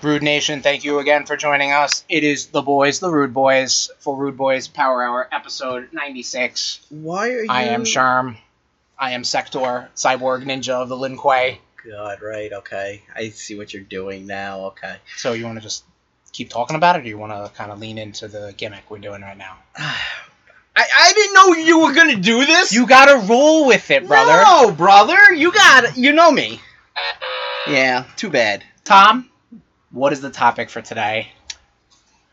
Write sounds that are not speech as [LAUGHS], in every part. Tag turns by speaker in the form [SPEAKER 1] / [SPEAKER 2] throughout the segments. [SPEAKER 1] Rude Nation, thank you again for joining us. It is the boys, the Rude Boys, for Rude Boys Power Hour, episode 96.
[SPEAKER 2] Why are you?
[SPEAKER 1] I am Charm. I am Sector, Cyborg Ninja of the Lin Kuei.
[SPEAKER 2] God, right? Okay, I see what you're doing now. Okay.
[SPEAKER 1] So you want to just keep talking about it, or you want to kind of lean into the gimmick we're doing right now?
[SPEAKER 2] I, I didn't know you were gonna do this.
[SPEAKER 1] You gotta roll with it, brother.
[SPEAKER 2] No, brother, you got you know me. Yeah, too bad.
[SPEAKER 1] Tom, what is the topic for today?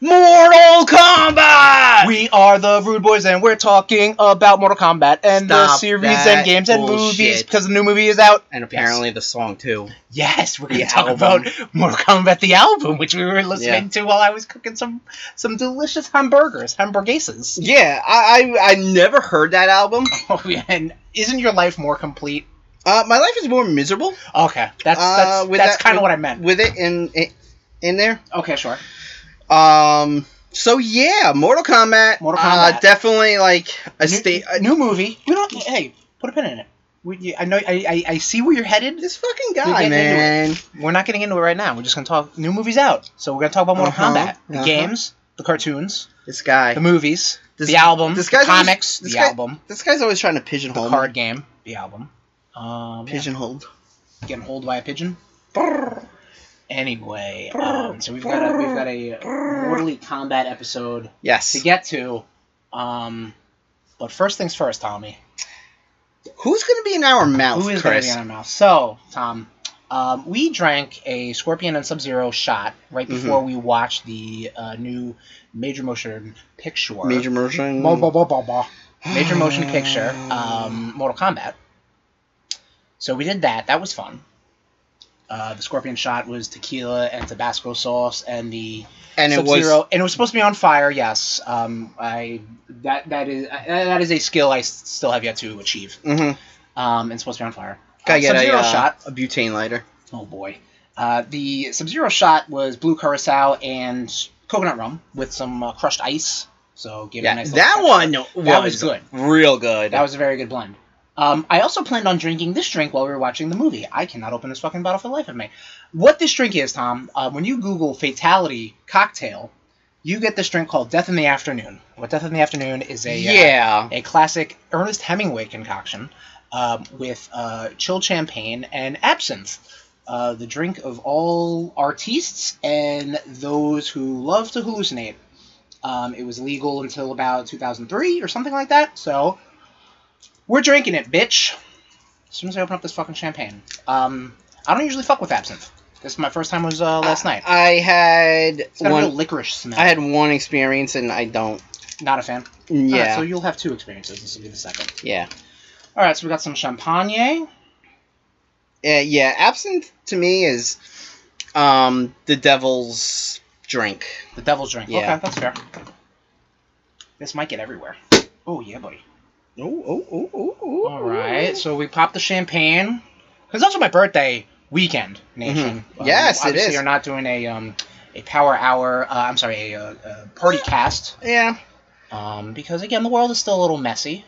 [SPEAKER 2] Mortal Kombat.
[SPEAKER 1] We are the Rude Boys, and we're talking about Mortal Kombat and the
[SPEAKER 2] Stop
[SPEAKER 1] series
[SPEAKER 2] that
[SPEAKER 1] and games and
[SPEAKER 2] bullshit.
[SPEAKER 1] movies because the new movie is out.
[SPEAKER 2] and apparently the song too.
[SPEAKER 1] Yes, we're going to
[SPEAKER 2] The
[SPEAKER 1] talk
[SPEAKER 2] album.
[SPEAKER 1] about Mortal Kombat the album, which we were listening to while I was cooking some some delicious hamburgers, hamburguesas.
[SPEAKER 2] Yeah, I I, I never heard that album.
[SPEAKER 1] [LAUGHS] Oh, yeah, and isn't your life more complete?
[SPEAKER 2] Uh, my life is more miserable
[SPEAKER 1] Okay, that's
[SPEAKER 2] Uh,
[SPEAKER 1] that's,
[SPEAKER 2] with
[SPEAKER 1] that's
[SPEAKER 2] that-
[SPEAKER 1] kind of what I meant.
[SPEAKER 2] with it in in, in there.
[SPEAKER 1] okay, sure.
[SPEAKER 2] Um. So yeah, Mortal Kombat.
[SPEAKER 1] Mortal
[SPEAKER 2] Uh,
[SPEAKER 1] Kombat.
[SPEAKER 2] definitely like a
[SPEAKER 1] new,
[SPEAKER 2] state.
[SPEAKER 1] new movie. You don't. Hey, put a pin in it. We, you, I know. I, I I see where you're headed.
[SPEAKER 2] This fucking
[SPEAKER 1] We're
[SPEAKER 2] guy,
[SPEAKER 1] getting into
[SPEAKER 2] man.
[SPEAKER 1] We're not getting into it right now. We're just gonna talk new movies out. So we're gonna talk about Mortal
[SPEAKER 2] Uh-huh,
[SPEAKER 1] Kombat, the
[SPEAKER 2] uh-huh.
[SPEAKER 1] games, the cartoons,
[SPEAKER 2] This guy.
[SPEAKER 1] the movies,
[SPEAKER 2] This-
[SPEAKER 1] the album,
[SPEAKER 2] this
[SPEAKER 1] the
[SPEAKER 2] guy's always-
[SPEAKER 1] comics,
[SPEAKER 2] this
[SPEAKER 1] the
[SPEAKER 2] guy-
[SPEAKER 1] album,
[SPEAKER 2] This guy's always trying to
[SPEAKER 1] the
[SPEAKER 2] pigeonhole. me.
[SPEAKER 1] card game, the album. Um, yeah.
[SPEAKER 2] Pigeonholed.
[SPEAKER 1] getting holed by a pigeon.
[SPEAKER 2] Brrr.
[SPEAKER 1] Anyway, um, so we've got a we've got a Mortal Kombat episode
[SPEAKER 2] Yes.
[SPEAKER 1] to get to. Um, but first things first, Tommy.
[SPEAKER 2] Who's gonna be in our mouth,
[SPEAKER 1] Who is going to
[SPEAKER 2] Chris?
[SPEAKER 1] be on our mouth? So, Tom, um, we drank a Scorpion and Sub Zero shot right
[SPEAKER 2] Mm-hmm.
[SPEAKER 1] before we watched the uh, new major motion picture.
[SPEAKER 2] Major motion.
[SPEAKER 1] Mo- bo- bo- bo- bo.
[SPEAKER 2] [SIGHS]
[SPEAKER 1] Major motion picture, um, Mortal Kombat. So we did that. That was fun. Uh, the scorpion shot was tequila and Tabasco sauce, and the
[SPEAKER 2] and it
[SPEAKER 1] Sub-Zero-
[SPEAKER 2] was.
[SPEAKER 1] and it was supposed to be on fire. Yes, um, I that that is uh, that is a skill I s- still have yet to achieve.
[SPEAKER 2] hmm
[SPEAKER 1] Um, and it's supposed to be on fire.
[SPEAKER 2] Gotta
[SPEAKER 1] Uh,
[SPEAKER 2] get a,
[SPEAKER 1] Sub-Zero
[SPEAKER 2] uh,
[SPEAKER 1] shot.
[SPEAKER 2] a butane lighter.
[SPEAKER 1] Oh boy, uh, the Sub-Zero shot was blue curacao and coconut rum with some uh, crushed ice. So give it a
[SPEAKER 2] Yeah,
[SPEAKER 1] nice. little
[SPEAKER 2] that
[SPEAKER 1] texture.
[SPEAKER 2] one
[SPEAKER 1] That was good.
[SPEAKER 2] Real good.
[SPEAKER 1] That was a very good blend. Um, I also planned on drinking this drink while we were watching the movie. I cannot open this fucking bottle for the life of me. What this drink is, Tom, uh, when you Google Fatality Cocktail, you get this drink called Death in the Afternoon. What Death in the Afternoon is a, uh,
[SPEAKER 2] yeah.
[SPEAKER 1] a classic Ernest Hemingway concoction um, with uh, chilled champagne and absinthe. Uh, the drink of all artistes and those who love to hallucinate. Um, it was legal until about 2003 or something like that. So we're drinking it, bitch. As soon as I open up this fucking champagne. Um, I don't usually fuck with absinthe. This is my first time was uh, last night.
[SPEAKER 2] I had
[SPEAKER 1] It's got a real
[SPEAKER 2] one.
[SPEAKER 1] licorice smell.
[SPEAKER 2] I had one experience, and I don't.
[SPEAKER 1] Not a fan. All right,
[SPEAKER 2] Yeah.
[SPEAKER 1] so you'll have two experiences. This will be the second.
[SPEAKER 2] yeah.
[SPEAKER 1] All right, so we got some champagne.
[SPEAKER 2] Yeah. Yeah. Absinthe to me is, um, the devil's drink.
[SPEAKER 1] The devil's drink.
[SPEAKER 2] Yeah.
[SPEAKER 1] Okay, that's fair. This might get everywhere. Oh yeah, buddy.
[SPEAKER 2] Oh. Oh. Oh. Oh. oh
[SPEAKER 1] All right, so we popped the champagne. Cause also my birthday weekend, nation. Um,
[SPEAKER 2] Mhm. Yes, it
[SPEAKER 1] obviously
[SPEAKER 2] is.
[SPEAKER 1] You're not doing a um a power hour. Uh, I'm sorry, a, uh uh party cast.
[SPEAKER 2] Yeah.
[SPEAKER 1] Um, because again, the world is still a little messy,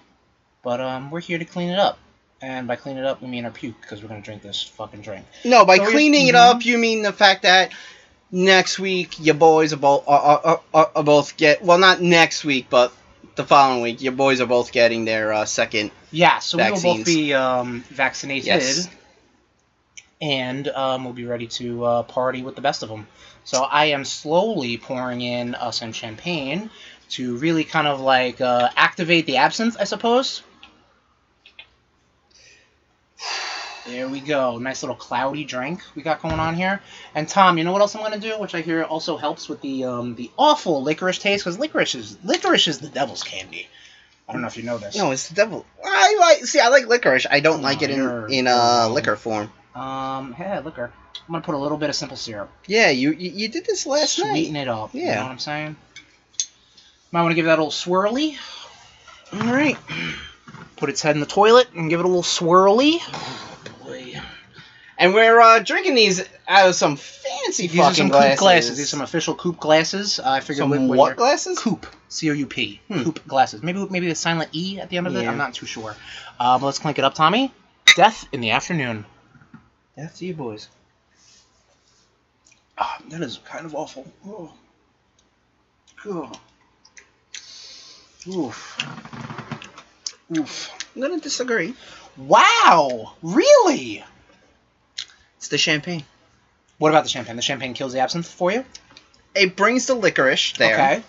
[SPEAKER 1] but um, we're here to clean it up. And by clean it up, we mean our puke, because we're gonna drink this fucking drink.
[SPEAKER 2] No, by
[SPEAKER 1] So we-
[SPEAKER 2] cleaning it
[SPEAKER 1] Mhm.
[SPEAKER 2] up, you mean the fact that next week your boys are both uh, are, are, are, are both get well, not next week, but the following week, your boys are both getting their uh, second.
[SPEAKER 1] Yeah, so we will both
[SPEAKER 2] Vaccines.
[SPEAKER 1] be um, vaccinated,
[SPEAKER 2] Yes.
[SPEAKER 1] and um, we'll be ready to uh, party with the best of them. So I am slowly pouring in uh, some champagne to really kind of like uh, activate the absinthe, I suppose. There we go. Nice little cloudy drink we got going on here. And Tom, you know what else I'm gonna do, which I hear also helps with the um, the awful licorice taste, because licorice is licorice is the devil's candy. I don't know if you know this.
[SPEAKER 2] No, it's the devil. I like see, I like licorice. I don't
[SPEAKER 1] Oh,
[SPEAKER 2] like it
[SPEAKER 1] you're-
[SPEAKER 2] in in uh,
[SPEAKER 1] um,
[SPEAKER 2] liquor form.
[SPEAKER 1] Um, hey, liquor. I'm gonna put a little bit of simple syrup.
[SPEAKER 2] Yeah, you you, you did this last
[SPEAKER 1] Sweeten it up. You
[SPEAKER 2] Yeah.
[SPEAKER 1] know what I'm saying? Might want to give that a little swirly.
[SPEAKER 2] night. All right.
[SPEAKER 1] Put its head in the toilet and give it a little swirly.
[SPEAKER 2] And we're uh, drinking these out of some fancy
[SPEAKER 1] These
[SPEAKER 2] fucking
[SPEAKER 1] are some
[SPEAKER 2] glasses.
[SPEAKER 1] coupe glasses. These are some official coupe glasses. I figured
[SPEAKER 2] Some
[SPEAKER 1] with- with
[SPEAKER 2] what
[SPEAKER 1] your-
[SPEAKER 2] glasses?
[SPEAKER 1] Coupe. C O U P.
[SPEAKER 2] Hmm.
[SPEAKER 1] Coupe glasses. Maybe maybe the silent E at the end of it.
[SPEAKER 2] Yeah.
[SPEAKER 1] I'm not too sure. Um, let's clink it up, Tommy. Death in the afternoon.
[SPEAKER 2] That's you boys.
[SPEAKER 1] Ah, that is kind of awful. Oh. Oh. Oof. Oof.
[SPEAKER 2] I'm gonna disagree.
[SPEAKER 1] Wow! Really?
[SPEAKER 2] It's the champagne.
[SPEAKER 1] What about the champagne? The champagne kills the absinthe for you?
[SPEAKER 2] It brings the licorice there,
[SPEAKER 1] Okay.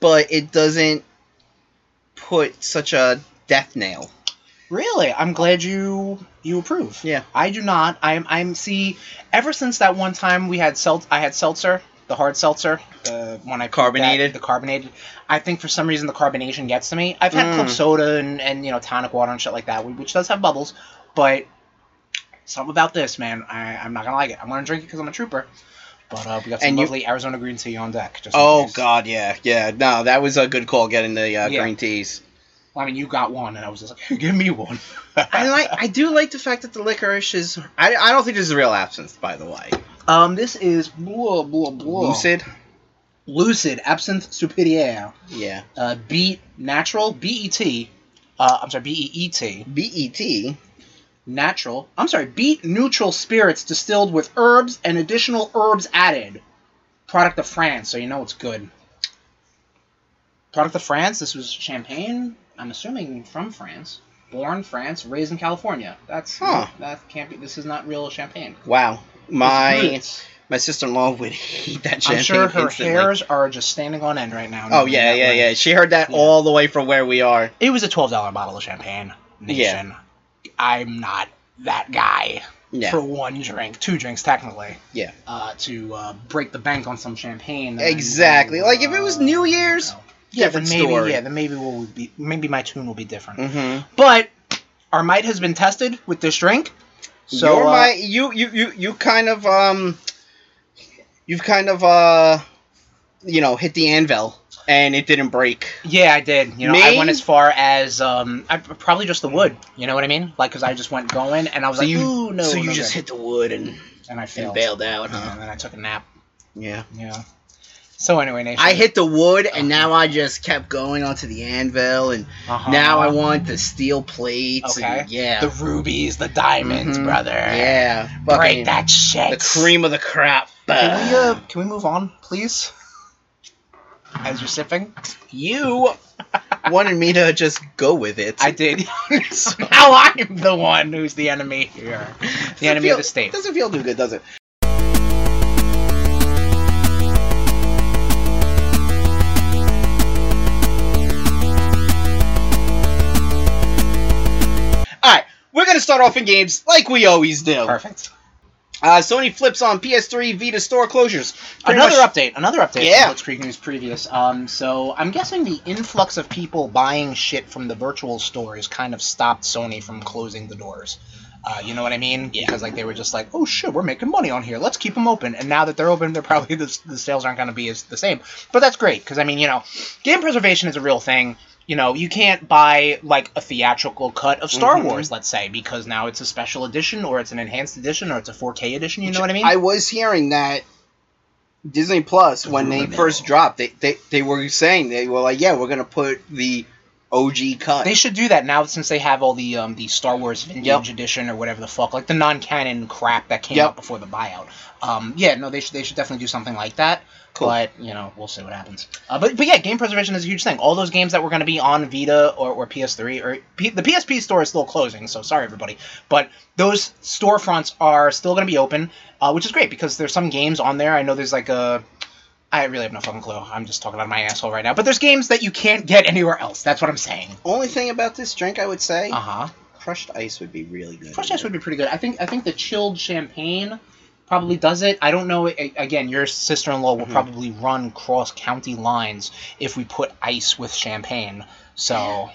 [SPEAKER 2] but it doesn't put such a death nail.
[SPEAKER 1] Really? I'm glad you you approve.
[SPEAKER 2] Yeah.
[SPEAKER 1] I do not. I'm I'm see ever since that one time we had selt I had seltzer, the hard seltzer, the when I poured that-
[SPEAKER 2] Carbonated?
[SPEAKER 1] the carbonated. I think for some reason the carbonation gets to me. I've had club
[SPEAKER 2] Mm.
[SPEAKER 1] soda and, and you know tonic water and shit like that, which does have bubbles, but something about this man, I I'm not gonna like it. I'm gonna drink it because I'm a trooper. But uh, we got some
[SPEAKER 2] And you-
[SPEAKER 1] lovely Arizona green tea on deck. Just in
[SPEAKER 2] Oh
[SPEAKER 1] case.
[SPEAKER 2] God, yeah, yeah. No, that was a good call getting the uh,
[SPEAKER 1] Yeah.
[SPEAKER 2] green teas.
[SPEAKER 1] I mean, you got one, and I was just like, [LAUGHS] give me one. [LAUGHS]
[SPEAKER 2] I like. I do like the fact that the licorice is. I, I don't think this is real absinthe, by the way.
[SPEAKER 1] Um, this is blah blah blah.
[SPEAKER 2] Lucid.
[SPEAKER 1] Lucid Absinthe Superior.
[SPEAKER 2] Yeah.
[SPEAKER 1] Uh, beat natural B E T. Uh, I'm sorry, B E E T.
[SPEAKER 2] B E T.
[SPEAKER 1] Natural. I'm sorry, beet neutral spirits distilled with herbs and additional herbs added. Product of France, so you know it's good. Product of France. This was champagne. I'm assuming from France. Born France, raised in California. That's
[SPEAKER 2] Huh.
[SPEAKER 1] that can't be. This is not real champagne.
[SPEAKER 2] Wow.
[SPEAKER 1] It's
[SPEAKER 2] My
[SPEAKER 1] roots.
[SPEAKER 2] my sister in law would hate that champagne.
[SPEAKER 1] I'm sure her
[SPEAKER 2] instantly.
[SPEAKER 1] hairs are just standing on end right now.
[SPEAKER 2] Oh yeah, yeah, yeah. She heard that
[SPEAKER 1] Yeah.
[SPEAKER 2] all the way from where we are.
[SPEAKER 1] It was a twelve dollar bottle of champagne. Nation. I'm not that guy
[SPEAKER 2] Yeah.
[SPEAKER 1] for one drink, two drinks technically.
[SPEAKER 2] Yeah.
[SPEAKER 1] Uh, to uh, break the bank on some champagne. then,
[SPEAKER 2] Exactly. Like, if it was
[SPEAKER 1] uh,
[SPEAKER 2] New Year's,
[SPEAKER 1] you know. yeah, then
[SPEAKER 2] different
[SPEAKER 1] maybe
[SPEAKER 2] story.
[SPEAKER 1] yeah, then maybe we'll be maybe my tune will be different.
[SPEAKER 2] Mm-hmm.
[SPEAKER 1] But our might has been tested with this drink. So
[SPEAKER 2] So You're
[SPEAKER 1] uh,
[SPEAKER 2] my you you you you kind of um you've kind of uh you know hit the anvil and it didn't break.
[SPEAKER 1] Yeah, I did. You know, I
[SPEAKER 2] Me?
[SPEAKER 1] went as far as um, I probably just the wood. You know what I mean? Like, cause I just went going, and I was
[SPEAKER 2] So
[SPEAKER 1] like,
[SPEAKER 2] you
[SPEAKER 1] "Ooh, no!"
[SPEAKER 2] so you
[SPEAKER 1] no
[SPEAKER 2] just
[SPEAKER 1] good."
[SPEAKER 2] hit the wood and,
[SPEAKER 1] and I
[SPEAKER 2] and
[SPEAKER 1] failed,
[SPEAKER 2] bailed out, huh?
[SPEAKER 1] and then I took a nap.
[SPEAKER 2] Yeah. Uh-huh.
[SPEAKER 1] Yeah. So anyway, nation.
[SPEAKER 2] I hit the wood and now I just kept going onto the anvil and
[SPEAKER 1] Uh-huh.
[SPEAKER 2] now I want the steel plates. and
[SPEAKER 1] Okay.
[SPEAKER 2] yeah.
[SPEAKER 1] the rubies, the diamonds,
[SPEAKER 2] Mhm.
[SPEAKER 1] brother.
[SPEAKER 2] yeah.
[SPEAKER 1] Break
[SPEAKER 2] Fucking
[SPEAKER 1] that shit.
[SPEAKER 2] the cream of the crop.
[SPEAKER 1] Can we, uh, can we move on, please? As you're sipping, you. [LAUGHS]
[SPEAKER 2] wanted me to just go with it.
[SPEAKER 1] I [LAUGHS] did. so now I'm the one who's the enemy here. The enemy of the state.
[SPEAKER 2] Doesn't feel too good, does it? All right, we're gonna start off in games like we always do.
[SPEAKER 1] Perfect.
[SPEAKER 2] Uh, Sony flips on PS3 Vita store closures. Pretty
[SPEAKER 1] another
[SPEAKER 2] much-
[SPEAKER 1] update. Another update.
[SPEAKER 2] Yeah.
[SPEAKER 1] From Blitz Creek News previous. Um, so I'm guessing the influx of people buying shit from the virtual stores kind of stopped Sony from closing the doors. Uh, you know what I mean?
[SPEAKER 2] Yeah.
[SPEAKER 1] Because like they were just like, oh shit, we're making money on here. Let's keep them open. And now that they're open, they're [LAUGHS] probably the, the sales aren't going to be as the same. But that's great because I mean, you know, game preservation is a real thing. You know, you can't buy like a theatrical cut of Star
[SPEAKER 2] Mhm.
[SPEAKER 1] Wars, let's say, because now it's a special edition or it's an enhanced edition or it's a 4K edition. You know what I mean?
[SPEAKER 2] I was hearing that Disney Plus when they first dropped, they, they they were saying they were like, yeah, we're gonna put the OG cut.
[SPEAKER 1] They should do that now since they have all the um, the Star Wars Vintage
[SPEAKER 2] Yep.
[SPEAKER 1] Edition or whatever the fuck, like the non canon crap that came
[SPEAKER 2] Yep.
[SPEAKER 1] out before the buyout. Um, yeah, no, they should they should definitely do something like that.
[SPEAKER 2] Cool.
[SPEAKER 1] But you know, we'll see what happens. Uh, but but yeah, game preservation is a huge thing. All those games that were going to be on Vita or, or PS3 or P- the PSP store is still closing, so sorry everybody. But those storefronts are still going to be open, uh, which is great because there's some games on there. I know there's like a I really have no fucking clue. I'm just talking out of my asshole right now. But there's games that you can't get anywhere else. That's what I'm saying.
[SPEAKER 2] Only thing about this drink, I would say,
[SPEAKER 1] Uh huh.
[SPEAKER 2] crushed ice would be really good.
[SPEAKER 1] Fresh ice would be pretty good. I think I think the chilled champagne probably does it. I don't know. a- Again, your sister-in-law will
[SPEAKER 2] Mhm.
[SPEAKER 1] probably run cross county lines if we put ice with champagne. So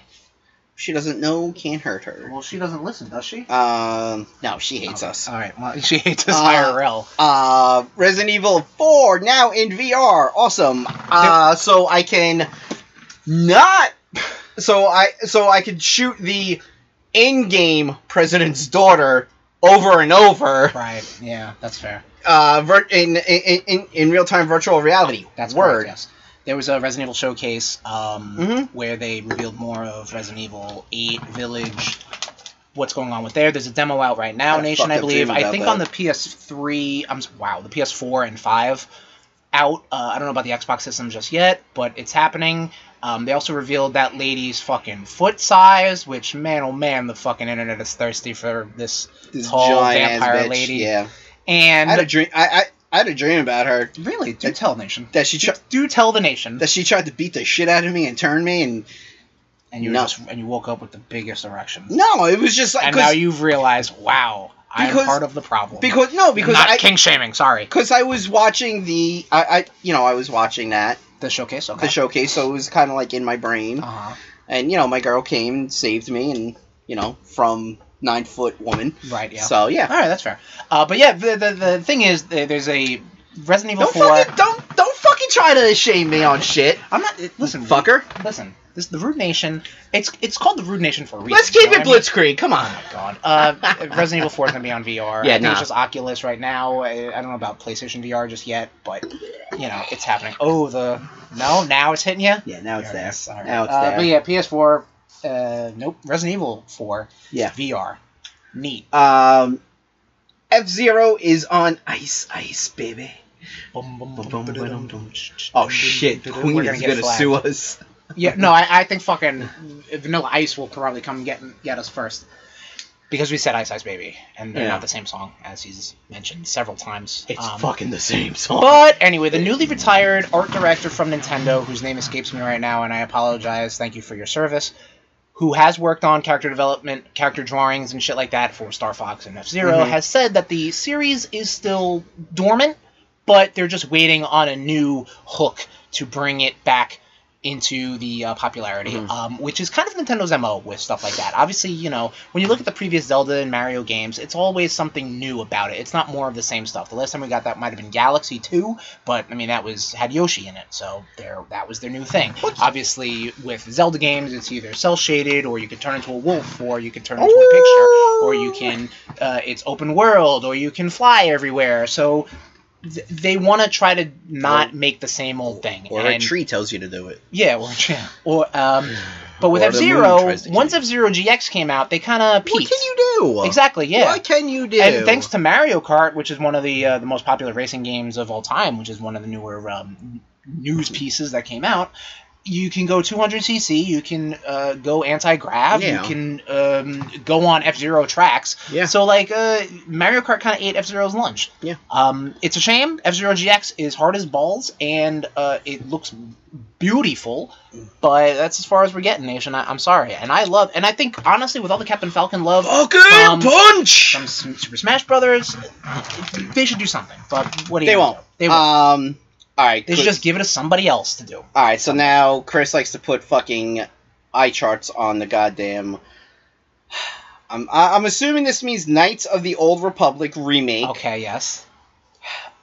[SPEAKER 2] She doesn't know, can't hurt her.
[SPEAKER 1] well, she doesn't listen, does she?
[SPEAKER 2] Um, no, she hates us.
[SPEAKER 1] All right. Well, she hates us
[SPEAKER 2] Uh,
[SPEAKER 1] IRL.
[SPEAKER 2] Uh, Resident Evil 4 now in VR. Awesome. Uh, so I can not. So I so I could shoot the in-game president's daughter over and over
[SPEAKER 1] Right. Yeah, that's fair.
[SPEAKER 2] uh, vir- in, in in in real-time virtual reality.
[SPEAKER 1] That's
[SPEAKER 2] word.
[SPEAKER 1] correct, yes. There was a Resident Evil showcase um,
[SPEAKER 2] Mhm.
[SPEAKER 1] where they revealed more of Resident Evil 8 Village. what's going on with there. There's a demo out right now,
[SPEAKER 2] Had a
[SPEAKER 1] Nation, I
[SPEAKER 2] fucking dream
[SPEAKER 1] believe. I
[SPEAKER 2] about
[SPEAKER 1] think
[SPEAKER 2] that.
[SPEAKER 1] on the PS3, I'm s- wow, the PS4 and 5 out. Uh, I don't know about the Xbox system just yet, but it's happening. Um, they also revealed that lady's fucking foot size, which man, oh man, the fucking internet is thirsty for this.
[SPEAKER 2] This
[SPEAKER 1] Tall
[SPEAKER 2] giant
[SPEAKER 1] vampire
[SPEAKER 2] ass bitch.
[SPEAKER 1] lady.
[SPEAKER 2] Yeah.
[SPEAKER 1] And
[SPEAKER 2] I had a dream. I, I I had a dream about her
[SPEAKER 1] really, do tell Nation.
[SPEAKER 2] that she
[SPEAKER 1] Do,
[SPEAKER 2] tri-
[SPEAKER 1] do tell the Nation.
[SPEAKER 2] that she tried to beat the shit out of me and turn me and
[SPEAKER 1] And you were
[SPEAKER 2] No.
[SPEAKER 1] just and you woke up with the biggest erection.
[SPEAKER 2] no, it was just like
[SPEAKER 1] and now
[SPEAKER 2] because
[SPEAKER 1] you've realized, wow, I'm
[SPEAKER 2] Because-
[SPEAKER 1] part of the problem.
[SPEAKER 2] because no because
[SPEAKER 1] not
[SPEAKER 2] I
[SPEAKER 1] king shaming. Sorry,
[SPEAKER 2] because I was watching the I, I you know I was watching that
[SPEAKER 1] the showcase. Okay.
[SPEAKER 2] the showcase so it was kind of like in my brain
[SPEAKER 1] Uh huh.
[SPEAKER 2] and you know my girl came and saved me and you know from nine foot woman
[SPEAKER 1] Right. Yeah.
[SPEAKER 2] so yeah
[SPEAKER 1] All right, that's fair. Uh, but yeah, the, the the thing is, th- there's a Resident Evil
[SPEAKER 2] don't
[SPEAKER 1] 4.
[SPEAKER 2] fucking don't don't fucking try to shame me on shit
[SPEAKER 1] I'm not. it- Listen,
[SPEAKER 2] fucker
[SPEAKER 1] Listen, this the Rude Nation. It's it's called the Rude Nation for a reason.
[SPEAKER 2] let's
[SPEAKER 1] you
[SPEAKER 2] keep
[SPEAKER 1] know what
[SPEAKER 2] it
[SPEAKER 1] I mean?
[SPEAKER 2] blitzkrieg come on
[SPEAKER 1] God. Uh, Resident Evil 4 is going to be on VR.
[SPEAKER 2] Yeah,
[SPEAKER 1] I think
[SPEAKER 2] nah.
[SPEAKER 1] it's just Oculus right now. I, I don't know about PlayStation VR just yet, but, you know, it's happening. Oh, the. No, now it's hitting you?
[SPEAKER 2] yeah now it's
[SPEAKER 1] There it
[SPEAKER 2] there
[SPEAKER 1] is. All right.
[SPEAKER 2] now it's
[SPEAKER 1] Uh,
[SPEAKER 2] there
[SPEAKER 1] But yeah, PS4. Uh, nope. Resident Evil 4.
[SPEAKER 2] Yeah.
[SPEAKER 1] VR. Neat.
[SPEAKER 2] Um, F Zero is on ice, ice, baby. Oh shit, Queen
[SPEAKER 1] We're gonna
[SPEAKER 2] is
[SPEAKER 1] get
[SPEAKER 2] gonna
[SPEAKER 1] flagged.
[SPEAKER 2] sue us.
[SPEAKER 1] Yeah, no, I, I think fucking Vanilla Ice will probably come get get us first because we said Ice Ice Baby, and they're
[SPEAKER 2] Yeah.
[SPEAKER 1] not the same song as he's mentioned several times.
[SPEAKER 2] It's
[SPEAKER 1] Um,
[SPEAKER 2] fucking the same song.
[SPEAKER 1] But anyway, the newly retired art director from Nintendo, whose name escapes me right now, and I apologize. Thank you for your service. Who has worked on character development, character drawings, and shit like that for Star Fox and F 0
[SPEAKER 2] Mhm.
[SPEAKER 1] has said that the series is still dormant, but they're just waiting on a new hook to bring it back into the uh, popularity,
[SPEAKER 2] Mhm.
[SPEAKER 1] um, which is kind of Nintendo's MO with stuff like that. Obviously, you know, when you look at the previous Zelda and Mario games, it's always something new about it. It's not more of the same stuff. The last time we got that might have been Galaxy 2, but I mean that was had Yoshi in it, so there that was their new thing. Obviously, with Zelda games, it's either cell shaded or you can turn into a wolf or you can turn into a picture or you can uh, it's open world or you can fly everywhere so th- they want to try to not make the same old thing
[SPEAKER 2] Or a
[SPEAKER 1] and,
[SPEAKER 2] tree tells you to do it.
[SPEAKER 1] yeah or yeah or
[SPEAKER 2] [SIGHS]
[SPEAKER 1] um but with
[SPEAKER 2] Or
[SPEAKER 1] F
[SPEAKER 2] the moon
[SPEAKER 1] Zero,
[SPEAKER 2] tries to kill
[SPEAKER 1] once
[SPEAKER 2] you.
[SPEAKER 1] F Zero GX came out, they kind of
[SPEAKER 2] What
[SPEAKER 1] peaked.
[SPEAKER 2] can you do?
[SPEAKER 1] Exactly, yeah.
[SPEAKER 2] What can you do?
[SPEAKER 1] And thanks to Mario Kart, which is one of the uh, the most popular racing games of all time, which is one of the newer um, n- news pieces that came out, you can go 200cc, you can uh, go anti grav,
[SPEAKER 2] Yeah.
[SPEAKER 1] you can um, go on F Zero tracks.
[SPEAKER 2] Yeah.
[SPEAKER 1] So like uh, Mario Kart kind of ate F Zero's lunch.
[SPEAKER 2] Yeah.
[SPEAKER 1] Um, it's a shame. F Zero GX is hard as balls, and uh, it looks beautiful, but that's as far as we're getting, Nation. I- I'm sorry, and I love, and I think honestly, with all the Captain Falcon love,
[SPEAKER 2] fucking
[SPEAKER 1] Um,
[SPEAKER 2] punch.
[SPEAKER 1] from S- Super Smash Brothers. They should do something, but what do you
[SPEAKER 2] They
[SPEAKER 1] gonna
[SPEAKER 2] won't.
[SPEAKER 1] do? They won't.
[SPEAKER 2] Um. All right.
[SPEAKER 1] they should
[SPEAKER 2] could-
[SPEAKER 1] just give it to somebody else to do.
[SPEAKER 2] All right. So now Chris likes to put fucking eye charts on the goddamn. I'm I- I'm assuming this means Knights of the Old Republic remake.
[SPEAKER 1] Okay, yes,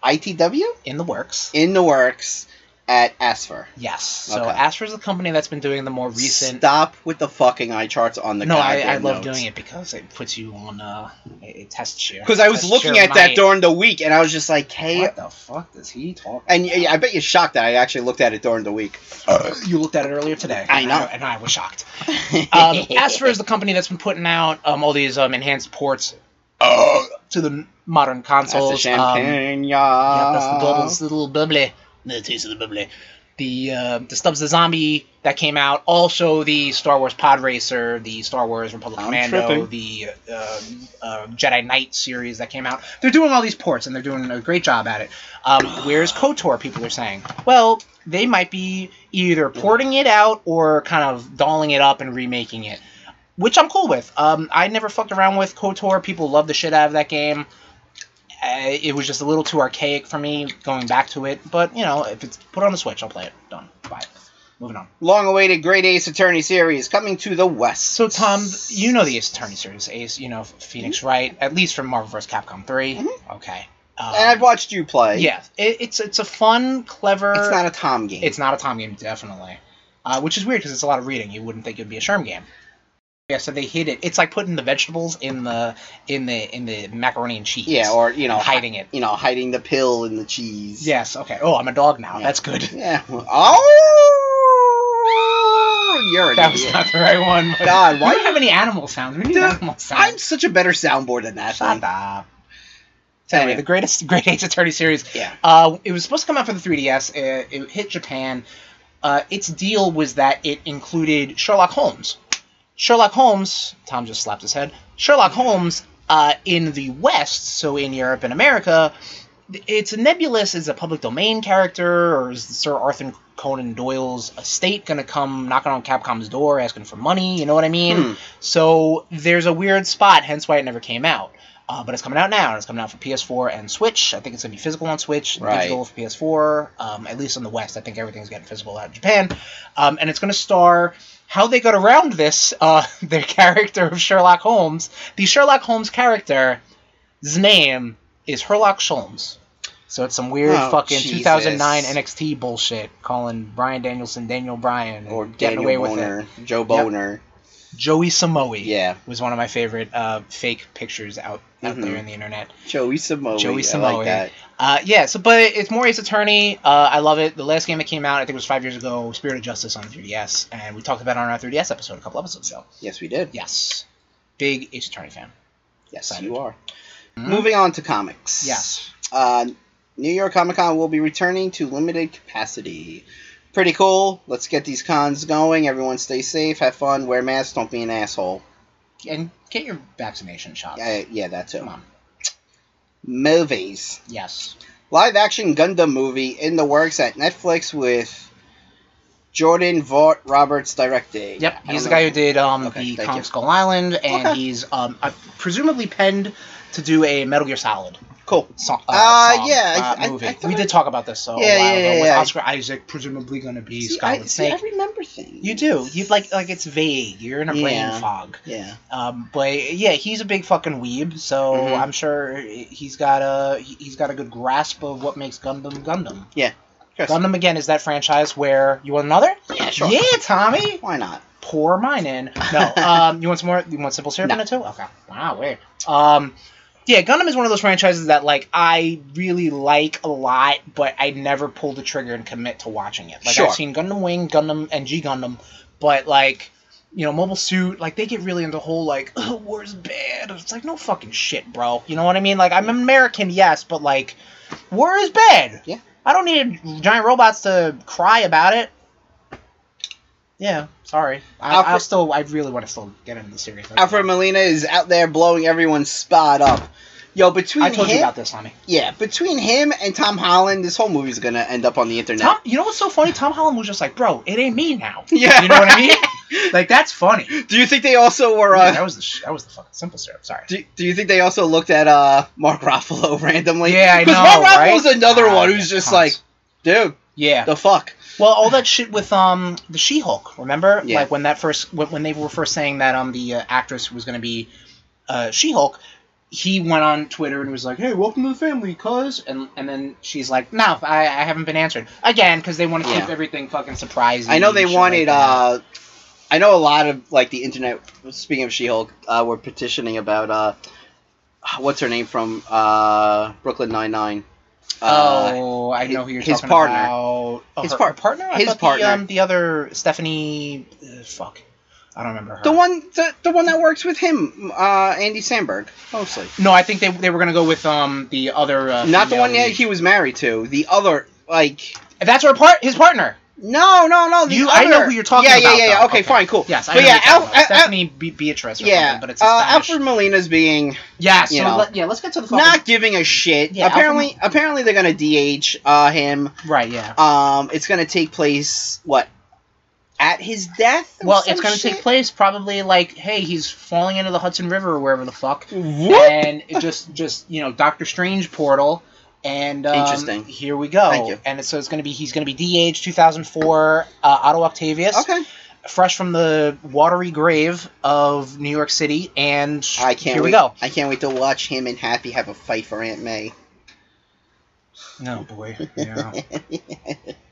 [SPEAKER 2] ITW
[SPEAKER 1] in the works.
[SPEAKER 2] in the works at E Asfer.
[SPEAKER 1] Yes. So
[SPEAKER 2] Okay.
[SPEAKER 1] Astra is the company that's been doing the more recent.
[SPEAKER 2] Stop with the fucking eye charts on the
[SPEAKER 1] no, I,
[SPEAKER 2] goddamn
[SPEAKER 1] I love
[SPEAKER 2] notes.
[SPEAKER 1] doing it because it puts you on uh, a, a test chair.
[SPEAKER 2] Because I was
[SPEAKER 1] Test
[SPEAKER 2] looking
[SPEAKER 1] chair
[SPEAKER 2] at that
[SPEAKER 1] might.
[SPEAKER 2] during the week, and I was just like, "Hey,"
[SPEAKER 1] What the fuck does he talk?
[SPEAKER 2] and y- I bet you're shocked that I actually looked at it during the week. [CLEARS THROAT]
[SPEAKER 1] You looked at it earlier today.
[SPEAKER 2] I
[SPEAKER 1] and
[SPEAKER 2] know.
[SPEAKER 1] and I was shocked. [LAUGHS]
[SPEAKER 2] [LAUGHS]
[SPEAKER 1] um, Astra is the company that's been putting out um, all these um, enhanced ports uh, to the modern
[SPEAKER 2] Oh. that's
[SPEAKER 1] consoles.
[SPEAKER 2] the
[SPEAKER 1] um,
[SPEAKER 2] champagne,
[SPEAKER 1] Yeah, that's the bubble.
[SPEAKER 2] yeah.
[SPEAKER 1] That's the little bubbly. The taste of the bubbly. The uh, the Stubbs the Zombie that came out. Also the Star Wars Pod Racer, the Star Wars Republic
[SPEAKER 2] I'm
[SPEAKER 1] Commando,
[SPEAKER 2] tripping.
[SPEAKER 1] the uh, uh, Jedi Knight series that came out. They're doing all these ports and they're doing a great job at it. Um, where's KOTOR? People are saying. Well, they might be either porting it out or kind of dolling it up and remaking it which I'm cool with. Um, I never fucked around with KOTOR. People love the shit out of that game. Uh, it was just a little too archaic for me going back to it. But, you know, if it's put on the Switch, I'll play it. Done. Bye. Moving on.
[SPEAKER 2] long-awaited Great Ace Attorney series coming to the West.
[SPEAKER 1] So, Tom, you know the Ace Attorney series. Ace, you know, Phoenix
[SPEAKER 2] Mm-hmm.
[SPEAKER 1] Wright, at least from Marvel vs. Capcom 3.
[SPEAKER 2] Mhm.
[SPEAKER 1] Okay. Um,
[SPEAKER 2] and I've watched you play.
[SPEAKER 1] yeah, it, it's, it's a fun, clever.
[SPEAKER 2] it's not a Tom game.
[SPEAKER 1] It's not a Tom game, definitely. Uh, which is weird because it's a lot of reading. You wouldn't think it'd be a Sherm game. Yeah, so they hid it. It's like putting the vegetables in the in the in the macaroni and cheese.
[SPEAKER 2] yeah, or you know,
[SPEAKER 1] hiding it.
[SPEAKER 2] you know, hiding the pill in the cheese.
[SPEAKER 1] Yes. Okay. Oh, I'm a dog now.
[SPEAKER 2] Yeah.
[SPEAKER 1] That's good.
[SPEAKER 2] Yeah. well- Oh, you're a an
[SPEAKER 1] that was
[SPEAKER 2] idiot.
[SPEAKER 1] not the right one. but- [LAUGHS]
[SPEAKER 2] God, why-
[SPEAKER 1] We don't have any animal sounds. We need
[SPEAKER 2] Dude,
[SPEAKER 1] animal
[SPEAKER 2] I'm
[SPEAKER 1] sounds.
[SPEAKER 2] such a better soundboard than that.
[SPEAKER 1] Shut
[SPEAKER 2] thing.
[SPEAKER 1] up. Anyway, the greatest [LAUGHS] Great Eights Attorney series.
[SPEAKER 2] Yeah.
[SPEAKER 1] Uh, it was supposed to come out for the 3DS. It, Uh, it hit Japan. Uh, its deal was that it included Sherlock Holmes. Sherlock Holmes. Tom just slapped his head. Sherlock Holmes uh, in the West, so in Europe and America, it's nebulous. Is a public domain character, or is Sir Arthur Conan Doyle's estate going to come knocking on Capcom's door asking for money? You know what I mean?
[SPEAKER 2] Hmm.
[SPEAKER 1] So there's a weird spot, hence why it never came out. Uh, but it's coming out now, and it's coming out for PS4 and Switch. I think it's going to be physical on Switch,
[SPEAKER 2] Right.
[SPEAKER 1] digital for PS4, um, at least in the West. I think everything's getting physical out of Japan. Um, and it's going to star how they got around this, uh, [LAUGHS] their character of Sherlock Holmes. The Sherlock Holmes character's name is Herlock Sholmes. So it's some weird
[SPEAKER 2] Oh,
[SPEAKER 1] fucking
[SPEAKER 2] Jesus.
[SPEAKER 1] 2009 NXT bullshit calling Brian Danielson Daniel Bryan
[SPEAKER 2] Or
[SPEAKER 1] and
[SPEAKER 2] Daniel Boner. Joe Boner.
[SPEAKER 1] Joey Samoe
[SPEAKER 2] Yeah.
[SPEAKER 1] was one of my favorite uh, fake pictures out, out
[SPEAKER 2] Mhm.
[SPEAKER 1] there in the internet.
[SPEAKER 2] Joey Samoa.
[SPEAKER 1] Joey
[SPEAKER 2] I
[SPEAKER 1] Samoa.
[SPEAKER 2] like that.
[SPEAKER 1] Uh, yeah, so but it's Mori's Attorney. Uh, I love it. The last game that came out, I think it was five years ago, Spirit of Justice on 3DS, and we talked about it on our 3DS episode a couple episodes ago.
[SPEAKER 2] Yes, we did.
[SPEAKER 1] Yes, big Ace Attorney fan.
[SPEAKER 2] Yes,
[SPEAKER 1] Excited.
[SPEAKER 2] you are.
[SPEAKER 1] Mhm.
[SPEAKER 2] Moving on to comics.
[SPEAKER 1] Yes.
[SPEAKER 2] Uh, New York Comic Con will be returning to limited capacity. Pretty cool. Let's get these cons going. Everyone stay safe, have fun, wear masks, don't be an asshole.
[SPEAKER 1] And get your vaccination shots.
[SPEAKER 2] Yeah, yeah, that too.
[SPEAKER 1] Come on.
[SPEAKER 2] Movies.
[SPEAKER 1] Yes.
[SPEAKER 2] Live action Gundam movie in the works at Netflix with Jordan Vaught Roberts directing.
[SPEAKER 1] Yep.
[SPEAKER 2] I
[SPEAKER 1] He's the
[SPEAKER 2] don't
[SPEAKER 1] guy
[SPEAKER 2] know.
[SPEAKER 1] who did um,
[SPEAKER 2] Okay,
[SPEAKER 1] the
[SPEAKER 2] thank
[SPEAKER 1] Comic
[SPEAKER 2] you.
[SPEAKER 1] Skull Island, and
[SPEAKER 2] Okay.
[SPEAKER 1] he's um, uh, presumably penned to do a Metal Gear Solid.
[SPEAKER 2] Cool.
[SPEAKER 1] song, uh,
[SPEAKER 2] Uh,
[SPEAKER 1] song,
[SPEAKER 2] yeah, I-
[SPEAKER 1] uh,
[SPEAKER 2] I-
[SPEAKER 1] movie.
[SPEAKER 2] I thought
[SPEAKER 1] we
[SPEAKER 2] I-
[SPEAKER 1] did talk about this so
[SPEAKER 2] Yeah,
[SPEAKER 1] a while
[SPEAKER 2] yeah,
[SPEAKER 1] ago
[SPEAKER 2] yeah,
[SPEAKER 1] with
[SPEAKER 2] yeah.
[SPEAKER 1] Oscar Isaac presumably going to be
[SPEAKER 2] See,
[SPEAKER 1] Scarlet
[SPEAKER 2] I, see, I
[SPEAKER 1] Snake.
[SPEAKER 2] remember things.
[SPEAKER 1] you do. You like like it's vague. You're in a
[SPEAKER 2] Yeah.
[SPEAKER 1] brain fog.
[SPEAKER 2] Yeah.
[SPEAKER 1] Um, but yeah, he's a big fucking weeb, so
[SPEAKER 2] Mhm.
[SPEAKER 1] I'm sure he's got a he- he's got a good grasp of what makes Gundam Gundam.
[SPEAKER 2] Yeah. Yes.
[SPEAKER 1] Gundam again is that franchise where you want another?
[SPEAKER 2] Yeah, sure.
[SPEAKER 1] Yeah, Tommy.
[SPEAKER 2] Why not?
[SPEAKER 1] Pour mine in.
[SPEAKER 2] [LAUGHS]
[SPEAKER 1] No. Um, you want some more? You want simple syrup
[SPEAKER 2] No.
[SPEAKER 1] in it too? Okay. Wow. Wait. Um, yeah, Gundam is one of those franchises that like I really like a lot, but I never pull the trigger and commit to watching it. Like
[SPEAKER 2] Sure.
[SPEAKER 1] I've seen Gundam Wing, Gundam, and G Gundam, but like you know, Mobile Suit, like they get really into whole like "Ugh, war's bad. It's like no fucking shit, bro. You know what I mean? Like I'm American, yes, but like war is bad.
[SPEAKER 2] Yeah.
[SPEAKER 1] I don't need giant robots to cry about it. Yeah, sorry. I,
[SPEAKER 2] Alfred-
[SPEAKER 1] I'll still, I really want to still get into the series.
[SPEAKER 2] Alfred Molina is out there blowing everyone's spot up. Yo, between
[SPEAKER 1] I told
[SPEAKER 2] him,
[SPEAKER 1] you about this, Tommy.
[SPEAKER 2] yeah, between him and Tom Holland, this whole movie's gonna end up on the internet.
[SPEAKER 1] Tom, you know what's so funny? Tom Holland was just like, "Bro, it ain't me now."
[SPEAKER 2] [LAUGHS] Yeah,
[SPEAKER 1] You know what I
[SPEAKER 2] [LAUGHS]
[SPEAKER 1] mean? like that's funny.
[SPEAKER 2] Do you think they also were?
[SPEAKER 1] Yeah,
[SPEAKER 2] Uh,
[SPEAKER 1] that was the sh- that was the fucking simple syrup. Sorry.
[SPEAKER 2] do, do you think they also looked at uh, Mark Ruffalo [LAUGHS] randomly?
[SPEAKER 1] yeah, I know.
[SPEAKER 2] Mark
[SPEAKER 1] right?
[SPEAKER 2] Ruffalo's another
[SPEAKER 1] Ah,
[SPEAKER 2] one
[SPEAKER 1] yeah,
[SPEAKER 2] who's just
[SPEAKER 1] cunts.
[SPEAKER 2] like, dude,
[SPEAKER 1] yeah.
[SPEAKER 2] the fuck.
[SPEAKER 1] Well, all that shit with um the She-Hulk, remember?
[SPEAKER 2] Yeah.
[SPEAKER 1] Like when that first when, when they were first saying that um the uh, actress was going to be uh She-Hulk, he went on Twitter and was like, "Hey, welcome to the family, cuz." And and then she's like, "No, I, I haven't been answered." Again, cuz they want to keep
[SPEAKER 2] Yeah.
[SPEAKER 1] everything fucking surprising.
[SPEAKER 2] I know they
[SPEAKER 1] and shit
[SPEAKER 2] wanted.
[SPEAKER 1] like that.
[SPEAKER 2] uh, I know a lot of like the internet. Speaking of She-Hulk, uh, were petitioning about uh, what's her name from uh, Brooklyn Nine Nine.
[SPEAKER 1] oh, I know who you're
[SPEAKER 2] uh, his
[SPEAKER 1] talking
[SPEAKER 2] partner.
[SPEAKER 1] about. Oh,
[SPEAKER 2] His
[SPEAKER 1] her-
[SPEAKER 2] par-
[SPEAKER 1] her partner. I
[SPEAKER 2] his
[SPEAKER 1] thought
[SPEAKER 2] partner.
[SPEAKER 1] The, um, the other Stephanie. Uh, fuck, I don't remember her.
[SPEAKER 2] The one, the, the one that works with him, uh, Andy Samberg, mostly.
[SPEAKER 1] No, I think they, they were gonna go with um the other. Uh,
[SPEAKER 2] Not the
[SPEAKER 1] female
[SPEAKER 2] one that
[SPEAKER 1] lead.
[SPEAKER 2] he was married to. The other, like,
[SPEAKER 1] That's her part. His partner.
[SPEAKER 2] no, no, no. The
[SPEAKER 1] You, I
[SPEAKER 2] other,
[SPEAKER 1] know who you're talking
[SPEAKER 2] yeah,
[SPEAKER 1] about.
[SPEAKER 2] Yeah, yeah, yeah.
[SPEAKER 1] though.
[SPEAKER 2] Okay, fine, cool.
[SPEAKER 1] Yes, I
[SPEAKER 2] but
[SPEAKER 1] know
[SPEAKER 2] yeah,
[SPEAKER 1] who you're talking about.
[SPEAKER 2] Al- Al-
[SPEAKER 1] Stephanie Be- Beatrice or
[SPEAKER 2] yeah.
[SPEAKER 1] something, but it's a
[SPEAKER 2] uh,
[SPEAKER 1] Spanish.
[SPEAKER 2] Alfred Molina's being
[SPEAKER 1] yeah, so
[SPEAKER 2] you know.
[SPEAKER 1] let- yeah, let's get to the fucking
[SPEAKER 2] not giving a shit.
[SPEAKER 1] Yeah, Alfred
[SPEAKER 2] apparently, apparently they're gonna DH uh, him.
[SPEAKER 1] right, yeah.
[SPEAKER 2] Um, it's gonna take place what at his death. or
[SPEAKER 1] Well,
[SPEAKER 2] some
[SPEAKER 1] it's gonna take
[SPEAKER 2] shit?
[SPEAKER 1] place probably like, hey, he's falling into the Hudson River or wherever the fuck,
[SPEAKER 2] What?
[SPEAKER 1] and it just just you know Doctor Strange portal. And um,
[SPEAKER 2] Interesting.
[SPEAKER 1] Here we go.
[SPEAKER 2] Thank you.
[SPEAKER 1] And so it's going to be he's going to be DH 2004 uh, Otto Octavius,
[SPEAKER 2] Okay.
[SPEAKER 1] fresh from the watery grave of New York City, and
[SPEAKER 2] I can't.
[SPEAKER 1] here
[SPEAKER 2] wait.
[SPEAKER 1] we go.
[SPEAKER 2] I can't wait to watch him and Happy have a fight for Aunt May.
[SPEAKER 1] No boy, yeah.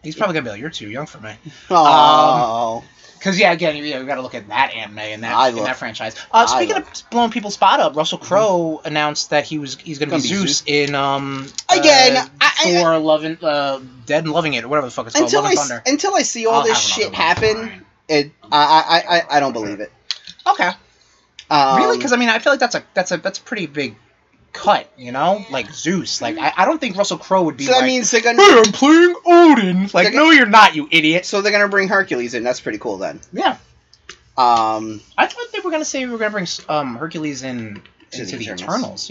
[SPEAKER 1] He's probably gonna be like, "You're too young for me."
[SPEAKER 2] Oh.
[SPEAKER 1] Because yeah, again, you, you got to look at that anime and that
[SPEAKER 2] I
[SPEAKER 1] and
[SPEAKER 2] love-
[SPEAKER 1] that franchise. Uh,
[SPEAKER 2] I Mm-hmm.
[SPEAKER 1] speaking of blowing people's spot up, Russell Crowe announced that he was he's gonna,
[SPEAKER 2] Gonna
[SPEAKER 1] be,
[SPEAKER 2] be
[SPEAKER 1] Zeus, in um
[SPEAKER 2] Again,
[SPEAKER 1] uh,
[SPEAKER 2] I- I-
[SPEAKER 1] Thor: Love and uh, Dead and Loving It, or whatever the fuck it's called,
[SPEAKER 2] until
[SPEAKER 1] Love
[SPEAKER 2] I
[SPEAKER 1] and
[SPEAKER 2] s-
[SPEAKER 1] Thunder.
[SPEAKER 2] until I see all
[SPEAKER 1] I'll
[SPEAKER 2] this
[SPEAKER 1] have another
[SPEAKER 2] shit
[SPEAKER 1] one.
[SPEAKER 2] happen,
[SPEAKER 1] Fine.
[SPEAKER 2] It I I, I, I don't believe it.
[SPEAKER 1] Okay.
[SPEAKER 2] Um,
[SPEAKER 1] really? Because I mean, I feel like that's a that's a that's a pretty big cut. You know, like Zeus. Like I, I don't think Russell Crowe would be.
[SPEAKER 2] so
[SPEAKER 1] like,
[SPEAKER 2] that means they're
[SPEAKER 1] Hey,
[SPEAKER 2] gonna
[SPEAKER 1] I'm playing Odin. Like,
[SPEAKER 2] Like-
[SPEAKER 1] no, you're not, you idiot.
[SPEAKER 2] so they're gonna bring Hercules in. That's pretty cool then.
[SPEAKER 1] Yeah,
[SPEAKER 2] Um,
[SPEAKER 1] I thought they were gonna say we were gonna bring um, Hercules in
[SPEAKER 2] To
[SPEAKER 1] into
[SPEAKER 2] the
[SPEAKER 1] the
[SPEAKER 2] Eternals.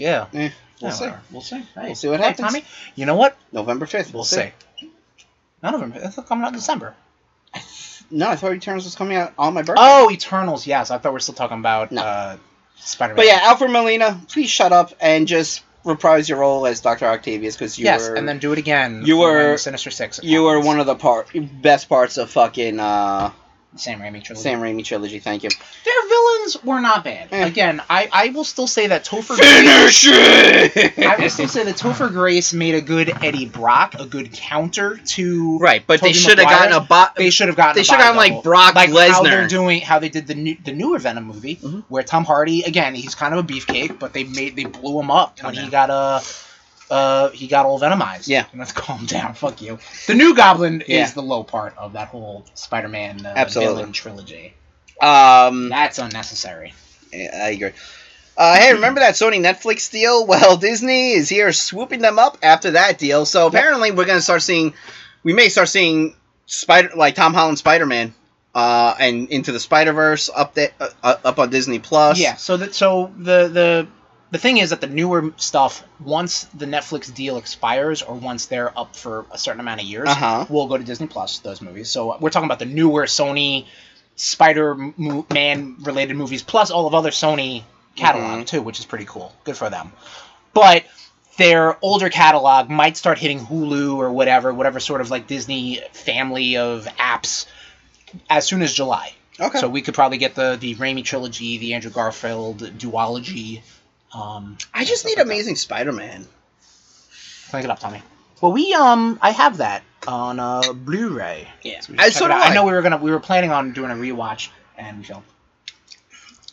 [SPEAKER 1] Eternals. Yeah,
[SPEAKER 2] eh, we'll
[SPEAKER 1] Yeah,
[SPEAKER 2] see.
[SPEAKER 1] whatever. We'll see. Hey.
[SPEAKER 2] We'll see what
[SPEAKER 1] Hey,
[SPEAKER 2] happens.
[SPEAKER 1] Tommy, you know what?
[SPEAKER 2] November fifth.
[SPEAKER 1] We'll see. None of them. It's coming out in December.
[SPEAKER 2] No, I thought Eternals was coming out on my birthday.
[SPEAKER 1] Oh, Eternals. Yes, I thought we were still talking about
[SPEAKER 2] No.
[SPEAKER 1] uh, Spider-Man.
[SPEAKER 2] But yeah, Alfred Molina, please shut up and just reprise your role as Doctor Octavius because you
[SPEAKER 1] yes,
[SPEAKER 2] were
[SPEAKER 1] and then do it again.
[SPEAKER 2] you
[SPEAKER 1] for
[SPEAKER 2] were-
[SPEAKER 1] when Sinister Six.
[SPEAKER 2] you were one of the part best parts of fucking uh,
[SPEAKER 1] Sam Raimi trilogy.
[SPEAKER 2] Sam Raimi trilogy. Thank you.
[SPEAKER 1] Their villains were not bad.
[SPEAKER 2] Eh.
[SPEAKER 1] Again, I, I will still say that Topher.
[SPEAKER 2] Finish it.
[SPEAKER 1] I will
[SPEAKER 2] [LAUGHS]
[SPEAKER 1] still say that Topher Grace made a good Eddie Brock, a good counter to.
[SPEAKER 3] Right, but they
[SPEAKER 1] Tobey
[SPEAKER 3] should have
[SPEAKER 1] Maguire.
[SPEAKER 3] gotten a bot.
[SPEAKER 1] They should have gotten.
[SPEAKER 3] They
[SPEAKER 1] a
[SPEAKER 3] should have gotten
[SPEAKER 1] body
[SPEAKER 3] like Brock
[SPEAKER 1] double. like how they're
[SPEAKER 3] Lesnar.
[SPEAKER 1] doing, how they did the new, the newer Venom movie,
[SPEAKER 3] Mhm.
[SPEAKER 1] where Tom Hardy again, he's kind of a beefcake, but they made they blew him up when
[SPEAKER 3] Calm
[SPEAKER 1] he got uh uh he got all venomized.
[SPEAKER 2] Yeah.
[SPEAKER 1] let's [LAUGHS] calm down. Fuck you. The new Goblin
[SPEAKER 2] Yeah.
[SPEAKER 1] is the low part of that whole Spider-Man uh,
[SPEAKER 2] Absolutely.
[SPEAKER 1] villain trilogy.
[SPEAKER 2] um,
[SPEAKER 1] That's unnecessary.
[SPEAKER 2] Yeah, I agree. Uh, hey, remember that Sony Netflix deal? [LAUGHS] Well, Disney is here swooping them up after that deal. So apparently, we're going to start seeing, we may start seeing Spider like Tom Holland Spider Man, uh, and Into the Spider Verse up that uh, uh, up on Disney Plus.
[SPEAKER 1] Yeah. So that so the the the thing is that the newer stuff, once the Netflix deal expires or once they're up for a certain amount of years,
[SPEAKER 2] Uh huh.
[SPEAKER 1] will go to Disney Plus. Those movies. So uh, we're talking about the newer Sony Spider Mo- Man related movies, plus all of other Sony catalog
[SPEAKER 2] Mhm.
[SPEAKER 1] too, which is pretty cool. Good for them. But their older catalog might start hitting Hulu or whatever, whatever sort of like Disney family of apps as soon as July.
[SPEAKER 2] Okay.
[SPEAKER 1] So we could probably get the the Raimi trilogy, the Andrew Garfield duology. Um,
[SPEAKER 2] I just need Amazing Spider Man.
[SPEAKER 1] think it up, Tommy. Well, we um, I have that on uh, Blu-ray.
[SPEAKER 2] Yeah.
[SPEAKER 1] So we should
[SPEAKER 2] I
[SPEAKER 1] check
[SPEAKER 2] sort
[SPEAKER 1] it
[SPEAKER 2] of.
[SPEAKER 1] out. I know we were gonna we were planning on doing a rewatch and we failed.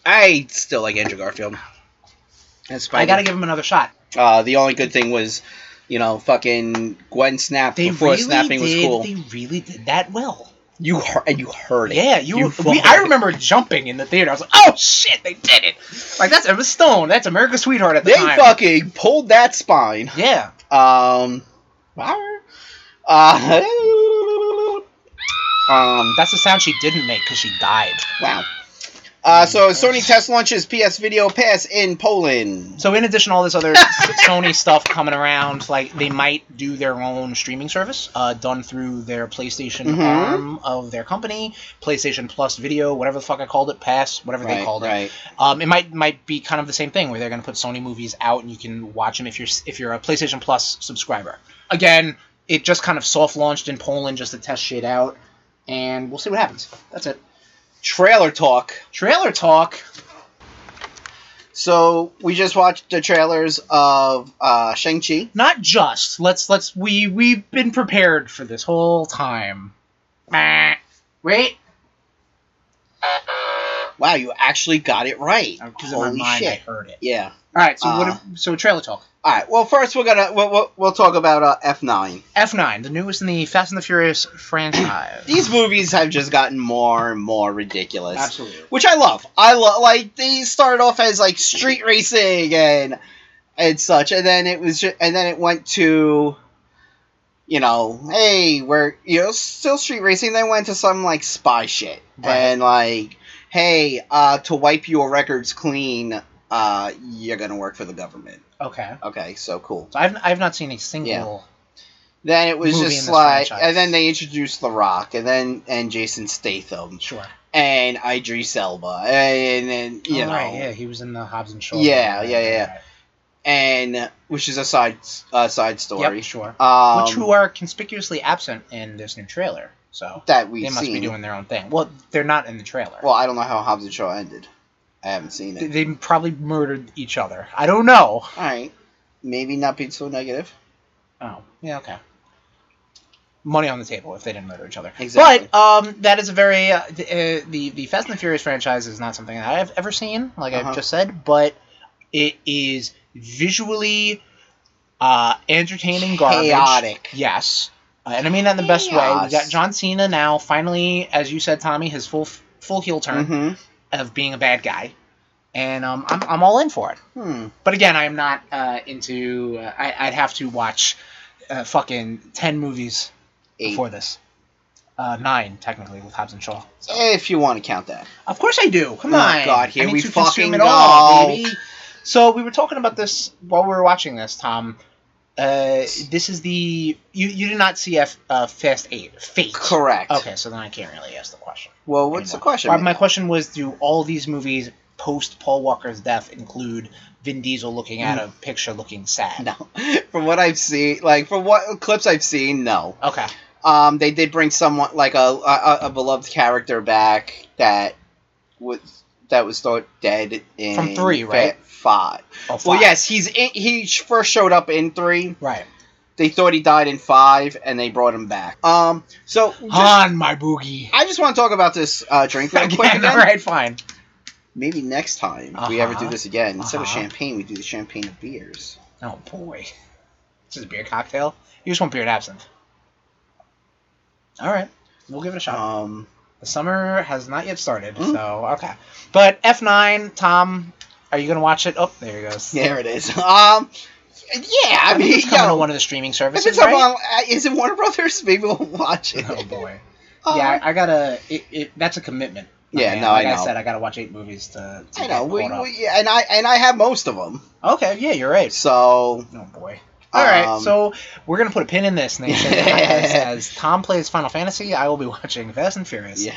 [SPEAKER 2] I still like Andrew Garfield. That's Spider.
[SPEAKER 1] I gotta give him another shot.
[SPEAKER 2] Uh, the only good thing was, you know, fucking Gwen snapped
[SPEAKER 1] They
[SPEAKER 2] before
[SPEAKER 1] really
[SPEAKER 2] snapping
[SPEAKER 1] did,
[SPEAKER 2] was cool.
[SPEAKER 1] They really did that well.
[SPEAKER 2] You heard, and you heard it.
[SPEAKER 1] Yeah, you.
[SPEAKER 2] You
[SPEAKER 1] we,
[SPEAKER 2] fucking-
[SPEAKER 1] I remember jumping in the theater. I was like, "Oh shit, they did it!" Like that's Emma Stone. That's America's Sweetheart at the
[SPEAKER 2] They
[SPEAKER 1] time.
[SPEAKER 2] fucking pulled that spine.
[SPEAKER 1] Yeah.
[SPEAKER 2] Um. Wow. Uh, um.
[SPEAKER 1] That's the sound she didn't make because she died.
[SPEAKER 2] Wow. Uh, so Sony test launches PS Video Pass in Poland.
[SPEAKER 1] So in addition to all this other
[SPEAKER 2] [LAUGHS]
[SPEAKER 1] S- Sony stuff coming around, like they might do their own streaming service, uh, done through their PlayStation
[SPEAKER 2] Mhm.
[SPEAKER 1] arm of their company, PlayStation Plus Video, whatever the fuck I called it, Pass, whatever they called it.
[SPEAKER 2] right.
[SPEAKER 1] Um, it might might be kind of the same thing where they're going to put Sony movies out and you can watch them if you're s- if you're a PlayStation Plus subscriber. Again, it just kind of soft launched in Poland just to test shit out, and we'll see what happens. That's it.
[SPEAKER 2] Trailer talk.
[SPEAKER 1] Trailer talk.
[SPEAKER 2] So we just watched the trailers of uh, Shang Chi.
[SPEAKER 1] Not just. Let's let's we we've been prepared for this whole time. Meh. Wait,
[SPEAKER 2] Wow, you actually got it right.
[SPEAKER 1] because Oh, in my
[SPEAKER 2] Holy
[SPEAKER 1] mind I
[SPEAKER 2] shit!
[SPEAKER 1] heard it.
[SPEAKER 2] Yeah.
[SPEAKER 1] All right, so
[SPEAKER 2] Uh.
[SPEAKER 1] what? So trailer talk.
[SPEAKER 2] All right. Well, first we're gonna we'll, we'll, we'll talk about uh, F nine.
[SPEAKER 1] F nine, the newest in the Fast and the Furious franchise.
[SPEAKER 2] [CLEARS THROAT] These movies have just gotten more and more ridiculous.
[SPEAKER 1] Absolutely.
[SPEAKER 2] which I love. I love like they started off as like street racing and and such, and then it was ju- and then it went to, you know, hey, we're you know still street racing. Then went to some like spy shit
[SPEAKER 1] Right.
[SPEAKER 2] and like, hey, uh, to wipe your records clean, uh, you're gonna work for the government.
[SPEAKER 1] Okay.
[SPEAKER 2] Okay, so cool.
[SPEAKER 1] So I've I've not seen a single.
[SPEAKER 2] Then it was
[SPEAKER 1] Movie in
[SPEAKER 2] just
[SPEAKER 1] this
[SPEAKER 2] like,
[SPEAKER 1] franchise.
[SPEAKER 2] and then they introduced The Rock, and then and Jason Statham,
[SPEAKER 1] Sure.
[SPEAKER 2] and Idris Elba, and then you
[SPEAKER 1] Oh,
[SPEAKER 2] know,
[SPEAKER 1] right, yeah, he was in the Hobbs and Shaw.
[SPEAKER 2] Yeah,
[SPEAKER 1] Right,
[SPEAKER 2] yeah,
[SPEAKER 1] right,
[SPEAKER 2] yeah.
[SPEAKER 1] right.
[SPEAKER 2] and which is a side uh, side story.
[SPEAKER 1] Yep, sure.
[SPEAKER 2] Um,
[SPEAKER 1] Which who are conspicuously absent in this new trailer, so
[SPEAKER 2] that we've
[SPEAKER 1] they must
[SPEAKER 2] seen.
[SPEAKER 1] be doing their own thing. Well, they're not in the trailer.
[SPEAKER 2] well, I don't know how Hobbs and Shaw ended. I haven't seen
[SPEAKER 1] they,
[SPEAKER 2] it.
[SPEAKER 1] they probably murdered each other. I don't know.
[SPEAKER 2] All right, maybe not be so negative.
[SPEAKER 1] Oh, yeah, okay. Money on the table if they didn't murder each other.
[SPEAKER 2] Exactly.
[SPEAKER 1] But um, that is a very uh, the, uh, the the Fast and the Furious franchise is not something that I've ever seen, like
[SPEAKER 2] Uh-huh.
[SPEAKER 1] I've just said, but it is visually uh, entertaining garbage.
[SPEAKER 2] Chaotic.
[SPEAKER 1] Yes. Uh, and I mean that in the best way. We
[SPEAKER 2] Yes.
[SPEAKER 1] got John Cena now finally, as you said, Tommy, his full full heel turn
[SPEAKER 2] Mhm.
[SPEAKER 1] of being a bad guy, and um, I'm I'm all in for it.
[SPEAKER 2] Hmm.
[SPEAKER 1] But again, I'm not uh, into. Uh, I, I'd have to watch uh, fucking ten movies
[SPEAKER 2] Eight.
[SPEAKER 1] before this. Uh, nine technically with Hobbs and Shaw. So.
[SPEAKER 2] If you want to count that.
[SPEAKER 1] Of course I do. Come
[SPEAKER 2] Oh,
[SPEAKER 1] on.
[SPEAKER 2] God, here
[SPEAKER 1] I need
[SPEAKER 2] we
[SPEAKER 1] to consume
[SPEAKER 2] fucking
[SPEAKER 1] it all,
[SPEAKER 2] go.
[SPEAKER 1] baby. So we were talking about this while we were watching this, Tom. Uh, this is the you you did not see F, uh, Fast Eight Fate.
[SPEAKER 2] Correct.
[SPEAKER 1] Okay, so then I can't really ask the question.
[SPEAKER 2] Well, what's the
[SPEAKER 1] anymore.
[SPEAKER 2] question?
[SPEAKER 1] Uh, My
[SPEAKER 2] [LAUGHS]
[SPEAKER 1] question was: Do all these movies post Paul Walker's death include Vin Diesel looking
[SPEAKER 2] Mm.
[SPEAKER 1] at a picture looking sad?
[SPEAKER 2] No. from what I've seen, like from what clips I've seen, no.
[SPEAKER 1] Okay.
[SPEAKER 2] Um, they did bring someone like a a, a beloved character back that was that was thought dead in
[SPEAKER 1] From three, right?
[SPEAKER 2] Fa- Five.
[SPEAKER 1] Oh,
[SPEAKER 2] Well,
[SPEAKER 1] fuck.
[SPEAKER 2] yes, he's in, he sh- first showed up in three.
[SPEAKER 1] Right.
[SPEAKER 2] They thought he died in five, and they brought him back. Um, so just-
[SPEAKER 1] Han, my [LAUGHS] boogie.
[SPEAKER 2] I just want to talk about this uh,
[SPEAKER 1] [LAUGHS]
[SPEAKER 2] drink real quick.
[SPEAKER 1] Again, all
[SPEAKER 2] again.
[SPEAKER 1] right, fine.
[SPEAKER 2] Maybe next time we ever
[SPEAKER 1] Uh-huh.
[SPEAKER 2] do this again, instead of
[SPEAKER 1] Uh-huh.
[SPEAKER 2] champagne, we do the champagne of beers.
[SPEAKER 1] Oh boy. This is a beer cocktail. You just want beer and absinthe. All right. We'll give it a shot.
[SPEAKER 2] Um,
[SPEAKER 1] the summer has not yet started,
[SPEAKER 2] Mm.
[SPEAKER 1] so okay. But F9, Tom, are you going to watch it? Oh, there he goes.
[SPEAKER 2] there it is. [LAUGHS] Um, yeah, I,
[SPEAKER 1] I
[SPEAKER 2] mean,
[SPEAKER 1] mean, it's coming
[SPEAKER 2] yo,
[SPEAKER 1] on one of the streaming
[SPEAKER 2] if
[SPEAKER 1] services,
[SPEAKER 2] it's
[SPEAKER 1] right?
[SPEAKER 2] up on, uh, is it Warner Brothers? [LAUGHS] Maybe we'll watch it.
[SPEAKER 1] [LAUGHS] Oh boy.
[SPEAKER 2] [LAUGHS] Um,
[SPEAKER 1] yeah, I, I gotta. It, it, that's a commitment. I
[SPEAKER 2] Yeah,
[SPEAKER 1] mean,
[SPEAKER 2] no,
[SPEAKER 1] like
[SPEAKER 2] I
[SPEAKER 1] I,
[SPEAKER 2] know.
[SPEAKER 1] said, I gotta watch eight movies to. to
[SPEAKER 2] I
[SPEAKER 1] get
[SPEAKER 2] know. We,
[SPEAKER 1] caught up.
[SPEAKER 2] we, yeah, and I and I have most of them.
[SPEAKER 1] Okay. Yeah, you're right.
[SPEAKER 2] So
[SPEAKER 1] Oh boy. All right,
[SPEAKER 2] um,
[SPEAKER 1] so we're gonna put a pin in this
[SPEAKER 2] [LAUGHS]
[SPEAKER 1] nation. as, as Tom plays Final Fantasy, I will be watching Fast and Furious.
[SPEAKER 2] yeah,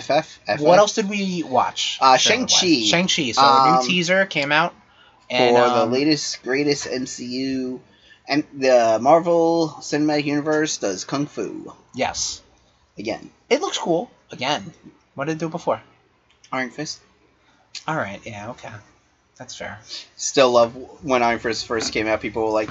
[SPEAKER 2] FF, FF.
[SPEAKER 1] What else did we watch?
[SPEAKER 2] Uh,
[SPEAKER 1] trailer-wise?
[SPEAKER 2] Shang-Chi.
[SPEAKER 1] Shang-Chi. So a
[SPEAKER 2] Um,
[SPEAKER 1] new teaser came out.
[SPEAKER 2] for
[SPEAKER 1] And,
[SPEAKER 2] the
[SPEAKER 1] um,
[SPEAKER 2] latest greatest MCU and the Marvel Cinematic Universe does kung fu
[SPEAKER 1] Yes.
[SPEAKER 2] again.
[SPEAKER 1] It looks cool. Again. What did it do before?
[SPEAKER 2] Iron Fist.
[SPEAKER 1] All right, yeah, okay. That's fair.
[SPEAKER 2] Still love when Iron Fist first came out. People were like,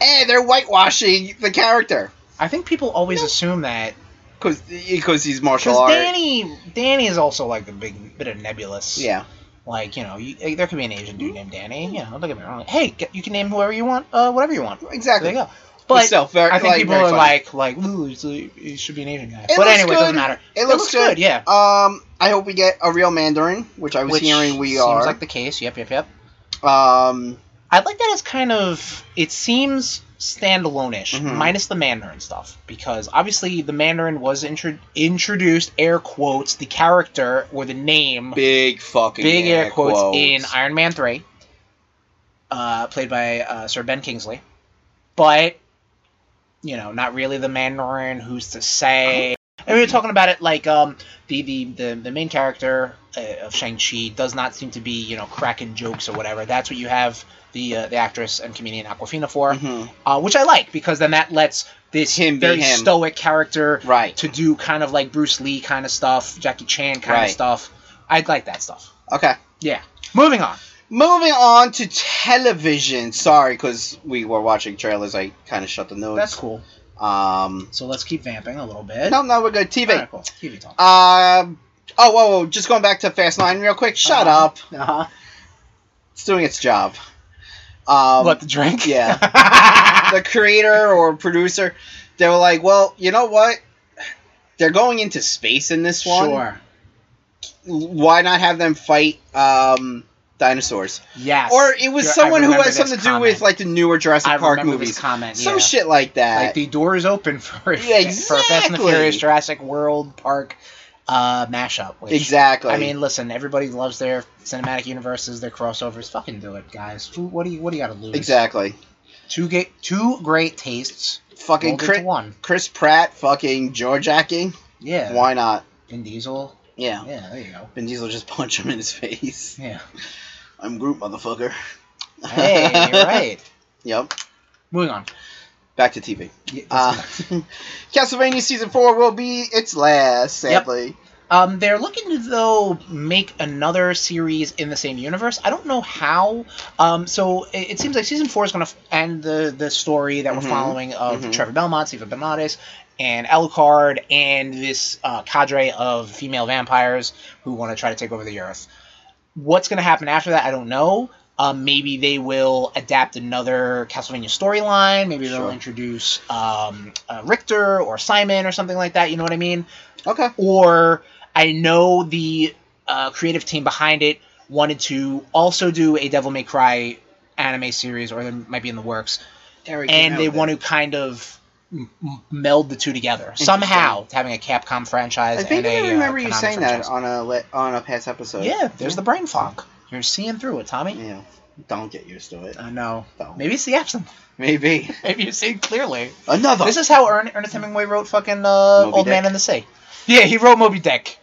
[SPEAKER 2] "Eh, they're whitewashing the character
[SPEAKER 1] I think people always assume that
[SPEAKER 2] because he's martial
[SPEAKER 1] because
[SPEAKER 2] art."
[SPEAKER 1] Danny Danny is also like a big bit of nebulous.
[SPEAKER 2] Yeah,
[SPEAKER 1] Like you know, you, there could be an Asian dude named Danny. You know, don't get me wrong. Hey, get, you can name whoever you want, uh, whatever you want.
[SPEAKER 2] exactly.
[SPEAKER 1] There you go. But
[SPEAKER 2] still, very,
[SPEAKER 1] I think
[SPEAKER 2] like,
[SPEAKER 1] people
[SPEAKER 2] very
[SPEAKER 1] are
[SPEAKER 2] funny.
[SPEAKER 1] like, like, ooh, he's a- he should be an Asian guy.
[SPEAKER 2] It
[SPEAKER 1] but
[SPEAKER 2] looks
[SPEAKER 1] anyway, it doesn't
[SPEAKER 2] good.
[SPEAKER 1] matter.
[SPEAKER 2] it looks, good.
[SPEAKER 1] yeah.
[SPEAKER 2] Um, I hope we get a real Mandarin, which I was
[SPEAKER 1] Which
[SPEAKER 2] hearing we
[SPEAKER 1] seems
[SPEAKER 2] are.
[SPEAKER 1] like the case. Yep, yep, yep.
[SPEAKER 2] um,
[SPEAKER 1] I like that it's kind of it seems standalone-ish,
[SPEAKER 2] Mhm.
[SPEAKER 1] minus the Mandarin stuff, because obviously the Mandarin was intro- introduced air quotes the character or the name
[SPEAKER 2] big fucking
[SPEAKER 1] big air quotes, in Iron Man 3, uh, played by uh, Sir Ben Kingsley. But, you know, not really the Mandarin, who's to say. And we were talking about it like um, the, the, the, the main character uh, of Shang-Chi does not seem to be, you know, cracking jokes or whatever. That's what you have the uh, the actress and comedian Aquafina for,
[SPEAKER 2] Mhm.
[SPEAKER 1] uh, which I like because then that lets this
[SPEAKER 2] Him be
[SPEAKER 1] very
[SPEAKER 2] him.
[SPEAKER 1] stoic character
[SPEAKER 2] Right.
[SPEAKER 1] to do kind of like Bruce Lee kind of stuff, Jackie Chan kind
[SPEAKER 2] Right.
[SPEAKER 1] of stuff. I'd like that stuff.
[SPEAKER 2] Okay.
[SPEAKER 1] Yeah. Moving on.
[SPEAKER 2] Moving on to television. Sorry, because we were watching trailers. I kind of shut the notes.
[SPEAKER 1] That's cool.
[SPEAKER 2] Um,
[SPEAKER 1] So let's keep vamping a little bit.
[SPEAKER 2] no, no, we're good. TV.
[SPEAKER 1] All right, cool. TV talk.
[SPEAKER 2] Um, oh, whoa, whoa, just going back to Fast Nine real quick. Shut
[SPEAKER 1] Uh-huh.
[SPEAKER 2] up. It's doing its job. Um,
[SPEAKER 1] what the drink?
[SPEAKER 2] yeah.
[SPEAKER 1] [LAUGHS]
[SPEAKER 2] the creator or producer, they were like, well, you know what? They're going into space in this one.
[SPEAKER 1] sure.
[SPEAKER 2] Why not have them fight um, dinosaurs?
[SPEAKER 1] Yes.
[SPEAKER 2] Or it was
[SPEAKER 1] You're- I
[SPEAKER 2] someone who
[SPEAKER 1] remember
[SPEAKER 2] had
[SPEAKER 1] this
[SPEAKER 2] something to do
[SPEAKER 1] comment.
[SPEAKER 2] with like the newer Jurassic
[SPEAKER 1] I
[SPEAKER 2] Park
[SPEAKER 1] remember
[SPEAKER 2] movies.
[SPEAKER 1] This comment.
[SPEAKER 2] Some
[SPEAKER 1] yeah.
[SPEAKER 2] shit like that.
[SPEAKER 1] Like the door is open [LAUGHS] for for
[SPEAKER 2] Yeah,
[SPEAKER 1] a Fast and the
[SPEAKER 2] exactly.
[SPEAKER 1] Furious Jurassic World Park uh, mashup. Which,
[SPEAKER 2] exactly.
[SPEAKER 1] I mean, listen, everybody loves their cinematic universes, their crossovers. Fucking do it, guys. Who- What do you What do you got to lose?
[SPEAKER 2] exactly.
[SPEAKER 1] Two ga- two great tastes.
[SPEAKER 2] Fucking
[SPEAKER 1] rolled into
[SPEAKER 2] Chris,
[SPEAKER 1] one.
[SPEAKER 2] Chris Pratt, fucking George acting.
[SPEAKER 1] Yeah.
[SPEAKER 2] Why not?
[SPEAKER 1] Vin Diesel.
[SPEAKER 2] Yeah.
[SPEAKER 1] Yeah. There you go.
[SPEAKER 2] Vin Diesel just [LAUGHS] punch him in his face. [LAUGHS]
[SPEAKER 1] Yeah.
[SPEAKER 2] I'm Groot, motherfucker.
[SPEAKER 1] Hey,
[SPEAKER 2] [LAUGHS]
[SPEAKER 1] you're right.
[SPEAKER 2] Yep.
[SPEAKER 1] Moving on.
[SPEAKER 2] Back to TV.
[SPEAKER 1] Yeah,
[SPEAKER 2] Uh,
[SPEAKER 1] that's good.
[SPEAKER 2] [LAUGHS] Castlevania season four will be its last,
[SPEAKER 1] Yep.
[SPEAKER 2] sadly.
[SPEAKER 1] um, they're looking to though make another series in the same universe. I don't know how. Um, so it, it seems like season four is going to f- end the the story that
[SPEAKER 2] Mhm.
[SPEAKER 1] we're following of
[SPEAKER 2] Mhm.
[SPEAKER 1] Trevor Belmont, Eva Benares, and Alucard, and this uh, cadre of female vampires who want to try to take over the Earth. What's going to happen after that? I don't know. Um, maybe they will adapt another Castlevania storyline. Maybe they'll
[SPEAKER 2] Sure.
[SPEAKER 1] introduce um, uh, Richter or Simon or something like that. You know what I mean?
[SPEAKER 2] Okay.
[SPEAKER 1] Or I know the uh, creative team behind it wanted to also do a Devil May Cry anime series, or it might be in the works
[SPEAKER 3] Eric
[SPEAKER 1] and
[SPEAKER 3] out
[SPEAKER 1] they
[SPEAKER 3] there.
[SPEAKER 1] want to kind of m- m- meld the two together somehow, having a Capcom franchise.
[SPEAKER 2] I think
[SPEAKER 1] and
[SPEAKER 2] I
[SPEAKER 1] a, uh,
[SPEAKER 2] remember you
[SPEAKER 1] Konami
[SPEAKER 2] saying
[SPEAKER 1] franchise.
[SPEAKER 2] that on a le- on a past episode.
[SPEAKER 1] Yeah, there's the brain fog. You're seeing through it, Tommy.
[SPEAKER 2] Yeah. Don't get used to it.
[SPEAKER 1] I know.
[SPEAKER 2] Don't.
[SPEAKER 1] Maybe it's the absinthe.
[SPEAKER 2] Maybe.
[SPEAKER 1] [LAUGHS] Maybe you're seeing clearly.
[SPEAKER 2] Another.
[SPEAKER 1] This is how Ern- Ernest Hemingway wrote fucking uh,
[SPEAKER 2] Moby
[SPEAKER 1] Old Man
[SPEAKER 2] Dick.
[SPEAKER 1] in the Sea. Yeah, he wrote Moby Dick.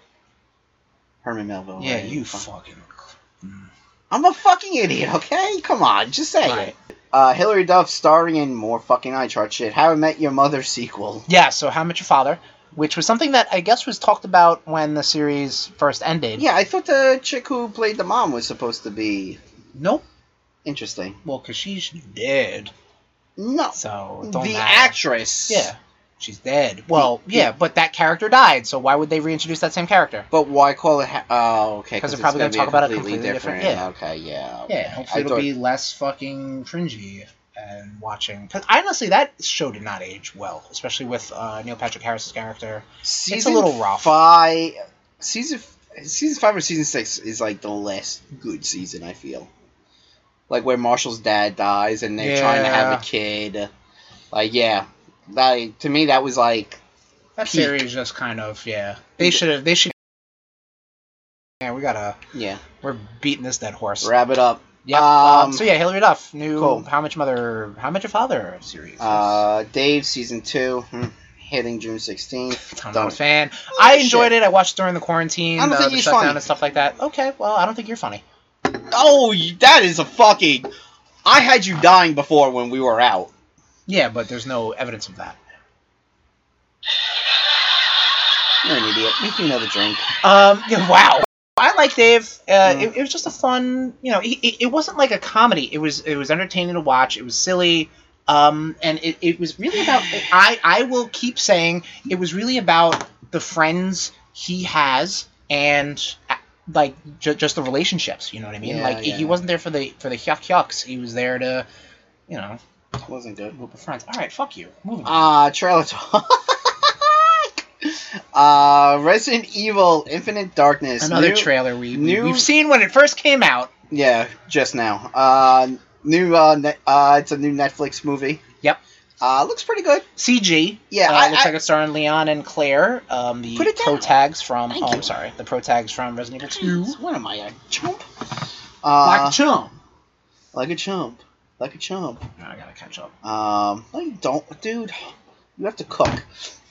[SPEAKER 2] Herman Melville.
[SPEAKER 1] yeah,
[SPEAKER 2] right?
[SPEAKER 1] you
[SPEAKER 2] Fuck.
[SPEAKER 1] fucking.
[SPEAKER 2] I'm a fucking idiot, okay? Come on, just say
[SPEAKER 1] Right.
[SPEAKER 2] it. Uh, Hillary Duff starring in more fucking eye chart shit. How I Met Your Mother sequel.
[SPEAKER 1] Yeah, so How Much Your Father, which was something that I guess was talked about when the series first ended.
[SPEAKER 2] Yeah, I thought the chick who played the mom was supposed to be
[SPEAKER 1] Nope.
[SPEAKER 2] interesting.
[SPEAKER 1] Well, because she's dead.
[SPEAKER 2] No.
[SPEAKER 1] So it
[SPEAKER 2] The
[SPEAKER 1] don't matter.
[SPEAKER 2] actress.
[SPEAKER 1] Yeah. She's dead. Well, yeah, but that character died, so why would they reintroduce that same character?
[SPEAKER 2] But why call it? Ha- oh, okay.
[SPEAKER 1] 'Cause they're
[SPEAKER 2] it's
[SPEAKER 1] probably gonna
[SPEAKER 2] be
[SPEAKER 1] talk about it completely different,
[SPEAKER 2] Okay, yeah.
[SPEAKER 1] Yeah,
[SPEAKER 2] okay.
[SPEAKER 1] hopefully
[SPEAKER 2] I
[SPEAKER 1] it'll
[SPEAKER 2] thought-
[SPEAKER 1] be less fucking cringy and watching. Because honestly, that show did not age well, especially with uh, Neil Patrick Harris's character.
[SPEAKER 2] season
[SPEAKER 1] little rough.
[SPEAKER 2] Five, season season five or season six is like the last good season. I feel like where Marshall's dad dies and they're trying to have a
[SPEAKER 1] Yeah.
[SPEAKER 2] kid. Like yeah, that to me that was like
[SPEAKER 1] That
[SPEAKER 2] Peak.
[SPEAKER 1] series just kind of yeah. They should have. They should. Yeah, we gotta.
[SPEAKER 2] yeah
[SPEAKER 1] We're beating this dead horse.
[SPEAKER 2] wrap it up.
[SPEAKER 1] Yep. um,
[SPEAKER 2] um,
[SPEAKER 1] so yeah, Hillary Duff, new
[SPEAKER 2] cool.
[SPEAKER 1] How Much Mother, How Much a Father series.
[SPEAKER 2] Uh, Dave season two hmm, hitting June sixteenth.
[SPEAKER 1] I'm
[SPEAKER 2] don't- Oh,
[SPEAKER 1] not a fan. I
[SPEAKER 2] shit.
[SPEAKER 1] enjoyed it. I watched during the quarantine,
[SPEAKER 2] I don't
[SPEAKER 1] uh,
[SPEAKER 2] think
[SPEAKER 1] the
[SPEAKER 2] he's
[SPEAKER 1] shutdown
[SPEAKER 2] funny.
[SPEAKER 1] and stuff like that. Okay, well, I don't think you're funny.
[SPEAKER 2] Oh, you- that is a fucking. I had you dying before when we were out.
[SPEAKER 1] Yeah, but there's no evidence of that.
[SPEAKER 2] You're an idiot. You can another drink.
[SPEAKER 1] Um, yeah,
[SPEAKER 2] [LAUGHS]
[SPEAKER 1] wow. I like Dave. Uh,
[SPEAKER 2] Mm.
[SPEAKER 1] it, it was just a fun, you know. It, it, it wasn't like a comedy. It was it was entertaining to watch. It was silly, um, and it, it was really about. I I will keep saying it was really about the friends he has and uh, like ju- just the relationships. You know what I mean?
[SPEAKER 2] Yeah,
[SPEAKER 1] like
[SPEAKER 2] yeah,
[SPEAKER 1] he
[SPEAKER 2] yeah.
[SPEAKER 1] wasn't there for the for the yuck yucks. He was there to, you know,
[SPEAKER 2] Wasn't good.
[SPEAKER 1] group of friends. All right, fuck you. Move on.
[SPEAKER 2] Uh, trailer talk. [LAUGHS] uh, Resident Evil Infinite Darkness.
[SPEAKER 1] Another
[SPEAKER 2] new-
[SPEAKER 1] trailer we, we
[SPEAKER 2] new-
[SPEAKER 1] we've seen when it first came out.
[SPEAKER 2] Yeah, just now. Uh, new. Uh, ne- uh, it's a new Netflix movie.
[SPEAKER 1] Yep.
[SPEAKER 2] Uh, looks pretty good.
[SPEAKER 1] CG.
[SPEAKER 2] Yeah,
[SPEAKER 1] uh,
[SPEAKER 2] I,
[SPEAKER 1] looks
[SPEAKER 2] I-
[SPEAKER 1] like it's starring Leon and Claire, um, the
[SPEAKER 2] Put it
[SPEAKER 1] pro
[SPEAKER 2] down.
[SPEAKER 1] tags from.
[SPEAKER 2] Thank
[SPEAKER 1] oh, I'm
[SPEAKER 2] you.
[SPEAKER 1] sorry, the pro tags from Resident Evil Two.
[SPEAKER 2] Jeez, What am I, a chump? Uh,
[SPEAKER 1] chum.
[SPEAKER 2] like a chump. Like a chump.
[SPEAKER 1] I gotta catch up.
[SPEAKER 2] Um, no, you don't, dude. You have to cook.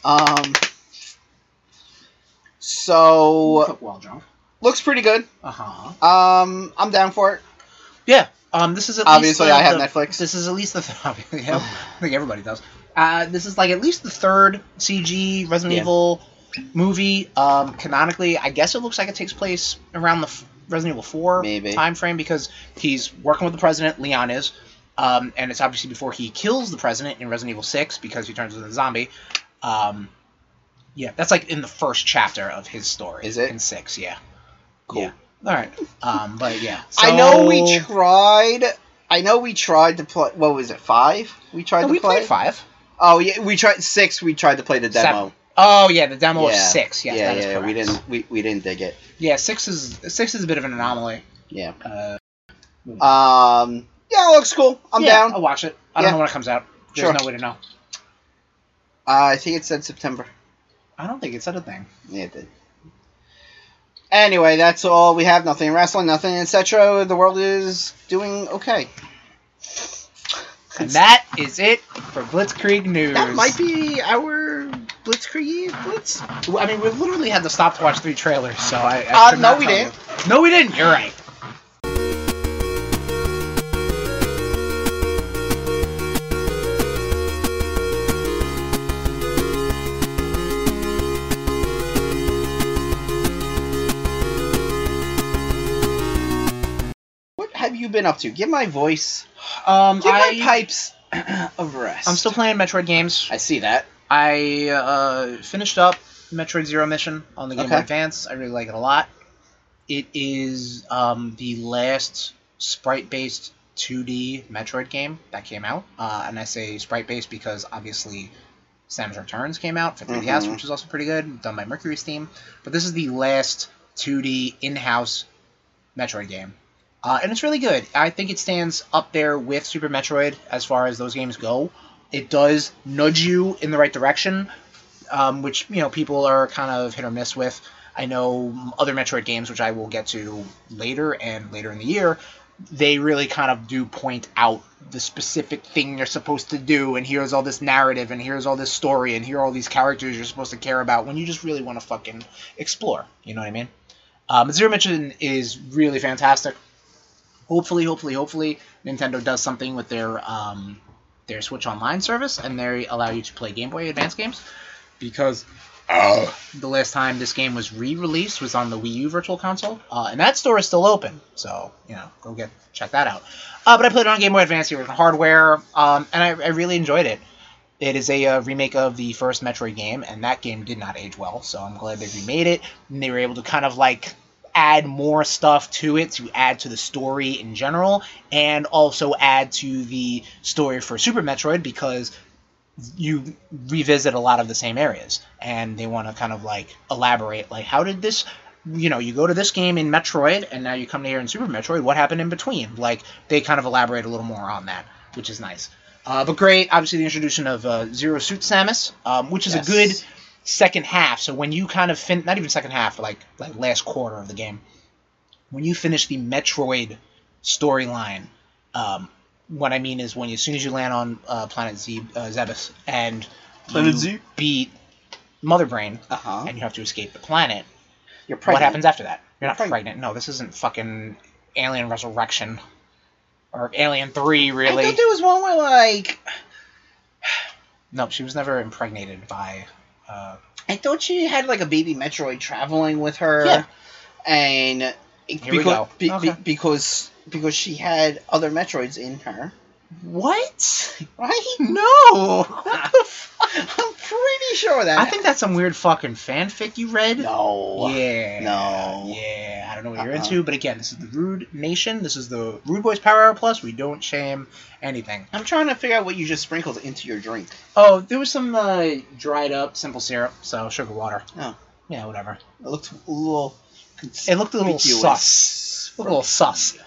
[SPEAKER 2] Um. So
[SPEAKER 1] Cook while drunk.
[SPEAKER 2] looks pretty good.
[SPEAKER 1] Uh huh.
[SPEAKER 2] Um, I'm down for it.
[SPEAKER 1] Yeah. Um, this is at
[SPEAKER 2] Obviously,
[SPEAKER 1] least the-
[SPEAKER 2] I have
[SPEAKER 1] the-
[SPEAKER 2] Netflix.
[SPEAKER 1] This is at least the. [LAUGHS] Th-
[SPEAKER 2] [SIGHS]
[SPEAKER 1] yeah, I think everybody does. Uh, this is like at least the third CG Resident
[SPEAKER 2] Yeah.
[SPEAKER 1] Evil movie. Um, canonically, I guess it looks like it takes place around the f- Resident Evil Four
[SPEAKER 2] Maybe.
[SPEAKER 1] time frame because he's working with the president. Leon is, um, and it's obviously before he kills the president in Resident Evil Six because he turns into a zombie. Um, yeah, that's like in the first chapter of his story.
[SPEAKER 2] Is it?
[SPEAKER 1] in six? Yeah.
[SPEAKER 2] Cool.
[SPEAKER 1] Yeah. All right. Um, but yeah.
[SPEAKER 2] I know we
[SPEAKER 1] So-
[SPEAKER 2] tried. I know we tried to play. What was it? Five? We tried
[SPEAKER 1] No,
[SPEAKER 2] to
[SPEAKER 1] we
[SPEAKER 2] play.
[SPEAKER 1] played five.
[SPEAKER 2] Oh yeah, we tried six. We tried to play the demo.
[SPEAKER 1] Oh yeah, the demo
[SPEAKER 2] Yeah.
[SPEAKER 1] is six. Yes,
[SPEAKER 2] yeah,
[SPEAKER 1] that is
[SPEAKER 2] yeah.
[SPEAKER 1] correct.
[SPEAKER 2] We didn't. We, we didn't dig it.
[SPEAKER 1] Yeah, six is six is a bit of an anomaly.
[SPEAKER 2] Yeah.
[SPEAKER 1] Uh,
[SPEAKER 2] Um. Yeah, it looks cool. I'm
[SPEAKER 1] yeah,
[SPEAKER 2] down.
[SPEAKER 1] I'll watch it. I don't
[SPEAKER 2] Yeah.
[SPEAKER 1] know when it comes out. There's
[SPEAKER 2] Sure.
[SPEAKER 1] no way to know.
[SPEAKER 2] Uh, I think it said September.
[SPEAKER 1] I don't think it's said a thing.
[SPEAKER 2] Yeah, it did. Anyway, that's all we have. Nothing in wrestling, nothing etc. The world is doing okay.
[SPEAKER 1] And that is it for Blitzkrieg news.
[SPEAKER 2] That might be our Blitzkrieg Blitz.
[SPEAKER 1] I mean, we literally had to stop to watch three trailers, so I. I
[SPEAKER 2] Uh,
[SPEAKER 1] could
[SPEAKER 2] no,
[SPEAKER 1] not
[SPEAKER 2] we
[SPEAKER 1] tell
[SPEAKER 2] didn't.
[SPEAKER 1] you. No, we didn't. You're right.
[SPEAKER 2] What have you been up to? Give my voice.
[SPEAKER 1] Um,
[SPEAKER 2] Give
[SPEAKER 1] I,
[SPEAKER 2] my pipes [CLEARS THROAT] a rest.
[SPEAKER 1] I'm still playing Metroid games.
[SPEAKER 2] I see that.
[SPEAKER 1] I uh, finished up Metroid Zero Mission on the Game
[SPEAKER 2] Okay.
[SPEAKER 1] Boy Advance. I really like it a lot. It is um, the last sprite based 2D Metroid game that came out. Uh, and I say sprite based because obviously Samus Returns came out for 3DS,
[SPEAKER 2] Mhm.
[SPEAKER 1] which is also pretty good, done by Mercury's team. But this is the last 2D in house Metroid game. Uh, and it's really good. I think it stands up there with Super Metroid as far as those games go. It does nudge you in the right direction, um, which you know people are kind of hit or miss with. I know other Metroid games, which I will get to later and later in the year, they really kind of do point out the specific thing you're supposed to do, and here's all this narrative, and here's all this story, and here are all these characters you're supposed to care about when you just really want to fucking explore. You know what I mean? Um, Zero Mission is really fantastic. Hopefully, hopefully, hopefully, Nintendo does something with their um, their Switch Online service, and they allow you to play Game Boy Advance games because the last time this game was re-released was on the Wii U Virtual Console, uh, and that store is still open. So you know, go get check that out. Uh, but I played it on Game Boy Advance here with hardware, um, and I, I really enjoyed it. It is a uh, remake of the first Metroid game, and that game did not age well. So I'm glad they remade it, and they were able to kind of like add more stuff to it to add to the story in general, and also add to the story for Super Metroid because you revisit a lot of the same areas and they want to kind of like elaborate like how did this you know you go to this game in metroid and now you come to here in super metroid what happened in between like they kind of elaborate a little more on that which is nice uh, but great obviously the introduction of uh, zero suit samus um, which is
[SPEAKER 2] Yes.
[SPEAKER 1] a good second half so when you kind of fin not even second half like like last quarter of the game when you finish the metroid storyline um, what i mean is when you, as soon as you land on uh, planet Z, uh, zebes and
[SPEAKER 2] Planet
[SPEAKER 1] you
[SPEAKER 2] Z?
[SPEAKER 1] beat mother brain
[SPEAKER 2] Uh huh.
[SPEAKER 1] and you have to escape the planet.
[SPEAKER 2] You're pregnant.
[SPEAKER 1] What happens after that? You're not
[SPEAKER 2] Pregnant.
[SPEAKER 1] pregnant. No, this isn't fucking Alien Resurrection or Alien Three, really.
[SPEAKER 2] I thought there was one where like
[SPEAKER 1] No, she was never impregnated by. Uh,
[SPEAKER 2] I thought she had like a baby Metroid traveling with her.
[SPEAKER 1] Yeah.
[SPEAKER 2] And it-
[SPEAKER 1] Here
[SPEAKER 2] because,
[SPEAKER 1] we go.
[SPEAKER 2] be-
[SPEAKER 1] Okay.
[SPEAKER 2] be- because because she had other Metroids in her.
[SPEAKER 1] what?
[SPEAKER 2] [LAUGHS] Right?
[SPEAKER 1] No. What the fuck?
[SPEAKER 2] I'm pretty sure that.
[SPEAKER 1] I think that's some weird fucking fanfic you read.
[SPEAKER 2] no.
[SPEAKER 1] Yeah.
[SPEAKER 2] No.
[SPEAKER 1] Yeah. I don't know what you're
[SPEAKER 2] Uh-uh.
[SPEAKER 1] into, but again, this is the Rude Nation. This is the Rude Boys Power Hour Plus. We don't shame anything.
[SPEAKER 2] I'm trying to figure out what you just sprinkled into your drink.
[SPEAKER 1] Oh, there was some uh, dried up simple syrup, so sugar water.
[SPEAKER 2] Oh.
[SPEAKER 1] Yeah, whatever.
[SPEAKER 2] It looked a little.
[SPEAKER 1] It looked a little
[SPEAKER 2] conspicuous.
[SPEAKER 1] sus. Looked a little sus.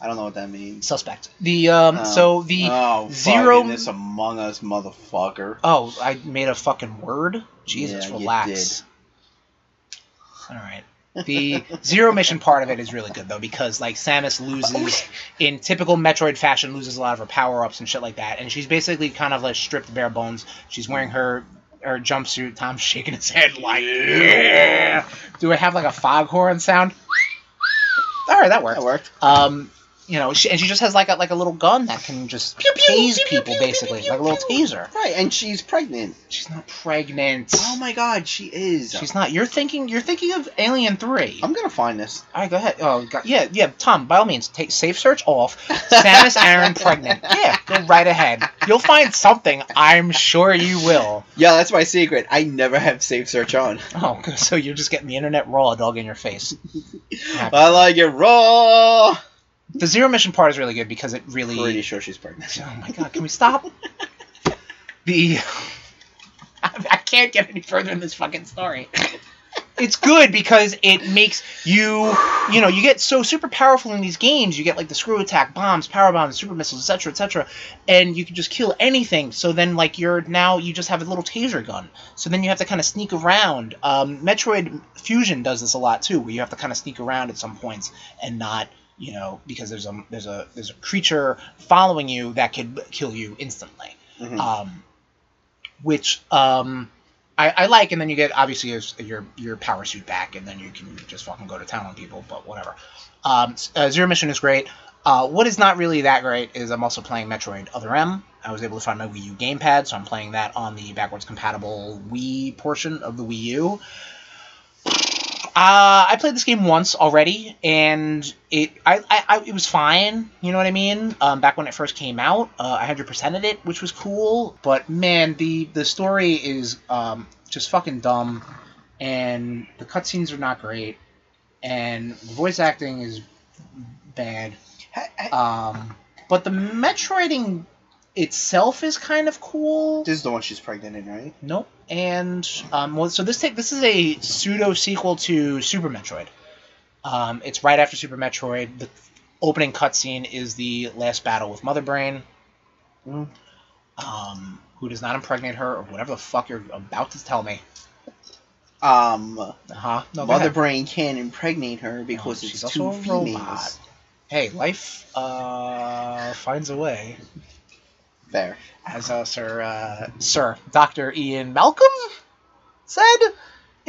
[SPEAKER 2] I don't know what that means.
[SPEAKER 1] Suspect. The um,
[SPEAKER 2] Oh.
[SPEAKER 1] so the oh.
[SPEAKER 2] oh,
[SPEAKER 1] zero-
[SPEAKER 2] fucking This Among Us motherfucker.
[SPEAKER 1] Oh, I made a fucking word. Jesus,
[SPEAKER 2] Yeah, you
[SPEAKER 1] relax. All right. The zero mission part of it is really good though because like Samus loses in typical Metroid fashion loses a lot of her power ups and shit like that and she's basically kind of like stripped bare bones. She's wearing her her jumpsuit. Tom's [LAUGHS] shaking his head like yeah. Do I have like a foghorn sound? All right, that worked.
[SPEAKER 2] That worked.
[SPEAKER 1] Um, you know, she, and she just has like a like a little gun that can just
[SPEAKER 2] Pew, pew,
[SPEAKER 1] tase
[SPEAKER 2] pew, pew,
[SPEAKER 1] people
[SPEAKER 2] pew,
[SPEAKER 1] basically,
[SPEAKER 2] pew, pew,
[SPEAKER 1] like a little
[SPEAKER 2] pew.
[SPEAKER 1] taser.
[SPEAKER 2] Right, and she's pregnant.
[SPEAKER 1] She's not pregnant.
[SPEAKER 2] Oh my god, she is.
[SPEAKER 1] She's not. You're thinking. You're thinking of Alien Three.
[SPEAKER 2] I'm gonna find this.
[SPEAKER 1] All right, go ahead. Oh, God. yeah, yeah. Tom, by all means, take safe search off.
[SPEAKER 2] [LAUGHS]
[SPEAKER 1] Samus Aaron pregnant. Yeah, go right ahead. You'll find something. I'm sure you will.
[SPEAKER 2] Yeah, that's my secret. I never have safe search on.
[SPEAKER 1] Oh, good. so you're just getting the internet raw dog in your face.
[SPEAKER 2] I like it raw.
[SPEAKER 1] The zero mission part is really good because it really.
[SPEAKER 2] Pretty sure she's pregnant.
[SPEAKER 1] Oh my god, can we stop? [LAUGHS] the I, I can't get any further in this fucking story. [LAUGHS] It's good because it makes you, you know, you get so super powerful in these games. You get like the screw attack, bombs, power bombs, super missiles, etc., etc., and you can just kill anything. So then, like, you're now you just have a little taser gun. So then you have to kind of sneak around. Um, Metroid Fusion does this a lot too, where you have to kind of sneak around at some points and not you know because there's a there's a there's a creature following you that could kill you instantly
[SPEAKER 2] Mhm.
[SPEAKER 1] um which um I, I like and then you get obviously your- your your power suit back and then you can just fucking go to town on people but whatever um s- uh, zero mission is great uh what is not really that great is i'm also playing metroid other m i was able to find my wii u gamepad so i'm playing that on the backwards compatible wii portion of the wii u uh, I played this game once already, and it I, I, I it was fine. You know what I mean? Um, back when it first came out, uh, I hundred percented it, which was cool. But man, the the story is um, just fucking dumb, and the cutscenes are not great, and the voice acting is bad. Um, but the Metroiding itself is kind of cool.
[SPEAKER 2] This is the one she's pregnant in, right?
[SPEAKER 1] Nope. And um, well, so this take this is a pseudo sequel to Super Metroid. Um, it's right after Super Metroid. The opening cutscene is the last battle with Mother Brain,
[SPEAKER 2] Mm.
[SPEAKER 1] um, who does not impregnate her or whatever the fuck you're about to tell me.
[SPEAKER 2] Um,
[SPEAKER 1] Uh huh. No, go
[SPEAKER 2] Mother
[SPEAKER 1] ahead.
[SPEAKER 2] Brain can impregnate her because
[SPEAKER 1] Oh,
[SPEAKER 2] it's
[SPEAKER 1] she's
[SPEAKER 2] two
[SPEAKER 1] also a
[SPEAKER 2] females.
[SPEAKER 1] robot. Hey, life uh, finds a way.
[SPEAKER 2] Fair.
[SPEAKER 1] as uh, Sir uh, Sir Doctor Ian Malcolm said.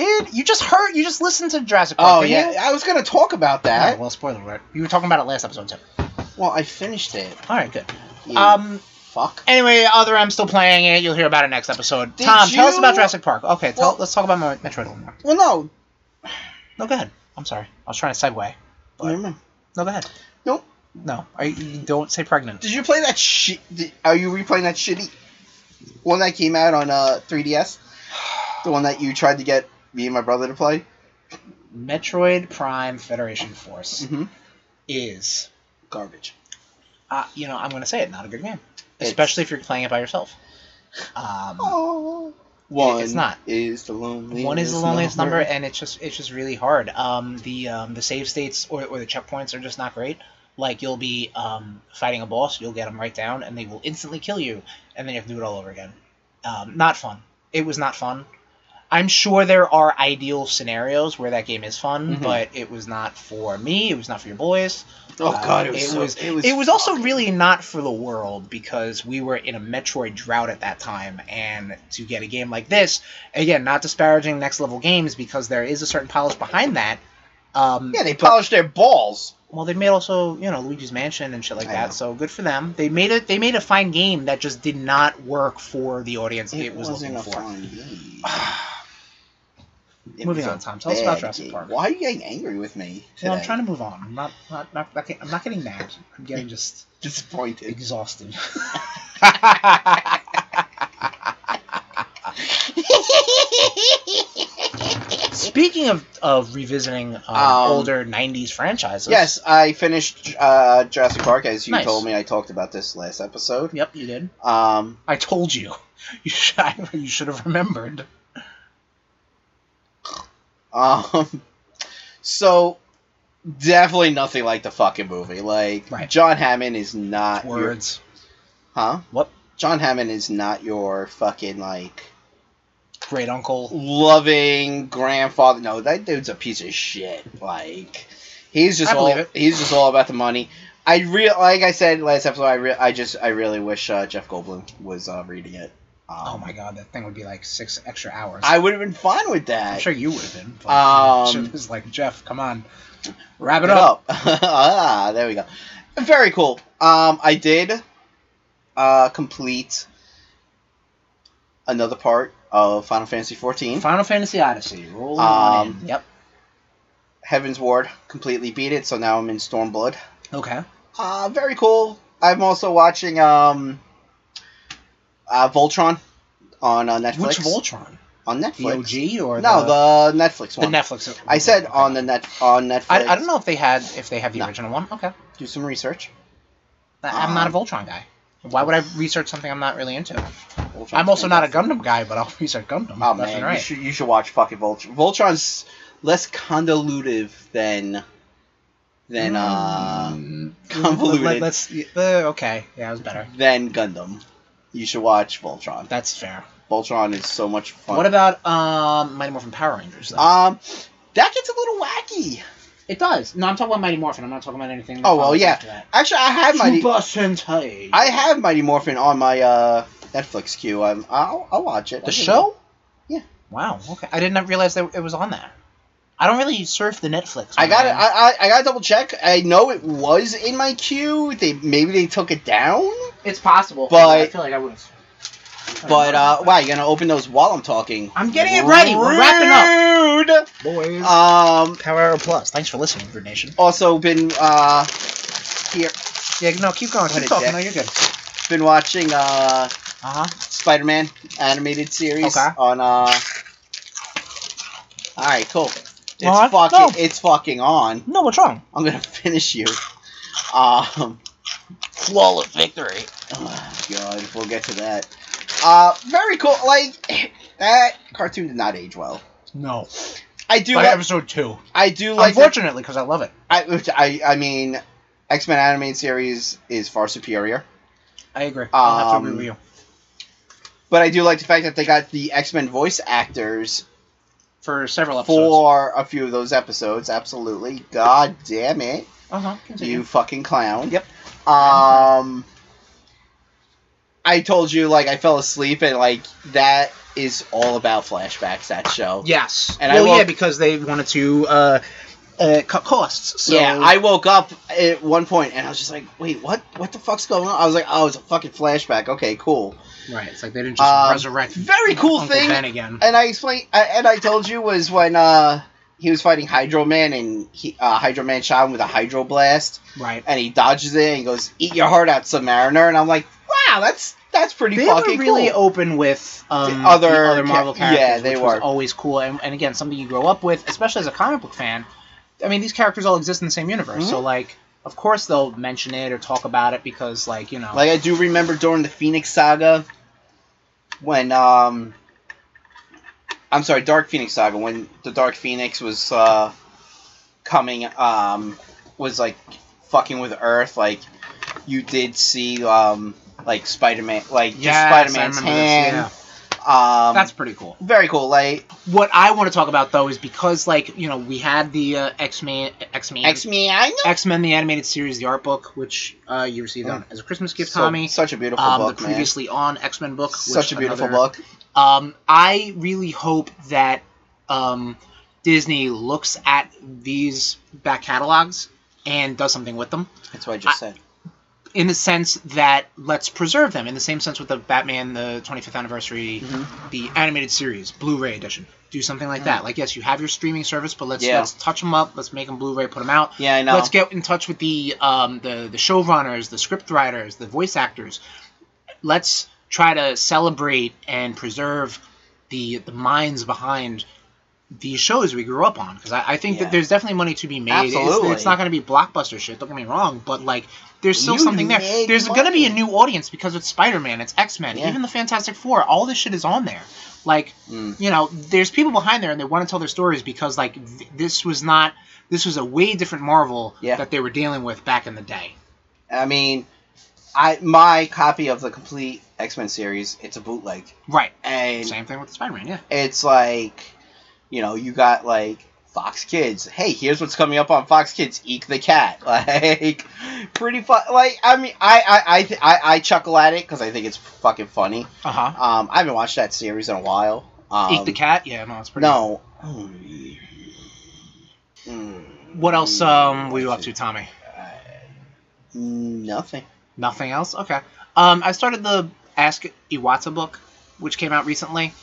[SPEAKER 1] It you just heard you just listened to Jurassic Park.
[SPEAKER 2] Oh
[SPEAKER 1] didn't
[SPEAKER 2] yeah,
[SPEAKER 1] you?
[SPEAKER 2] I was gonna talk about
[SPEAKER 1] Oh,
[SPEAKER 2] that.
[SPEAKER 1] well, spoiler alert. You were talking about it last episode too.
[SPEAKER 2] Well, I finished it.
[SPEAKER 1] All right, good.
[SPEAKER 2] you
[SPEAKER 1] Um.
[SPEAKER 2] fuck.
[SPEAKER 1] Anyway, other I'm still playing it. You'll hear about it next episode.
[SPEAKER 2] Did
[SPEAKER 1] Tom, tell us
[SPEAKER 2] you-
[SPEAKER 1] about Jurassic Park. Okay, tell,
[SPEAKER 2] Well-
[SPEAKER 1] let's talk about my Metroid a little more.
[SPEAKER 2] Well, no,
[SPEAKER 1] No, go ahead. I'm sorry. I was trying to segue. But-
[SPEAKER 2] never mind.
[SPEAKER 1] No, go ahead.
[SPEAKER 2] Nope.
[SPEAKER 1] No, I, you don't say pregnant.
[SPEAKER 2] Did you play that shit? did- Are you replaying that shitty one that came out on uh 3DS? The one that you tried to get me and my brother to play.
[SPEAKER 1] Metroid Prime Federation Force
[SPEAKER 2] Mm-hmm.
[SPEAKER 1] is,
[SPEAKER 2] Garbage.
[SPEAKER 1] uh, you know, I'm going to say it, not a good game,
[SPEAKER 2] It's-
[SPEAKER 1] especially if you're playing it by yourself. Um,
[SPEAKER 2] Oh.
[SPEAKER 1] It-
[SPEAKER 2] One
[SPEAKER 1] it's not.
[SPEAKER 2] is the loneliest.
[SPEAKER 1] One is the loneliest number, and it's just it's just really hard. Um, the um, the save states or, or the checkpoints are just not great. Like you'll be um, fighting a boss, you'll get them right down, and they will instantly kill you, and then you have to do it all over again. Um, not fun. It was not fun. I'm sure there are ideal scenarios where that game is fun,
[SPEAKER 2] Mhm.
[SPEAKER 1] but it was not for me. It was not for your boys.
[SPEAKER 2] Oh
[SPEAKER 1] Uh,
[SPEAKER 2] god, it was.
[SPEAKER 1] it
[SPEAKER 2] so-
[SPEAKER 1] was-
[SPEAKER 2] It was.
[SPEAKER 1] It was also
[SPEAKER 2] fucking-
[SPEAKER 1] really not for the world because we were in a Metroid drought at that time, and to get a game like this, again, not disparaging next level games because there is a certain polish behind that. Um,
[SPEAKER 2] Yeah, they polished their balls.
[SPEAKER 1] well, they made also you know Luigi's Mansion and shit like
[SPEAKER 2] I
[SPEAKER 1] that,
[SPEAKER 2] know.
[SPEAKER 1] so good for them. They made it. They made a fine game that just did not work for the audience it, was
[SPEAKER 2] wasn't
[SPEAKER 1] looking
[SPEAKER 2] a
[SPEAKER 1] for.
[SPEAKER 2] fun [SIGHS] game. It
[SPEAKER 1] Moving
[SPEAKER 2] was a
[SPEAKER 1] on, Tom. Tell us about
[SPEAKER 2] bad
[SPEAKER 1] Jurassic
[SPEAKER 2] game.
[SPEAKER 1] Park.
[SPEAKER 2] Why are you getting angry with me?
[SPEAKER 1] Well, I'm
[SPEAKER 2] today?
[SPEAKER 1] trying to move on. I'm not, not, not, not getting- I'm not getting mad. I'm getting
[SPEAKER 2] [LAUGHS]
[SPEAKER 1] just
[SPEAKER 2] disappointed. [LAUGHS]
[SPEAKER 1] exhausted. Speaking of, of revisiting um,
[SPEAKER 2] Um,
[SPEAKER 1] older '90s franchises,
[SPEAKER 2] yes, I finished uh, Jurassic Park as you
[SPEAKER 1] Nice.
[SPEAKER 2] told me. I talked about this last episode.
[SPEAKER 1] yep, you did.
[SPEAKER 2] Um,
[SPEAKER 1] I told you, [LAUGHS] you should, you should have remembered.
[SPEAKER 2] um, [LAUGHS] so definitely nothing like the fucking movie. Like
[SPEAKER 1] Right.
[SPEAKER 2] John Hammond is not your-
[SPEAKER 1] Words.
[SPEAKER 2] huh?
[SPEAKER 1] What?
[SPEAKER 2] John Hammond is not your fucking like
[SPEAKER 1] Great uncle.
[SPEAKER 2] loving grandfather. No, that dude's a piece of shit. Like he's just
[SPEAKER 1] I
[SPEAKER 2] all
[SPEAKER 1] believe it.
[SPEAKER 2] he's just all about the money. I real like I said last episode. I re- I just I really wish uh, Jeff Goldblum was uh, reading it. Um,
[SPEAKER 1] Oh my god, that thing would be like six extra hours.
[SPEAKER 2] I would have been fine with
[SPEAKER 1] am
[SPEAKER 2] that.
[SPEAKER 1] sure you would have been. But [LAUGHS]
[SPEAKER 2] Um,
[SPEAKER 1] it was like Jeff, come on, wrap it
[SPEAKER 2] Get
[SPEAKER 1] up.
[SPEAKER 2] up. [LAUGHS] ah, there we go. Very cool. Um, I did uh complete another part of Final Fantasy fourteen.
[SPEAKER 1] Final Fantasy Odyssey. Rolling on
[SPEAKER 2] Um,
[SPEAKER 1] in. Yep.
[SPEAKER 2] Heaven's Ward completely beat it, so now I'm in Stormblood.
[SPEAKER 1] Okay.
[SPEAKER 2] Uh, very cool. I'm also watching um, uh, Voltron on uh, Netflix.
[SPEAKER 1] Which Voltron?
[SPEAKER 2] on
[SPEAKER 1] The
[SPEAKER 2] Netflix?
[SPEAKER 1] OG or
[SPEAKER 2] no,
[SPEAKER 1] the,
[SPEAKER 2] the, Netflix
[SPEAKER 1] the
[SPEAKER 2] one.
[SPEAKER 1] Netflix?
[SPEAKER 2] I said
[SPEAKER 1] Okay.
[SPEAKER 2] on the net on Netflix.
[SPEAKER 1] I, I don't know if they had if they have the
[SPEAKER 2] No.
[SPEAKER 1] original one. Okay.
[SPEAKER 2] Do some research.
[SPEAKER 1] I- I'm not
[SPEAKER 2] Um,
[SPEAKER 1] a Voltron guy. Why would I research something I'm not really into? I'm also not a Gundam guy, but I'll [LAUGHS] research Gundam.
[SPEAKER 2] Oh
[SPEAKER 1] Left and
[SPEAKER 2] man, you
[SPEAKER 1] right.
[SPEAKER 2] should you should watch fucking Voltron. Voltron's less convolutive than than uh
[SPEAKER 1] Mm,
[SPEAKER 2] [LAUGHS] convoluted.
[SPEAKER 1] Let, us uh, okay. Yeah, that was better.
[SPEAKER 2] than Gundam. You should watch Voltron.
[SPEAKER 1] That's fair.
[SPEAKER 2] Voltron is so much fun.
[SPEAKER 1] What about um, Mighty Morphin Power Rangers? Though?
[SPEAKER 2] um that gets a little wacky.
[SPEAKER 1] it does. No, I'm talking about Mighty Morphin. I'm not talking about anything. that
[SPEAKER 2] Oh, well,
[SPEAKER 1] follows
[SPEAKER 2] yeah.
[SPEAKER 1] after that.
[SPEAKER 2] Actually, I have Mighty.
[SPEAKER 1] Super Sentai.
[SPEAKER 2] I have Mighty Morphin on my uh, Netflix queue. I'm, I'll, I'll watch it.
[SPEAKER 1] the
[SPEAKER 2] I'll give
[SPEAKER 1] show.
[SPEAKER 2] Yeah.
[SPEAKER 1] Wow. Okay. I did not realize that it was on there. I don't really surf the Netflix.
[SPEAKER 2] I got it.
[SPEAKER 1] Oh, man.
[SPEAKER 2] I, I, I got to double check. I know it was in my queue. They maybe they took it down.
[SPEAKER 1] It's possible,
[SPEAKER 2] But- I
[SPEAKER 1] feel like I would.
[SPEAKER 2] But uh, wow, you're gonna open those while I'm talking.
[SPEAKER 1] I'm getting it ready. We're
[SPEAKER 2] wrapping up.
[SPEAKER 1] boys,
[SPEAKER 2] Um.
[SPEAKER 1] Power Hour Plus. Thanks for listening, Brood Nation.
[SPEAKER 2] Also been uh here
[SPEAKER 1] Yeah, no, keep going.
[SPEAKER 2] What
[SPEAKER 1] Keep
[SPEAKER 2] a
[SPEAKER 1] talking.
[SPEAKER 2] dick.
[SPEAKER 1] No, you're good.
[SPEAKER 2] been watching uh
[SPEAKER 1] Uh huh.
[SPEAKER 2] Spider-Man animated series
[SPEAKER 1] Okay.
[SPEAKER 2] on uh. All right, cool. It's
[SPEAKER 1] Alright,
[SPEAKER 2] fucking
[SPEAKER 1] no.
[SPEAKER 2] it's fucking on.
[SPEAKER 1] No, what's wrong?
[SPEAKER 2] I'm gonna finish you. Um,
[SPEAKER 1] Flawless victory.
[SPEAKER 2] oh God, we'll get to that. Uh, very cool. Like that cartoon did not age well.
[SPEAKER 1] No.
[SPEAKER 2] I do.
[SPEAKER 1] By
[SPEAKER 2] Like,
[SPEAKER 1] episode two.
[SPEAKER 2] I do like. that-
[SPEAKER 1] Unfortunately, because I love it.
[SPEAKER 2] I, which I, I mean, X Men animated series is far superior.
[SPEAKER 1] I agree. I'll have to agree
[SPEAKER 2] Um,
[SPEAKER 1] with you.
[SPEAKER 2] But I do like the fact that they got the X Men voice actors
[SPEAKER 1] For several episodes.
[SPEAKER 2] for a few of those episodes. Absolutely. God damn it.
[SPEAKER 1] Uh-huh.
[SPEAKER 2] You
[SPEAKER 1] Continue.
[SPEAKER 2] fucking clown.
[SPEAKER 1] Yep.
[SPEAKER 2] Um, I told you, like, I fell asleep, and, like, that is all about flashbacks, that show.
[SPEAKER 1] Yes.
[SPEAKER 2] And I
[SPEAKER 1] well,
[SPEAKER 2] will-
[SPEAKER 1] yeah, because they wanted to uh, uh, cut costs. So
[SPEAKER 2] yeah, I woke up at one point and I was just like, "Wait, what? What the fuck's going on?" I was like, "Oh, it's a fucking flashback." Okay, cool.
[SPEAKER 1] right. It's like they didn't just
[SPEAKER 2] Um,
[SPEAKER 1] resurrect.
[SPEAKER 2] Very cool
[SPEAKER 1] Uncle
[SPEAKER 2] thing.
[SPEAKER 1] Ben again.
[SPEAKER 2] and I explained, I- and I told you was when uh he was fighting Hydro Man, and he uh, Hydro Man shot him with a Hydro Blast,
[SPEAKER 1] Right.
[SPEAKER 2] and he dodges it and he goes, "Eat your heart out, Submariner," and I'm like, "Wow, that's that's pretty
[SPEAKER 1] They were
[SPEAKER 2] fucking
[SPEAKER 1] really
[SPEAKER 2] cool."
[SPEAKER 1] open with um,
[SPEAKER 2] The other
[SPEAKER 1] the
[SPEAKER 2] cha-
[SPEAKER 1] other Marvel
[SPEAKER 2] yeah,
[SPEAKER 1] characters,
[SPEAKER 2] they
[SPEAKER 1] which
[SPEAKER 2] were.
[SPEAKER 1] was always cool, and, and again, something you grow up with, especially as a comic book fan. I mean, these characters all exist in the same universe,
[SPEAKER 2] Mm-hmm.
[SPEAKER 1] so like, of course they'll mention it or talk about it because, like, you know,
[SPEAKER 2] Like I do remember during the Phoenix Saga, when um, I'm sorry, Dark Phoenix Saga, when the Dark Phoenix was uh coming um was like fucking with Earth, like you did see um like Spider Man, like just
[SPEAKER 1] Yes,
[SPEAKER 2] Spider
[SPEAKER 1] I
[SPEAKER 2] Man's
[SPEAKER 1] remember this,
[SPEAKER 2] hand.
[SPEAKER 1] yeah.
[SPEAKER 2] Um,
[SPEAKER 1] that's pretty cool.
[SPEAKER 2] very cool. Like
[SPEAKER 1] What I want to talk about though is because, like, you know, we had the uh, X Men, X Men,
[SPEAKER 2] X Me, I know.
[SPEAKER 1] X Men, the animated series, the art book, which uh, you received on as a Christmas gift,
[SPEAKER 2] Mm. So-
[SPEAKER 1] Tommy.
[SPEAKER 2] such a beautiful
[SPEAKER 1] um,
[SPEAKER 2] book,
[SPEAKER 1] the
[SPEAKER 2] man.
[SPEAKER 1] previously on X Men book, which
[SPEAKER 2] Such a beautiful
[SPEAKER 1] another-
[SPEAKER 2] book.
[SPEAKER 1] Um, I really hope that um, Disney looks at these back catalogs and does something with them
[SPEAKER 2] That's what I just said.
[SPEAKER 1] in the sense that let's preserve them in the same sense with the Batman the 25th anniversary the animated series Blu-ray edition do something like that like yes you have your streaming service but let's
[SPEAKER 2] Yeah.
[SPEAKER 1] let's touch them up let's make them Blu-ray put them out
[SPEAKER 2] Yeah, I know.
[SPEAKER 1] let's get in touch with the um the the showrunners the script writers the voice actors let's try to celebrate and preserve the the minds behind these shows we grew up on because I, I think
[SPEAKER 2] Yeah.
[SPEAKER 1] that there's definitely money to be made It's-
[SPEAKER 2] Absolutely.
[SPEAKER 1] It's, not going to be blockbuster shit don't get me wrong but like there's still
[SPEAKER 2] You
[SPEAKER 1] something there
[SPEAKER 2] make
[SPEAKER 1] there's going to be a
[SPEAKER 2] money.
[SPEAKER 1] new audience because it's spider-man it's x-men
[SPEAKER 2] Yeah.
[SPEAKER 1] even the fantastic four all this shit is on there like
[SPEAKER 2] Mm.
[SPEAKER 1] you know there's people behind there and they want to tell their stories because like th- this was not this was a way different marvel
[SPEAKER 2] Yeah.
[SPEAKER 1] that they were dealing with back in the day
[SPEAKER 2] I mean, I my copy of the complete X Men series, it's a bootleg,
[SPEAKER 1] right
[SPEAKER 2] and
[SPEAKER 1] same thing with spider-man yeah
[SPEAKER 2] it's like, you know, you got like Fox Kids. Hey, here's what's coming up on Fox Kids: Eek the Cat. [LAUGHS] Like, pretty fun. Like, I mean, I I I th- I, I chuckle at it because I think it's fucking funny.
[SPEAKER 1] uh-huh
[SPEAKER 2] Um, I haven't watched that series in a while. Um,
[SPEAKER 1] eat the cat yeah no it's pretty
[SPEAKER 2] No. Mm,
[SPEAKER 1] what else um were you up to tommy
[SPEAKER 2] Nothing.
[SPEAKER 1] Nothing else? Okay. Um, I started the Ask Iwata book, which came out recently.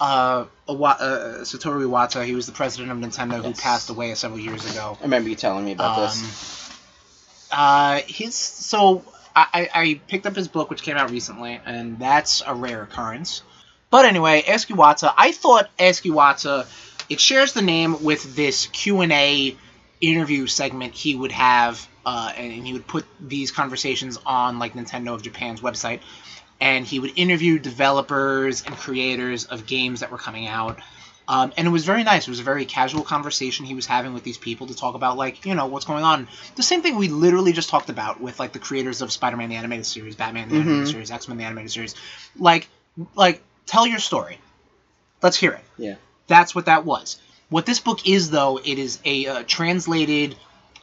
[SPEAKER 1] Uh, Iwa- uh, Satoru Iwata, he was the president of Nintendo who
[SPEAKER 2] Yes.
[SPEAKER 1] passed away several years ago.
[SPEAKER 2] I remember you telling me about
[SPEAKER 1] Um,
[SPEAKER 2] this.
[SPEAKER 1] uh, he's so I, I I picked up his book, which came out recently, and that's a rare occurrence. But anyway, Ask Iwata. I thought Ask Iwata. It shares the name with this Q and A interview segment he would have, uh, and, and he would put these conversations on like Nintendo of Japan's website, and he would interview developers and creators of games that were coming out. Um, and it was very nice. It was a very casual conversation he was having with these people to talk about, like, you know, what's going on. The same thing we literally just talked about with, like, the creators of Spider Man, the animated series, Batman, the animated
[SPEAKER 2] Mhm.
[SPEAKER 1] series, X Men, the animated series. Like, like, tell your story. Let's hear it.
[SPEAKER 2] Yeah.
[SPEAKER 1] That's what that was. What this book is, though, it is a uh, translated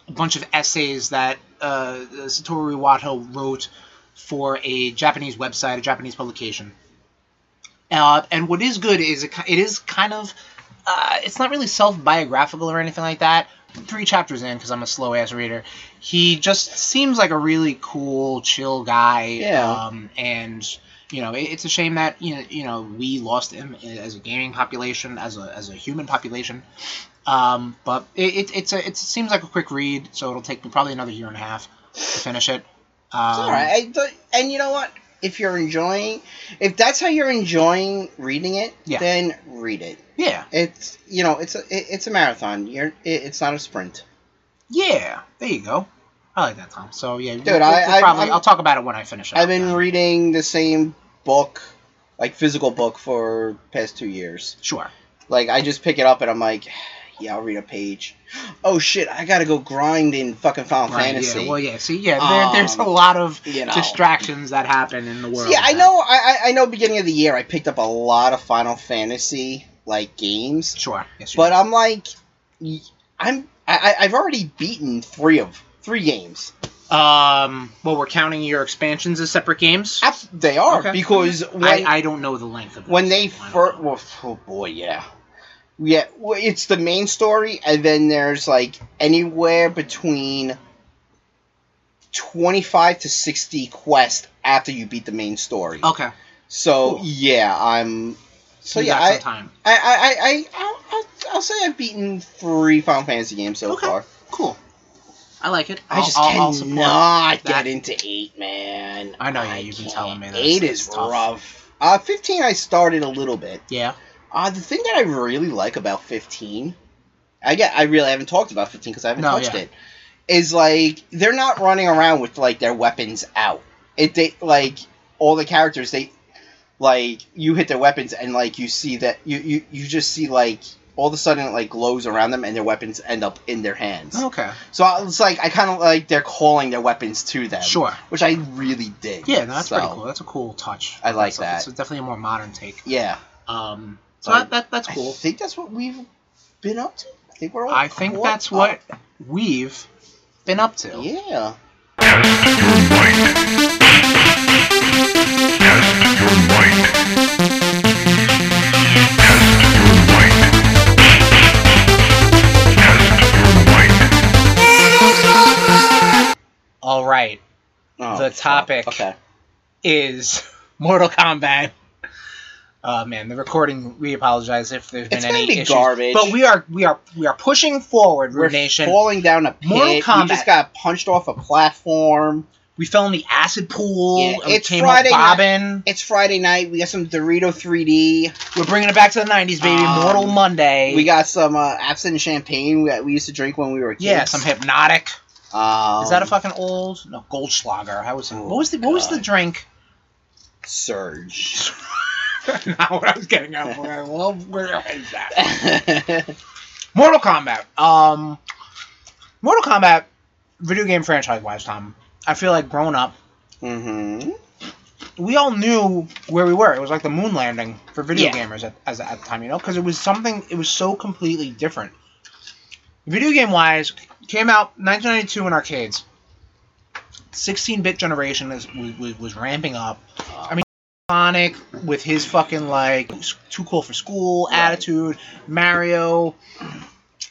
[SPEAKER 1] bunch of essays that uh, Satoru Iwata wrote for a Japanese website, a Japanese publication. Uh, and what is good is it, ki- it is kind of uh, it's not really self-biographical or anything like that. Three chapters in, because I'm a slow ass reader, he just seems like a really cool, chill guy.
[SPEAKER 2] Yeah.
[SPEAKER 1] Um, and you know, it, it's a shame that you know, you know we lost him as a gaming population, as a as a human population. Um, but it, it it's a it seems like a quick read, so it'll take me probably another year and a half to finish it. Um,
[SPEAKER 2] It's all right. I th- and you know what? If you're enjoying, if that's how you're enjoying reading it,
[SPEAKER 1] Yeah.
[SPEAKER 2] then read it.
[SPEAKER 1] Yeah.
[SPEAKER 2] It's you know it's a it, it's a marathon. You're it, it's not a sprint.
[SPEAKER 1] Yeah, there you go. I like that time. So yeah, dude,
[SPEAKER 2] I- I-
[SPEAKER 1] probably
[SPEAKER 2] I'm-
[SPEAKER 1] will talk about it when I finish. it.
[SPEAKER 2] I've been reading the same book, like physical book, for past two years.
[SPEAKER 1] sure.
[SPEAKER 2] Like I just pick it up and I'm like, [SIGHS] yeah, I'll read a page. [GASPS] Oh shit, I gotta go grind in fucking Final
[SPEAKER 1] Right,
[SPEAKER 2] Fantasy.
[SPEAKER 1] Yeah. Well, yeah. See, yeah, there, there's a
[SPEAKER 2] Um,
[SPEAKER 1] lot of
[SPEAKER 2] you know.
[SPEAKER 1] distractions that happen in the
[SPEAKER 2] So,
[SPEAKER 1] world.
[SPEAKER 2] yeah, I
[SPEAKER 1] that-
[SPEAKER 2] know. I I- I know. Beginning of the year, I picked up a lot of Final Fantasy like games.
[SPEAKER 1] Sure. Yes, you
[SPEAKER 2] But I'm like, y- I'm I, I- I've already beaten three of three games.
[SPEAKER 1] do. um, well, we're counting your expansions as separate games.
[SPEAKER 2] Abs- They are
[SPEAKER 1] Okay.
[SPEAKER 2] because
[SPEAKER 1] I,
[SPEAKER 2] when
[SPEAKER 1] I don't know the length of.
[SPEAKER 2] when
[SPEAKER 1] this,
[SPEAKER 2] they
[SPEAKER 1] so I don't
[SPEAKER 2] first,
[SPEAKER 1] know.
[SPEAKER 2] well, f- oh boy, yeah, yeah, well, it's the main story, and then there's like anywhere between twenty five to sixty quests after you beat the main story.
[SPEAKER 1] Okay.
[SPEAKER 2] So
[SPEAKER 1] Oh, Cool.
[SPEAKER 2] yeah, I'm. So
[SPEAKER 1] you
[SPEAKER 2] yeah,
[SPEAKER 1] got
[SPEAKER 2] I,
[SPEAKER 1] some time.
[SPEAKER 2] I, I, I, I, I'll, I'll say I've beaten three Final Fantasy games so
[SPEAKER 1] Okay.
[SPEAKER 2] far.
[SPEAKER 1] Cool. I like it.
[SPEAKER 2] I
[SPEAKER 1] I'll-
[SPEAKER 2] just
[SPEAKER 1] I'll- I'll support that.
[SPEAKER 2] cannot get into eight, man.
[SPEAKER 1] I know, yeah, you've been
[SPEAKER 2] can't.
[SPEAKER 1] telling me that
[SPEAKER 2] Eight
[SPEAKER 1] it's-
[SPEAKER 2] is
[SPEAKER 1] it's tough.
[SPEAKER 2] rough. Uh, fifteen, I started a little bit.
[SPEAKER 1] Yeah.
[SPEAKER 2] Uh, the thing that I really like about fifteen, I get, I really haven't talked about fifteen because I haven't
[SPEAKER 1] No,
[SPEAKER 2] touched
[SPEAKER 1] yeah.
[SPEAKER 2] it. Is like they're not running around with like their weapons out. It they like all the characters they like you hit their weapons and like you see that you you, you just see like all of a sudden it like glows around them and their weapons end up in their hands.
[SPEAKER 1] Okay.
[SPEAKER 2] So I was like, I kind of like they're calling their weapons to them.
[SPEAKER 1] Sure.
[SPEAKER 2] Which I really dig.
[SPEAKER 1] Yeah, no, that's
[SPEAKER 2] So,
[SPEAKER 1] pretty cool. That's a cool touch.
[SPEAKER 2] I like
[SPEAKER 1] It's-
[SPEAKER 2] that.
[SPEAKER 1] It's definitely a more modern take.
[SPEAKER 2] Yeah.
[SPEAKER 1] Um, so that,
[SPEAKER 2] Like,
[SPEAKER 1] that that's cool.
[SPEAKER 2] I think that's what we've been up to. I think we're all.
[SPEAKER 1] I think
[SPEAKER 2] caught
[SPEAKER 1] that's
[SPEAKER 2] up.
[SPEAKER 1] what we've been up to.
[SPEAKER 2] Yeah.
[SPEAKER 3] Test your might. Test your might. Test your might. Test your might.
[SPEAKER 1] All right,
[SPEAKER 2] Oh,
[SPEAKER 1] The
[SPEAKER 2] fuck.
[SPEAKER 1] topic.
[SPEAKER 2] Okay.
[SPEAKER 1] is [LAUGHS] Mortal Kombat. Oh man, the recording. We apologize if there's been
[SPEAKER 2] It's gonna
[SPEAKER 1] any
[SPEAKER 2] be
[SPEAKER 1] issues,
[SPEAKER 2] garbage.
[SPEAKER 1] but we are we are we are pushing forward, Rude Nation.
[SPEAKER 2] falling down a pit.
[SPEAKER 1] Mortal
[SPEAKER 2] We
[SPEAKER 1] Kombat.
[SPEAKER 2] just got punched off a platform.
[SPEAKER 1] we fell in the acid pool.
[SPEAKER 2] Yeah,
[SPEAKER 1] and we
[SPEAKER 2] it's
[SPEAKER 1] came
[SPEAKER 2] Friday
[SPEAKER 1] up
[SPEAKER 2] night.
[SPEAKER 1] bobbing.
[SPEAKER 2] It's Friday night. We got some Dorito 3D.
[SPEAKER 1] We're bringing it back to the '90s, baby.
[SPEAKER 2] Um,
[SPEAKER 1] Mortal Monday.
[SPEAKER 2] We got some uh, absinthe champagne that we used to drink when we were kids.
[SPEAKER 1] yeah, some hypnotic.
[SPEAKER 2] Um,
[SPEAKER 1] Is that a fucking old no Goldschlager? How was it?
[SPEAKER 2] Oh,
[SPEAKER 1] What was the what was the
[SPEAKER 2] God.
[SPEAKER 1] drink?
[SPEAKER 2] surge?
[SPEAKER 1] [LAUGHS]
[SPEAKER 2] [LAUGHS]
[SPEAKER 1] Not what I was getting at. Where- Well, where is that? Mortal Kombat. Um, Mortal Kombat, video game franchise wise, Tom. I feel like grown up,
[SPEAKER 2] mm-hmm.
[SPEAKER 1] we all knew where we were. It was like the moon landing for video
[SPEAKER 2] Yeah.
[SPEAKER 1] gamers at, as, at the time, you know, because it was something. It was so completely different. Video game wise, came out 1992 in arcades. 16-bit generation is, was, was- was ramping up. I mean, Sonic with his fucking like too cool for school
[SPEAKER 2] Right.
[SPEAKER 1] attitude. Mario,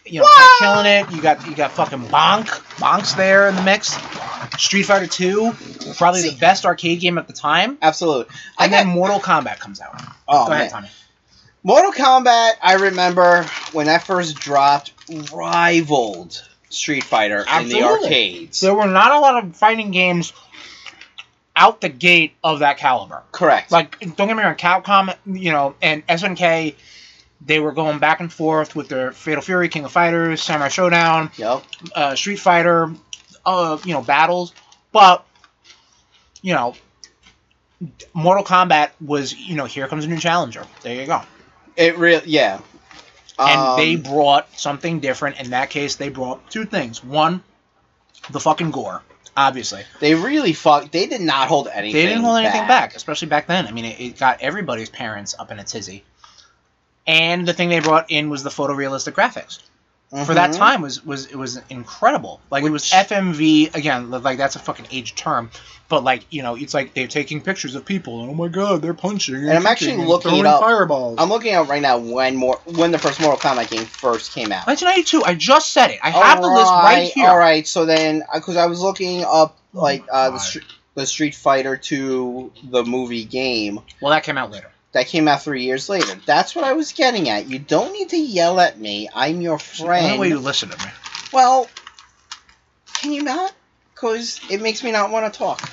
[SPEAKER 1] you know, kinda killing it. You got you got fucking Bonk, Bonk's there in the mix. Street Fighter Two, probably
[SPEAKER 2] See-
[SPEAKER 1] the best arcade game at the time.
[SPEAKER 2] Absolutely. I
[SPEAKER 1] And
[SPEAKER 2] got.
[SPEAKER 1] then Mortal Kombat comes out.
[SPEAKER 2] oh,
[SPEAKER 1] Go ahead,
[SPEAKER 2] man.
[SPEAKER 1] Tommy.
[SPEAKER 2] Mortal Kombat, I remember when that first dropped, rivaled Street Fighter
[SPEAKER 1] Absolutely.
[SPEAKER 2] in the arcades.
[SPEAKER 1] There were not a lot of fighting games out the gate of that caliber.
[SPEAKER 2] Correct.
[SPEAKER 1] Like, don't get me wrong, Capcom, you know, and SNK, they were going back and forth with their Fatal Fury, King of Fighters, Samurai Showdown,
[SPEAKER 2] yep.
[SPEAKER 1] uh, Street Fighter, uh, you know, battles. But, you know, Mortal Kombat was, you know, here comes a new challenger. There you go.
[SPEAKER 2] It really, yeah.
[SPEAKER 1] and
[SPEAKER 2] Um,
[SPEAKER 1] they brought something different. In that case, they brought two things. One, the fucking gore, obviously.
[SPEAKER 2] they really fucked. They did not hold anything.
[SPEAKER 1] They didn't hold anything back, especially back then. I mean, it, it got everybody's parents up in a tizzy. And the thing they brought in was the photorealistic graphics. For that
[SPEAKER 2] Mhm.
[SPEAKER 1] time was was it was incredible. Like it was FMV again, like that's a fucking age term, but like, you know, it's like they're taking pictures of people and oh my god, they're punching and,
[SPEAKER 2] I'm actually
[SPEAKER 1] kicking and
[SPEAKER 2] looking it
[SPEAKER 1] throwing
[SPEAKER 2] up.
[SPEAKER 1] fireballs.
[SPEAKER 2] I'm looking out right now when more when the first Mortal Kombat game first came out.
[SPEAKER 1] 1992, I just said it. I have the list right
[SPEAKER 2] Alright,
[SPEAKER 1] here.
[SPEAKER 2] All right, so then because I was looking up like uh, the,
[SPEAKER 1] God.
[SPEAKER 2] Str- the Street Fighter to the movie game
[SPEAKER 1] Well, that came out later.
[SPEAKER 2] that came out three years later. That's what I was getting at. You don't need to yell at me. I'm your
[SPEAKER 1] The only way you
[SPEAKER 2] friend.
[SPEAKER 1] listen to me.
[SPEAKER 2] Well, can you not? Because it makes me not want to talk.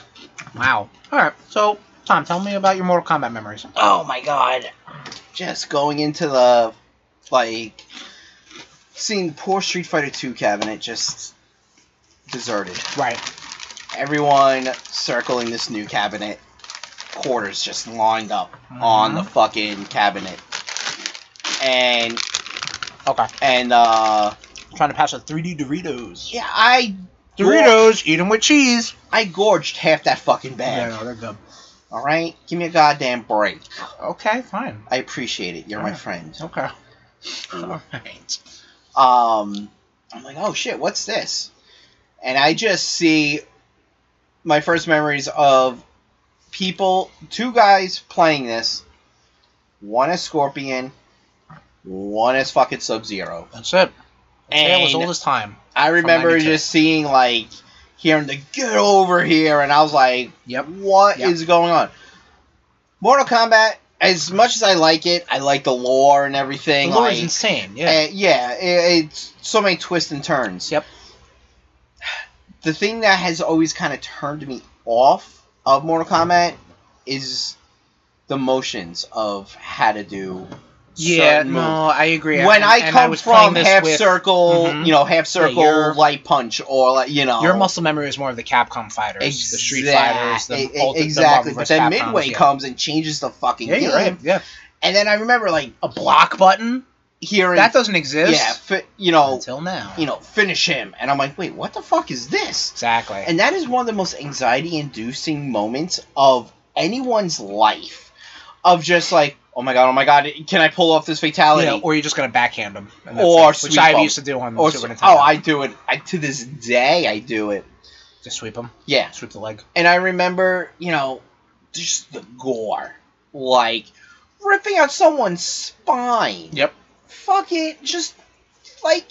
[SPEAKER 1] Wow. All right. So, Tom, tell me about your Mortal Kombat memories.
[SPEAKER 2] Oh my god. Just going into the like seeing the poor Street Fighter 2 cabinet just deserted.
[SPEAKER 1] Right.
[SPEAKER 2] Everyone circling this new cabinet. Quarters just lined up on the fucking cabinet. And
[SPEAKER 1] Okay.
[SPEAKER 2] and uh
[SPEAKER 1] Trying to pass a 3D Doritos.
[SPEAKER 2] yeah, I
[SPEAKER 1] Doritos, eat them with cheese.
[SPEAKER 2] I gorged half that fucking bag.
[SPEAKER 1] no, they're good.
[SPEAKER 2] All right, give me a goddamn break.
[SPEAKER 1] Okay, fine.
[SPEAKER 2] I appreciate it. You're my
[SPEAKER 1] Yeah.
[SPEAKER 2] friend.
[SPEAKER 1] Okay. All right.
[SPEAKER 2] Um, I'm like, oh shit, what's this? And I just see my first memories of people, two guys playing this. One is Scorpion, one is fucking Sub Zero.
[SPEAKER 1] That's it. That was
[SPEAKER 2] And-
[SPEAKER 1] all this time.
[SPEAKER 2] I remember
[SPEAKER 1] 92.
[SPEAKER 2] just seeing like hearing the get over here, and I was like,
[SPEAKER 1] Yep.
[SPEAKER 2] What is
[SPEAKER 1] Yep.
[SPEAKER 2] going on? Mortal Kombat. As much as I like it, I like the lore and
[SPEAKER 1] The
[SPEAKER 2] everything.
[SPEAKER 1] lore
[SPEAKER 2] like-
[SPEAKER 1] is insane. Yeah.
[SPEAKER 2] yeah, yeah it, it's so many twists and turns.
[SPEAKER 1] Yep.
[SPEAKER 2] [SIGHS] The thing that has always kind of turned me off of Mortal Kombat is the motions of how to do.
[SPEAKER 1] yeah.
[SPEAKER 2] certain
[SPEAKER 1] No,
[SPEAKER 2] moves.
[SPEAKER 1] I agree.
[SPEAKER 2] when
[SPEAKER 1] And-
[SPEAKER 2] I
[SPEAKER 1] and
[SPEAKER 2] come
[SPEAKER 1] was playing
[SPEAKER 2] from
[SPEAKER 1] this
[SPEAKER 2] half
[SPEAKER 1] with-
[SPEAKER 2] circle,
[SPEAKER 1] Mhm.
[SPEAKER 2] you know, half circle
[SPEAKER 1] your-
[SPEAKER 2] light punch or like you know,
[SPEAKER 1] Your muscle memory is more of the Capcom fighters, the Street
[SPEAKER 2] Exact-
[SPEAKER 1] Fighters, the
[SPEAKER 2] e- e-
[SPEAKER 1] Ultimate- the
[SPEAKER 2] exactly.
[SPEAKER 1] Marvel
[SPEAKER 2] But
[SPEAKER 1] vs.
[SPEAKER 2] then
[SPEAKER 1] Capcoms,
[SPEAKER 2] midway
[SPEAKER 1] yeah.
[SPEAKER 2] comes and changes the fucking
[SPEAKER 1] Yeah,
[SPEAKER 2] game.
[SPEAKER 1] you're right. Yeah.
[SPEAKER 2] And then I remember like
[SPEAKER 1] A block button
[SPEAKER 2] hearing
[SPEAKER 1] that doesn't exist.
[SPEAKER 2] yeah, fi- you know,
[SPEAKER 1] Until now.
[SPEAKER 2] you know, finish him. And I'm like, wait, what the fuck is this?
[SPEAKER 1] Exactly.
[SPEAKER 2] And that is one of the most anxiety inducing moments of anyone's life. Of just like, oh my god, oh my god, can I pull off this fatality?
[SPEAKER 1] You know, or you're just gonna backhand them, and that's
[SPEAKER 2] Or
[SPEAKER 1] it, which
[SPEAKER 2] sweep
[SPEAKER 1] I
[SPEAKER 2] 'em.
[SPEAKER 1] used to do on
[SPEAKER 2] Or-
[SPEAKER 1] Super Nintendo.
[SPEAKER 2] oh, I do it. I, to this day, I do it.
[SPEAKER 1] just sweep them,
[SPEAKER 2] Yeah.
[SPEAKER 1] sweep the leg.
[SPEAKER 2] And I remember, you know, just the gore. Like, ripping out someone's spine.
[SPEAKER 1] Yep.
[SPEAKER 2] Fuck it. Just, like,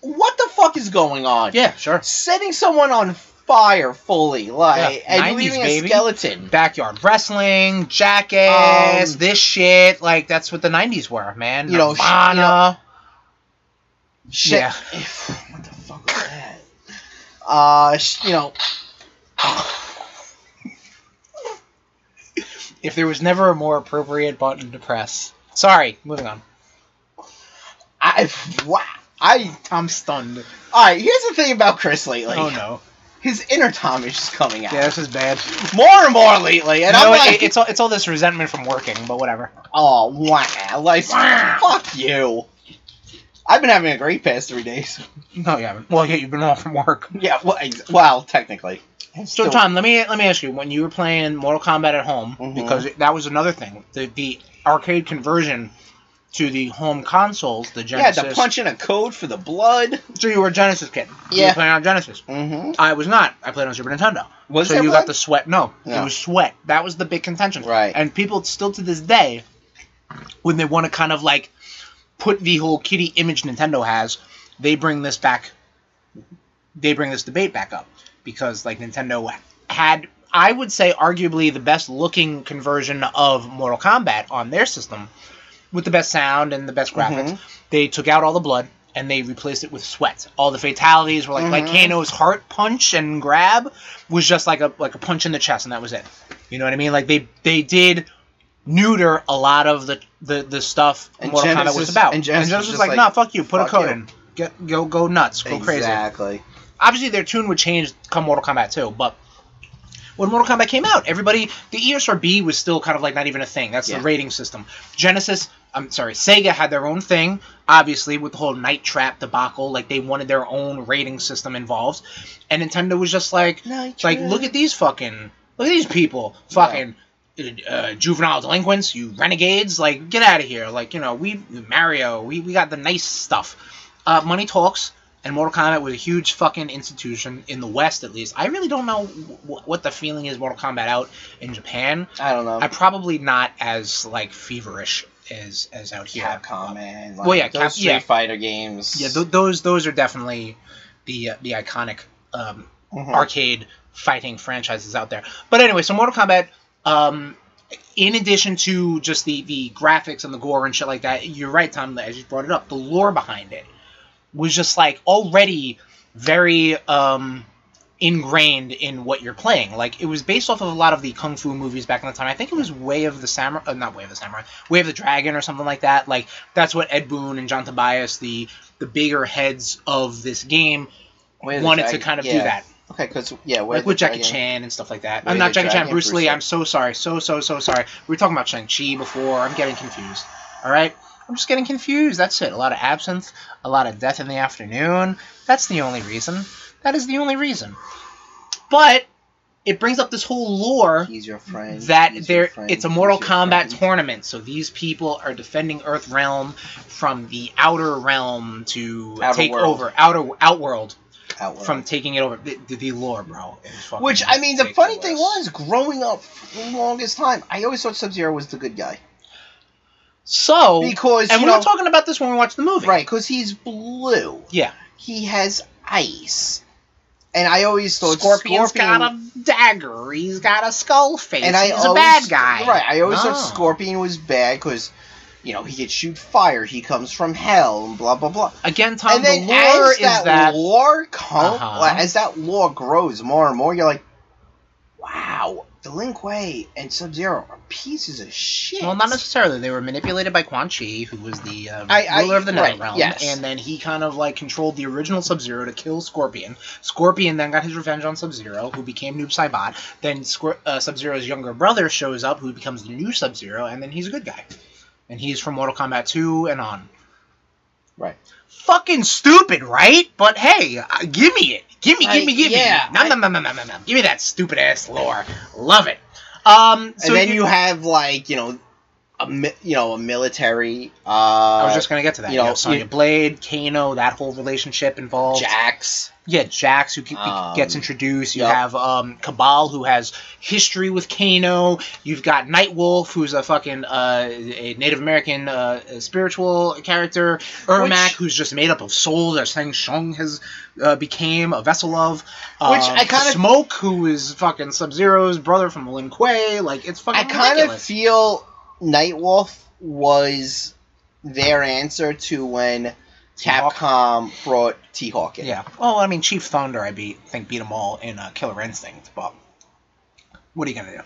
[SPEAKER 2] what the fuck is going on?
[SPEAKER 1] Yeah, sure.
[SPEAKER 2] setting someone on fire fully, like
[SPEAKER 1] Yeah,
[SPEAKER 2] and
[SPEAKER 1] 90s,
[SPEAKER 2] leaving
[SPEAKER 1] baby.
[SPEAKER 2] a skeleton.
[SPEAKER 1] Backyard wrestling, jackass,
[SPEAKER 2] Um,
[SPEAKER 1] this shit. Like that's what the '90s were, man.
[SPEAKER 2] You know, sh- you
[SPEAKER 1] Nirvana.
[SPEAKER 2] Shit.
[SPEAKER 1] Yeah.
[SPEAKER 2] [SIGHS] what the fuck was that? Uh, sh- you know,
[SPEAKER 1] if there was never a more appropriate button to press. Sorry, moving on.
[SPEAKER 2] I [LAUGHS] wow. I
[SPEAKER 1] I'm stunned.
[SPEAKER 2] all right. Here's the thing about Chris lately.
[SPEAKER 1] oh no,
[SPEAKER 2] His inner Tom is just coming out
[SPEAKER 1] yeah, this is bad.
[SPEAKER 2] more and more lately, and
[SPEAKER 1] You
[SPEAKER 2] I'm
[SPEAKER 1] know,
[SPEAKER 2] like,
[SPEAKER 1] it- it's all it's all this resentment from working, but whatever.
[SPEAKER 2] oh wow, like fuck you. I've been having a great past three days. [LAUGHS]
[SPEAKER 1] No, you haven't. Well, yeah, you've been off from work.
[SPEAKER 2] Yeah, well, ex- well technically.
[SPEAKER 1] So, Tom, let me let me ask you: When you were playing Mortal Kombat at home,
[SPEAKER 2] Mhm.
[SPEAKER 1] because it, that was another thing, the the arcade conversion to the home consoles, the
[SPEAKER 2] yeah,
[SPEAKER 1] Genesis.
[SPEAKER 2] the punch in a code for the blood.
[SPEAKER 1] So you were a Genesis kid. You
[SPEAKER 2] Yeah.
[SPEAKER 1] were playing on Genesis.
[SPEAKER 2] Mm-hmm.
[SPEAKER 1] I was not. I played on Super Nintendo.
[SPEAKER 2] Was
[SPEAKER 1] so
[SPEAKER 2] there
[SPEAKER 1] you
[SPEAKER 2] blood?
[SPEAKER 1] got the sweat. No,
[SPEAKER 2] No.
[SPEAKER 1] it was sweat. That was the big contention.
[SPEAKER 2] Right.
[SPEAKER 1] And people still to this day, when they want to kind of like put the whole kitty image Nintendo has, they bring this back. They bring this debate back up because like Nintendo had, I would say, arguably the best looking conversion of Mortal Kombat on their system, with the best sound and the best graphics.
[SPEAKER 2] Mhm.
[SPEAKER 1] They took out all the blood. And they replaced it with sweat. All the fatalities were like like
[SPEAKER 2] Mhm.
[SPEAKER 1] Kano's heart punch and grab was just like a like a punch in the chest and that was it. You know what I mean? Like they they did neuter a lot of the the, the stuff
[SPEAKER 2] And
[SPEAKER 1] Mortal Kombat was
[SPEAKER 2] Genesis-
[SPEAKER 1] about.
[SPEAKER 2] and Genesis
[SPEAKER 1] was
[SPEAKER 2] just
[SPEAKER 1] like,
[SPEAKER 2] like,
[SPEAKER 1] nah, fuck you, put a
[SPEAKER 2] fuck
[SPEAKER 1] code
[SPEAKER 2] you."
[SPEAKER 1] in. Get go go nuts, go crazy.
[SPEAKER 2] Exactly.
[SPEAKER 1] Obviously their tune would change come Mortal Kombat 2, but when Mortal Kombat came out, everybody the E ESRB was still kind of like not even a thing. That's
[SPEAKER 2] Yeah.
[SPEAKER 1] the rating system. Genesis, I'm sorry, Sega had their own thing, obviously with the whole Night Trap debacle. Like they wanted their own rating system involved, and Nintendo was just like,
[SPEAKER 2] Night
[SPEAKER 1] like
[SPEAKER 2] Trap.
[SPEAKER 1] look at these fucking, look at these people, fucking. Uh, juvenile delinquents, you renegades! Like, get out of here! Like, you know, we Mario, we, we got the nice stuff. Uh, money talks, and Mortal Kombat was a huge fucking institution in the West, at least. I really don't know w- what the feeling is Mortal Kombat out in Japan.
[SPEAKER 2] I don't know.
[SPEAKER 1] I'm probably not as like feverish as as out here.
[SPEAKER 2] Capcom, man. Like,
[SPEAKER 1] Well, yeah,
[SPEAKER 2] those
[SPEAKER 1] Cap-
[SPEAKER 2] Street
[SPEAKER 1] yeah.
[SPEAKER 2] Fighter games.
[SPEAKER 1] Yeah, th- those those are definitely the uh, the iconic um,
[SPEAKER 2] Mhm.
[SPEAKER 1] arcade fighting franchises out there. But anyway, so Mortal Kombat, um, in addition to just the the graphics and the gore and shit like that, you're right, Tom. As you brought it up, the lore behind it was just like already very um, ingrained in what you're playing. Like it was based off of a lot of the kung fu movies back in the time. I think it was Way of the Samurai, uh, not Way of the Samurai, Way of the Dragon or something like that. Like that's what Ed Boon and John Tobias, the the bigger heads of this game,
[SPEAKER 2] Way of the
[SPEAKER 1] wanted to
[SPEAKER 2] Dragon-
[SPEAKER 1] kind of do
[SPEAKER 2] yeah.
[SPEAKER 1] that,
[SPEAKER 2] Okay, because yeah, Way of
[SPEAKER 1] like
[SPEAKER 2] the
[SPEAKER 1] with Jackie
[SPEAKER 2] Dragon-
[SPEAKER 1] Chan and stuff like that.
[SPEAKER 2] Way
[SPEAKER 1] I'm
[SPEAKER 2] of
[SPEAKER 1] not
[SPEAKER 2] the
[SPEAKER 1] Jackie Chan,
[SPEAKER 2] Dragon,
[SPEAKER 1] Bruce
[SPEAKER 2] Bruce
[SPEAKER 1] Lee.
[SPEAKER 2] Lee.
[SPEAKER 1] I'm so sorry, so so so sorry. We were talking about Shang Chi before. I'm getting confused. All right, I'm just getting confused. That's it. A lot of absence, a lot of death in the afternoon. That's the only reason. That is the only reason. But it brings up this whole lore
[SPEAKER 2] He's your friend.
[SPEAKER 1] that
[SPEAKER 2] he's your
[SPEAKER 1] there
[SPEAKER 2] friend,
[SPEAKER 1] it's a
[SPEAKER 2] he's
[SPEAKER 1] Mortal
[SPEAKER 2] your
[SPEAKER 1] Kombat
[SPEAKER 2] friend.
[SPEAKER 1] tournament. So these people are defending Earth Realm from the outer realm to
[SPEAKER 2] Outer
[SPEAKER 1] take
[SPEAKER 2] world.
[SPEAKER 1] over outer outworld
[SPEAKER 2] Outlaw.
[SPEAKER 1] from taking it over. The, the lore, bro. is fucking
[SPEAKER 2] Which I mean, the funny thing
[SPEAKER 1] ridiculous.
[SPEAKER 2] was, growing up, for the longest time, I always thought Sub Zero was the good guy
[SPEAKER 1] so,
[SPEAKER 2] because
[SPEAKER 1] Oh, and
[SPEAKER 2] you
[SPEAKER 1] we were
[SPEAKER 2] know-
[SPEAKER 1] talking about this when we watched the movie,
[SPEAKER 2] right because he's blue.
[SPEAKER 1] Yeah,
[SPEAKER 2] He has ice, and I always thought
[SPEAKER 1] Scorpion's
[SPEAKER 2] Scorpion,
[SPEAKER 1] got a dagger. He's got a skull face.
[SPEAKER 2] and I
[SPEAKER 1] he's
[SPEAKER 2] always,
[SPEAKER 1] a bad guy.
[SPEAKER 2] Right, I always thought
[SPEAKER 1] No.
[SPEAKER 2] Scorpion was bad because you know he could shoot fire, he comes from hell, and blah blah blah.
[SPEAKER 1] Again, Tom.
[SPEAKER 2] and then
[SPEAKER 1] the lore
[SPEAKER 2] as
[SPEAKER 1] is
[SPEAKER 2] that,
[SPEAKER 1] that
[SPEAKER 2] lore com-
[SPEAKER 1] Uh-huh.
[SPEAKER 2] like, as that lore grows more and more, you're like, wow, the Lin Kuei and Sub Zero are pieces of shit.
[SPEAKER 1] Well, not necessarily. They were manipulated by Quan Chi, who was the um,
[SPEAKER 2] I- I-
[SPEAKER 1] ruler of the Night
[SPEAKER 2] right,
[SPEAKER 1] Realm,
[SPEAKER 2] yes.
[SPEAKER 1] and then he kind of like controlled the original Sub Zero to kill Scorpion. Scorpion then got his revenge on Sub Zero, who became Noob Saibot. Then Scor- uh, Sub Zero's younger brother shows up, who becomes the new Sub Zero, and then he's a good guy, and he's from Mortal Kombat Two and on.
[SPEAKER 2] Right.
[SPEAKER 1] Fucking stupid, right? But hey, uh, give me it. Give me,
[SPEAKER 2] I-
[SPEAKER 1] give me, give
[SPEAKER 2] yeah,
[SPEAKER 1] me. Nom,
[SPEAKER 2] I-
[SPEAKER 1] nom, nom, nom, nom, nom, nom. Give me that stupid ass lore. Love it. Um, so
[SPEAKER 2] and then you, have like you know, a mi- you know a military. Uh, I
[SPEAKER 1] I was just gonna get to that.
[SPEAKER 2] you
[SPEAKER 1] You know,
[SPEAKER 2] know,
[SPEAKER 1] Sonya
[SPEAKER 2] you-
[SPEAKER 1] Blade, Kano, that whole relationship involved.
[SPEAKER 2] Jax.
[SPEAKER 1] Yeah, Jax who ke-
[SPEAKER 2] Um,
[SPEAKER 1] gets introduced. You
[SPEAKER 2] yep.
[SPEAKER 1] have um, Cabal who has history with Kano. You've got Nightwolf who's a fucking uh, a Native American uh, uh, spiritual character. Ermac
[SPEAKER 2] Which-
[SPEAKER 1] who's just made up of souls that Shang Tsung has uh, became a vessel of. Um,
[SPEAKER 2] Which I kinda-
[SPEAKER 1] Smoke who is fucking Sub Zero's brother from Lin Kuei. Like it's fucking
[SPEAKER 2] I kind of
[SPEAKER 1] ridiculous.
[SPEAKER 2] feel Nightwolf was their answer to when
[SPEAKER 1] T-Hawk.
[SPEAKER 2] Capcom brought T Hawk in.
[SPEAKER 1] Yeah. Well, I mean, Chief Thunder, I beat, think beat them all in uh, Killer Instinct, but what are you gonna do?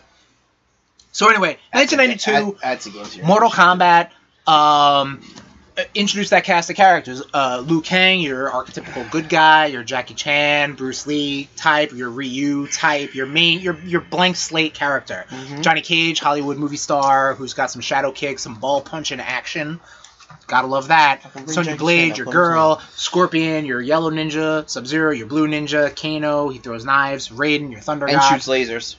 [SPEAKER 1] So anyway,
[SPEAKER 2] That's a-
[SPEAKER 1] 1992,
[SPEAKER 2] that- that's against your
[SPEAKER 1] Mortal Kombat. Um, uh, introduced that cast of characters. Uh, Liu Kang, your archetypical good guy. Your Jackie Chan, Bruce Lee type. Your Ryu type. Your main, your your blank slate character.
[SPEAKER 2] Mhm.
[SPEAKER 1] Johnny Cage, Hollywood movie star, who's got some shadow kicks, some ball punch in action. Gotta love that.
[SPEAKER 2] can bring
[SPEAKER 1] Sonya
[SPEAKER 2] Jackie Chan
[SPEAKER 1] Blade,
[SPEAKER 2] up
[SPEAKER 1] your
[SPEAKER 2] on
[SPEAKER 1] girl. Scorpion, your yellow ninja. Sub Zero, your blue ninja. Kano, he throws knives. Raiden, your thunder
[SPEAKER 2] and
[SPEAKER 1] god.
[SPEAKER 2] shoots lasers.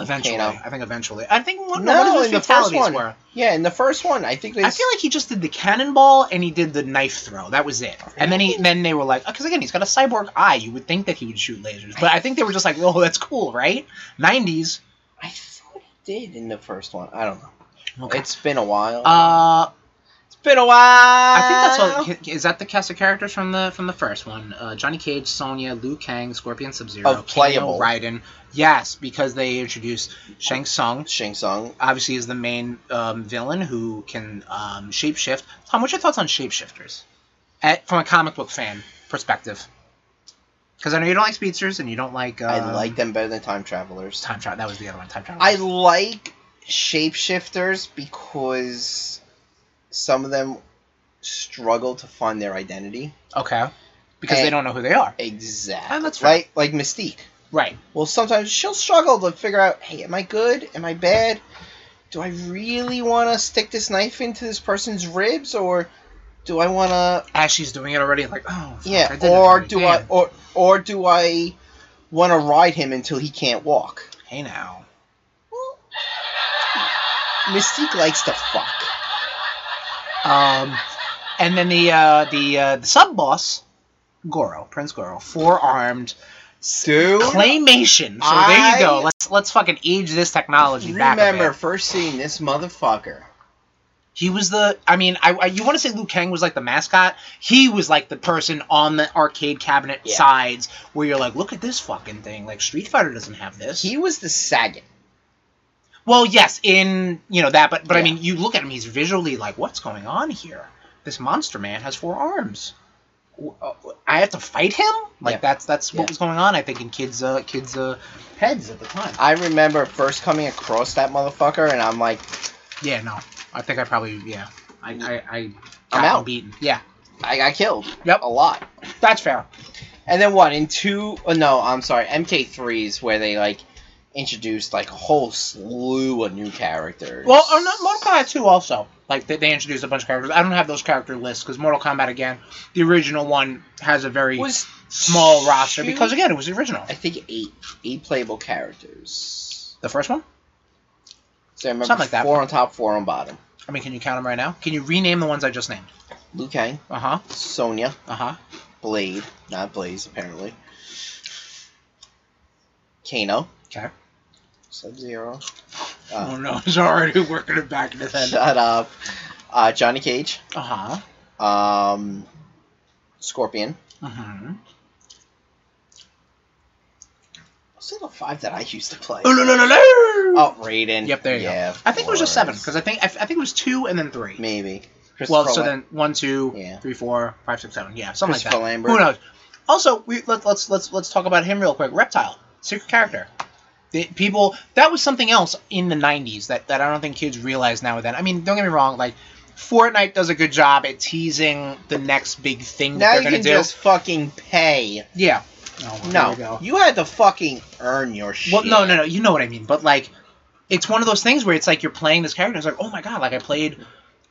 [SPEAKER 1] eventually,
[SPEAKER 2] Kano.
[SPEAKER 1] I think eventually. I think one,
[SPEAKER 2] No,
[SPEAKER 1] one of his
[SPEAKER 2] in the first
[SPEAKER 1] fatalities
[SPEAKER 2] one.
[SPEAKER 1] were.
[SPEAKER 2] Yeah, in the first one, I think they.
[SPEAKER 1] I feel like he just did the cannonball and he did the knife throw. That was it. And then he, then they were like, because again, he's got a cyborg eye. You would think that he would shoot lasers, but I think they were just like, oh, that's cool, right? Nineties.
[SPEAKER 2] I thought he did in the first one. I don't know.
[SPEAKER 1] Okay.
[SPEAKER 2] It's been a while.
[SPEAKER 1] Uh,
[SPEAKER 2] it's been a while.
[SPEAKER 1] I
[SPEAKER 2] I
[SPEAKER 1] think that's all. Is that the cast of characters from the from the first one? Uh, Johnny Cage, Sonya, Liu Kang, Scorpion, Sub Zero,
[SPEAKER 2] Of playable.
[SPEAKER 1] Raiden. Yes, because they introduced Shang Tsung.
[SPEAKER 2] Shang Tsung.
[SPEAKER 1] Obviously, is the main um, villain who can um, shapeshift. Tom, what's your thoughts on shapeshifters, At, from a comic book fan perspective? Because I know you don't like speedsters and you don't like. Um,
[SPEAKER 2] I like them better than time travelers.
[SPEAKER 1] time travel. That was the other one. Time travel.
[SPEAKER 2] I like shapeshifters because some of them struggle to find their identity.
[SPEAKER 1] okay. Because
[SPEAKER 2] Eh.
[SPEAKER 1] they don't know who they are.
[SPEAKER 2] Exactly.
[SPEAKER 1] And Oh, that's
[SPEAKER 2] like like Mystique.
[SPEAKER 1] Right.
[SPEAKER 2] Well, sometimes she'll struggle to figure out, hey, am I good? Am I bad? Do I really want to stick this knife into this person's ribs, or do I want to
[SPEAKER 1] As she's doing it already, like oh fuck, I
[SPEAKER 2] Yeah,
[SPEAKER 1] did it
[SPEAKER 2] or
[SPEAKER 1] already.
[SPEAKER 2] do I
[SPEAKER 1] Damn.
[SPEAKER 2] or or do I want to ride him until he can't walk?
[SPEAKER 1] Hey now.
[SPEAKER 2] Mystique likes to fuck.
[SPEAKER 1] Um, and then the uh, the uh, the sub boss, Goro, Prince Goro, four armed
[SPEAKER 2] Dude,
[SPEAKER 1] claymation. So there you go.
[SPEAKER 2] I-
[SPEAKER 1] Let's let's fucking age this technology back. a bit.
[SPEAKER 2] remember first seeing this motherfucker.
[SPEAKER 1] he was the. I mean, I, I you want to say Liu Kang was like the mascot? He was like the person on the arcade cabinet
[SPEAKER 2] Yeah.
[SPEAKER 1] sides where you're like, look at this fucking thing. Like Street Fighter doesn't have this.
[SPEAKER 2] He was the Sagat.
[SPEAKER 1] well, yes, in you know that, but but I
[SPEAKER 2] Yeah.
[SPEAKER 1] mean, you look at him. He's visually like, what's going on here? This monster man has four arms. W- uh, I have to fight him. Like
[SPEAKER 2] Yeah.
[SPEAKER 1] that's that's
[SPEAKER 2] Yeah.
[SPEAKER 1] what was going on. I think in kids uh, kids uh, heads at the time.
[SPEAKER 2] I remember first coming across that motherfucker, and I'm like,
[SPEAKER 1] Yeah, no, I think I probably yeah. I I, I
[SPEAKER 2] I'm
[SPEAKER 1] got
[SPEAKER 2] out.
[SPEAKER 1] beaten. Yeah,
[SPEAKER 2] I got killed.
[SPEAKER 1] Yep.
[SPEAKER 2] a lot.
[SPEAKER 1] that's fair.
[SPEAKER 2] And then what? In two? Oh, no, I'm sorry. MK3 is where they like introduced like a whole slew of new characters.
[SPEAKER 1] Well, oh, no, Mortal Kombat 2 also. Like, they, they introduced a bunch of characters. I don't have those character lists because Mortal Kombat, again, the original one has a very
[SPEAKER 2] was
[SPEAKER 1] small roster
[SPEAKER 2] two-
[SPEAKER 1] because, again, it was the original.
[SPEAKER 2] I think eight eight playable characters.
[SPEAKER 1] The first one?
[SPEAKER 2] So I remember
[SPEAKER 1] Something like that.
[SPEAKER 2] four on top, four on bottom.
[SPEAKER 1] I mean, can you count them right now? Can you rename the ones I just named?
[SPEAKER 2] Liu Kang,
[SPEAKER 1] Uh huh.
[SPEAKER 2] Sonya,
[SPEAKER 1] Uh huh.
[SPEAKER 2] Blade, not Blaze apparently. Kano,
[SPEAKER 1] Okay.
[SPEAKER 2] Sub Zero.
[SPEAKER 1] Oh
[SPEAKER 2] Uh, [LAUGHS]
[SPEAKER 1] no, [LAUGHS] he's already working it back in his head.
[SPEAKER 2] shut up. Uh, Johnny Cage,
[SPEAKER 1] Uh huh.
[SPEAKER 2] um, Scorpion.
[SPEAKER 1] Mm-hmm.
[SPEAKER 2] Those are the five that I used to play.
[SPEAKER 1] Oh, no, no, no, no!
[SPEAKER 2] Oh, Raiden.
[SPEAKER 1] Yep, there you go.
[SPEAKER 2] yeah, of
[SPEAKER 1] I think it was just seven
[SPEAKER 2] course.
[SPEAKER 1] because I think I, I think it was two and then three.
[SPEAKER 2] maybe.
[SPEAKER 1] Well,
[SPEAKER 2] Christopher
[SPEAKER 1] so
[SPEAKER 2] Lam-
[SPEAKER 1] then one, two,
[SPEAKER 2] Yeah.
[SPEAKER 1] three, four, five, six, seven. Yeah, something like that.
[SPEAKER 2] Christopher Lambert.
[SPEAKER 1] Who knows? Also, we let, let's let's let's talk about him real quick. Reptile, secret character. The people that was something else in the '90s that that I don't think kids realize now and then. I mean, don't get me wrong. Like, Fortnite does a good job at teasing the next big thing that
[SPEAKER 2] Now
[SPEAKER 1] they're
[SPEAKER 2] you
[SPEAKER 1] gonna
[SPEAKER 2] can
[SPEAKER 1] do.
[SPEAKER 2] just fucking pay.
[SPEAKER 1] Yeah. Oh, well, here we
[SPEAKER 2] No,
[SPEAKER 1] go.
[SPEAKER 2] you had to fucking earn your shit.
[SPEAKER 1] Well, no, no, no. You know what I mean. But like, it's one of those things where it's like you're playing this character. And it's like, oh my god, like I played,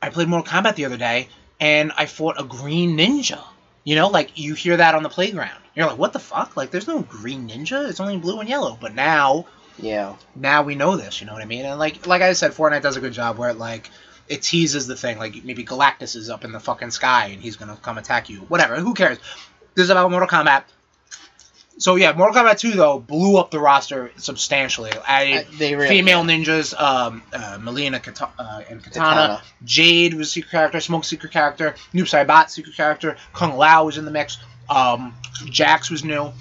[SPEAKER 1] I played Mortal Kombat the other day, and I fought a green ninja. You know, like you hear that on the playground. You're like, what the fuck? Like, there's no green ninja. It's only blue and yellow. But now,
[SPEAKER 2] Yeah.
[SPEAKER 1] now we know this. You know what I mean? And like, like I said, Fortnite does a good job where it like. It teases the thing, like maybe Galactus is up in the fucking sky and he's gonna come attack you. Whatever, who cares? This is about Mortal Kombat. So yeah, Mortal Kombat 2 though blew up the roster substantially. I,
[SPEAKER 2] I- they really
[SPEAKER 1] female ninjas, um, uh, Melina Kata- uh, and Katana.
[SPEAKER 2] Katana.
[SPEAKER 1] Jade was a secret character. Smoke secret character. Noob Saibot secret character. Kung Lao was in the mix. Um, Jax was new.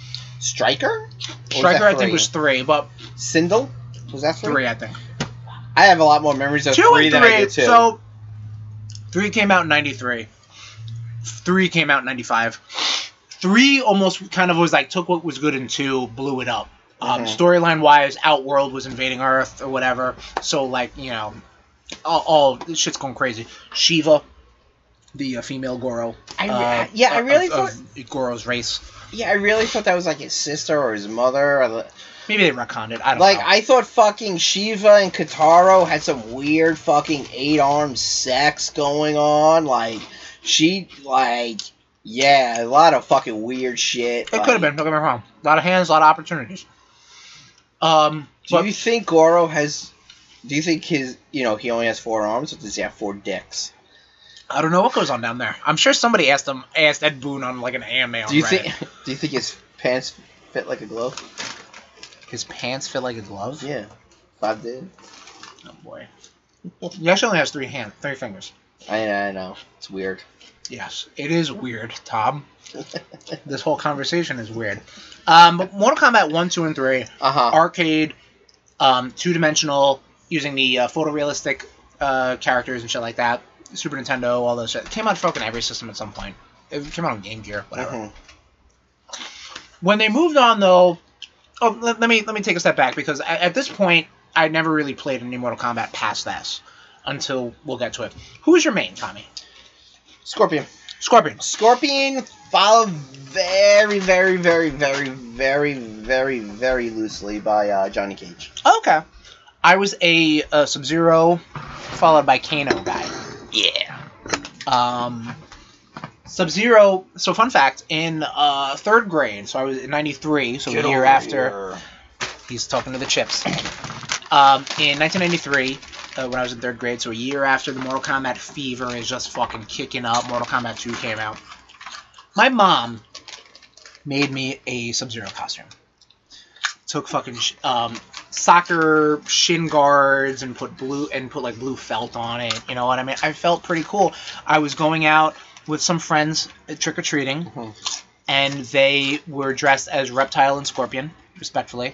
[SPEAKER 2] Striker? Or was
[SPEAKER 1] Striker
[SPEAKER 2] that
[SPEAKER 1] I think
[SPEAKER 2] three?
[SPEAKER 1] was three, but
[SPEAKER 2] Sindel. Was that three?
[SPEAKER 1] three I think.
[SPEAKER 2] I have a lot more memories of
[SPEAKER 1] Two
[SPEAKER 2] three
[SPEAKER 1] and
[SPEAKER 2] than I
[SPEAKER 1] three.
[SPEAKER 2] do two.
[SPEAKER 1] So three came out in '93. Three came out in '95. Three almost kind of was like took what was good in two, blew it up. Um,
[SPEAKER 2] Mhm.
[SPEAKER 1] Storyline wise, Outworld was invading Earth or whatever. So like you know, all, all this shit's going crazy. Shiva, the uh, female Goro.
[SPEAKER 2] I re-
[SPEAKER 1] uh,
[SPEAKER 2] yeah, I
[SPEAKER 1] of-
[SPEAKER 2] really
[SPEAKER 1] of, of Goro's race.
[SPEAKER 2] yeah, I really thought that was like his sister or his mother. Or the,
[SPEAKER 1] Maybe they retconned it. I don't [LAUGHS]
[SPEAKER 2] like
[SPEAKER 1] know.
[SPEAKER 2] I thought fucking Shiva and Kataro had some weird fucking eight arm sex going on. Like she like yeah, a lot of fucking weird shit.
[SPEAKER 1] it could have been. Don't get me wrong. A lot of hands, a lot of opportunities. Um,
[SPEAKER 2] Do
[SPEAKER 1] but
[SPEAKER 2] you think Goro has? Do you think his? You know, he only has four arms, or does he have four dicks?
[SPEAKER 1] I don't know what goes on down there. I'm sure somebody asked him, asked Ed Boon on like an AMA. On
[SPEAKER 2] Do you
[SPEAKER 1] Reddit.
[SPEAKER 2] think? [LAUGHS] Do you think his pants fit like a glove?
[SPEAKER 1] his pants fit like a glove?
[SPEAKER 2] Yeah, five did.
[SPEAKER 1] Oh boy. He actually only has three hand, three fingers.
[SPEAKER 2] I, I know it's weird.
[SPEAKER 1] Yes, it is weird, [LAUGHS] Tom. this whole conversation is weird. Um, but Mortal Kombat one, two, and three,
[SPEAKER 2] Uh huh.
[SPEAKER 1] arcade, um, two dimensional, using the uh, photorealistic uh, characters and shit like that. Super Nintendo, all those shit. It came on fucking every system at some point. It came out on Game Gear, whatever. when they moved on though oh, let, let me let me take a step back because at, at this point i never really played any mortal kombat past this until we'll get to it who's your main tommy
[SPEAKER 2] Scorpion.
[SPEAKER 1] scorpion
[SPEAKER 2] Scorpion followed very, very, very, very, very, very, very loosely by uh, Johnny Cage.
[SPEAKER 1] okay i was a, uh sub-zero followed by kano guy
[SPEAKER 2] Yeah.
[SPEAKER 1] um sub-zero so fun fact in uh third grade so i was in 93 so the year after He's talking to the chips. Um, in 1993, uh, when I was in third grade, so a year after the Mortal Kombat fever is just fucking kicking up, Mortal Kombat 2 came out. My mom made me a Sub Zero costume. Took fucking sh- um, soccer shin guards and put blue and put like blue felt on it. You know what I mean? I felt pretty cool. I was going out with some friends trick or treating,
[SPEAKER 2] Mhm.
[SPEAKER 1] and they were dressed as Reptile and Scorpion, respectfully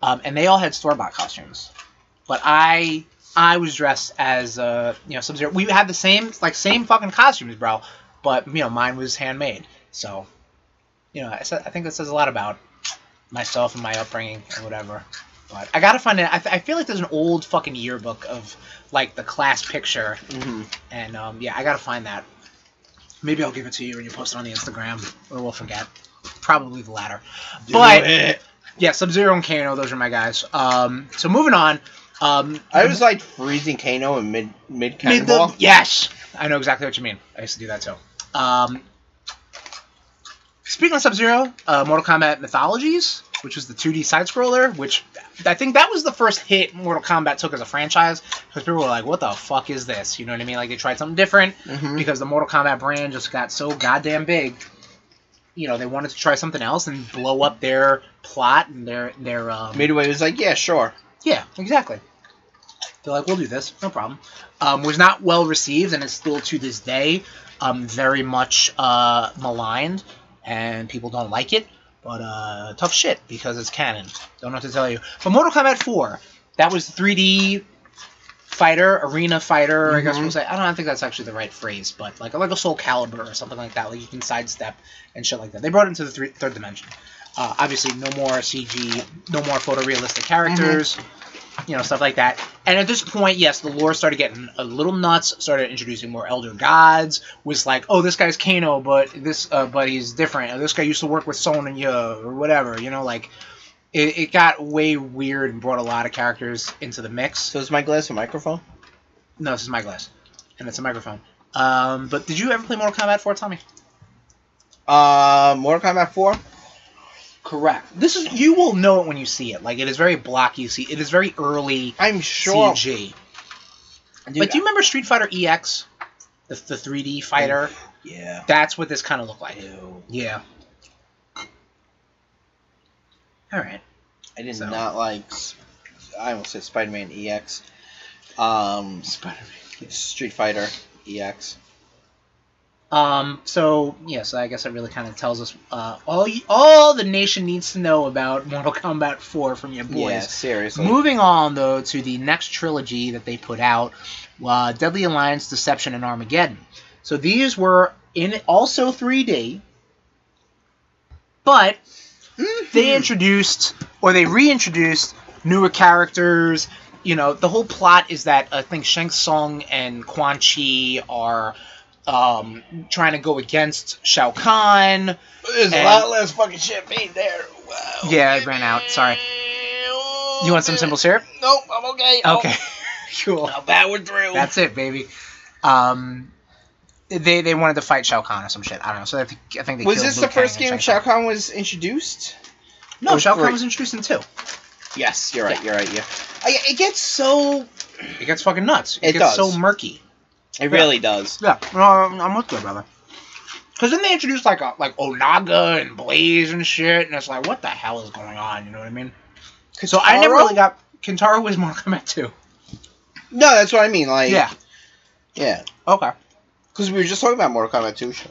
[SPEAKER 1] um, and they all had store bought costumes. But I I was dressed as uh, you know Sub Zero. We had the same like same fucking costumes, bro. But you know mine was handmade. So you know I, sa- I think that says a lot about myself and my upbringing and whatever. But I gotta find it. I, th- I feel like there's an old fucking yearbook of like the class picture,
[SPEAKER 2] hmm
[SPEAKER 1] and um, yeah, I gotta find that. Maybe I'll give it to you when you post it on the Instagram, or we'll forget. probably the latter.
[SPEAKER 2] Do
[SPEAKER 1] But-
[SPEAKER 2] it.
[SPEAKER 1] Yeah, Sub Zero and Kano, those are my guys. Um, so moving on. Um,
[SPEAKER 2] I was like freezing Kano in mid mid
[SPEAKER 1] Made
[SPEAKER 2] cannonball.
[SPEAKER 1] them- yes, I know exactly what you mean. I used to do that too. Um, speaking of Sub Zero, uh, Mortal Kombat Mythologies, which was the 2D side scroller, which I think that was the first hit Mortal Kombat took as a franchise because people were like, "What the fuck is this?" You know what I mean? Like they tried something different
[SPEAKER 2] Mhm.
[SPEAKER 1] because the Mortal Kombat brand just got so goddamn big. You know, they wanted to try something else and blow up their plot and their their um,
[SPEAKER 2] Midway was like, yeah, sure.
[SPEAKER 1] yeah, exactly. They're like, we'll do this, no problem. Um, was not well received, and it's still to this day um, very much uh, maligned, and people don't like it. But uh, tough shit because it's canon. Don't know what to tell you. But Mortal Kombat 4, that was 3D fighter, arena fighter. I guess
[SPEAKER 2] Mhm.
[SPEAKER 1] we'll say. I don't think that's actually the right phrase, but like like a Soul Calibur or something like that. Like you can sidestep and shit like that. They brought it into the three, third dimension. Uh, obviously, no more CG, no more photorealistic characters, you know, stuff like that. And at this point, yes, the lore started getting a little nuts. Started introducing more elder gods. Was like, oh, this guy's Kano, but this, uh, but he's different. Or this guy used to work with Sonya or whatever. You know, like it, it got way weird and brought a lot of characters into the mix.
[SPEAKER 2] So is my glass a microphone?
[SPEAKER 1] No, this is my glass, and it's a microphone. Um, but did you ever play Mortal Kombat 4, Tommy?
[SPEAKER 2] Uh, Mortal Kombat 4?
[SPEAKER 1] Correct. This is you will know it when you see it. Like it is very blocky. You see, it is very early
[SPEAKER 2] I'm sure.
[SPEAKER 1] CG.
[SPEAKER 2] Dude,
[SPEAKER 1] like, do you remember Street Fighter EX, the the 3D fighter?
[SPEAKER 2] Yeah.
[SPEAKER 1] That's what this kind of looked like.
[SPEAKER 2] Ew.
[SPEAKER 1] Yeah. All right.
[SPEAKER 2] I did
[SPEAKER 1] So.
[SPEAKER 2] not like. s- I almost said Spider Man EX. Um, Spider Man. Street Fighter E EX.
[SPEAKER 1] Um, so yes, I guess it really kind of tells us uh, all y- all the nation needs to know about Mortal Kombat 4 from your boys.
[SPEAKER 2] Yeah, seriously.
[SPEAKER 1] Moving on though to the next trilogy that they put out, uh, Deadly Alliance, Deception, and Armageddon. So these were in also 3D, but
[SPEAKER 2] Mm-hmm. Hmm.
[SPEAKER 1] they introduced or they reintroduced newer characters. You know, the whole plot is that uh, I think Shang Tsung and Quan Chi are um, trying to go against Shao Kahn.
[SPEAKER 2] There's
[SPEAKER 1] a lot
[SPEAKER 2] less fucking champagne there. Wow.
[SPEAKER 1] Yeah, I ran out. Sorry. You
[SPEAKER 2] Oh,
[SPEAKER 1] want some simple syrup?
[SPEAKER 2] Nope, I'm okay. Oh, [LAUGHS]
[SPEAKER 1] Okay, [LAUGHS] cool.
[SPEAKER 2] power
[SPEAKER 1] [LAUGHS]
[SPEAKER 2] through.
[SPEAKER 1] That's it, baby. Um, they they wanted to fight Shao Kahn or some shit. I don't know. So I think, I think they
[SPEAKER 2] was
[SPEAKER 1] killed
[SPEAKER 2] this
[SPEAKER 1] Liu
[SPEAKER 2] the
[SPEAKER 1] Kang
[SPEAKER 2] first
[SPEAKER 1] and
[SPEAKER 2] game Shao Kahn was introduced?
[SPEAKER 1] No,
[SPEAKER 2] or
[SPEAKER 1] Shao
[SPEAKER 2] three?
[SPEAKER 1] Kahn was introduced in two.
[SPEAKER 2] Yes, you're right. You're right. Yeah. I, it gets so.
[SPEAKER 1] It gets fucking nuts. It,
[SPEAKER 2] It
[SPEAKER 1] gets
[SPEAKER 2] does.
[SPEAKER 1] so murky.
[SPEAKER 2] It really does.
[SPEAKER 1] Yeah, no, I'm I'm with you, brother. Cause then they introduced like a, like Onaga and Blaze and shit, and it's like, what the hell is going on? You know what I mean? So I never
[SPEAKER 2] Kintaro?
[SPEAKER 1] really got Kintaro was [LAUGHS] Mortal Kombat two.
[SPEAKER 2] No, that's what I mean. Like.
[SPEAKER 1] Yeah.
[SPEAKER 2] Yeah.
[SPEAKER 1] Okay.
[SPEAKER 2] Because we were just talking about Mortal Kombat 2. Shao-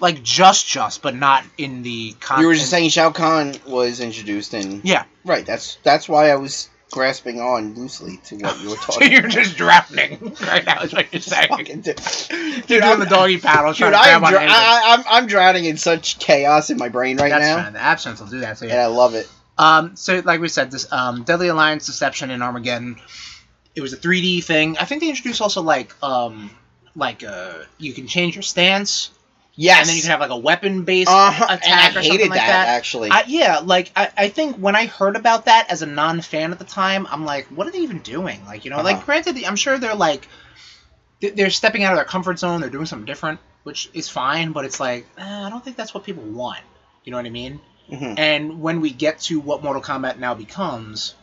[SPEAKER 1] Like just just, but not in the. Con-
[SPEAKER 2] You were just saying Shao Kahn was introduced in.
[SPEAKER 1] Yeah.
[SPEAKER 2] Right. That's that's why I was grasping on loosely to
[SPEAKER 1] [LAUGHS]
[SPEAKER 2] what you were
[SPEAKER 1] So
[SPEAKER 2] talking.
[SPEAKER 1] you're just drowning [LAUGHS] right now. Is
[SPEAKER 2] [LAUGHS]
[SPEAKER 1] what you're
[SPEAKER 2] about.
[SPEAKER 1] saying.
[SPEAKER 2] Fucking dude, dude,
[SPEAKER 1] You're doing
[SPEAKER 2] I'm,
[SPEAKER 1] the doggy paddle.
[SPEAKER 2] dude,
[SPEAKER 1] trying to grab
[SPEAKER 2] I'm,
[SPEAKER 1] on
[SPEAKER 2] dr-
[SPEAKER 1] anything.
[SPEAKER 2] I, I- I'm I'm drowning in such chaos in my brain right
[SPEAKER 1] That's
[SPEAKER 2] now,
[SPEAKER 1] fine. The absence will do that. So
[SPEAKER 2] and
[SPEAKER 1] yeah.
[SPEAKER 2] I love it.
[SPEAKER 1] Um. So like we said, this um, Deadly Alliance, Deception, and Armageddon. It was a 3D thing. I think they introduced also like um, like uh, you can change your stance,
[SPEAKER 2] Yes.
[SPEAKER 1] and then you can have like a weapon based
[SPEAKER 2] Uh-huh, and
[SPEAKER 1] attack
[SPEAKER 2] I
[SPEAKER 1] or
[SPEAKER 2] hated
[SPEAKER 1] something like that.
[SPEAKER 2] actually.
[SPEAKER 1] I, yeah, like I, I think when I heard about that as a non fan at the time, I'm like, what are they even doing? Like, you know, like
[SPEAKER 2] Uh-huh.
[SPEAKER 1] granted, I'm sure they're like, th- they're stepping out of their comfort zone, they're doing something different, which is fine, but it's like, eh, I don't think that's what people want. You know what I mean?
[SPEAKER 2] Mhm.
[SPEAKER 1] And when we get to what Mortal Kombat now becomes,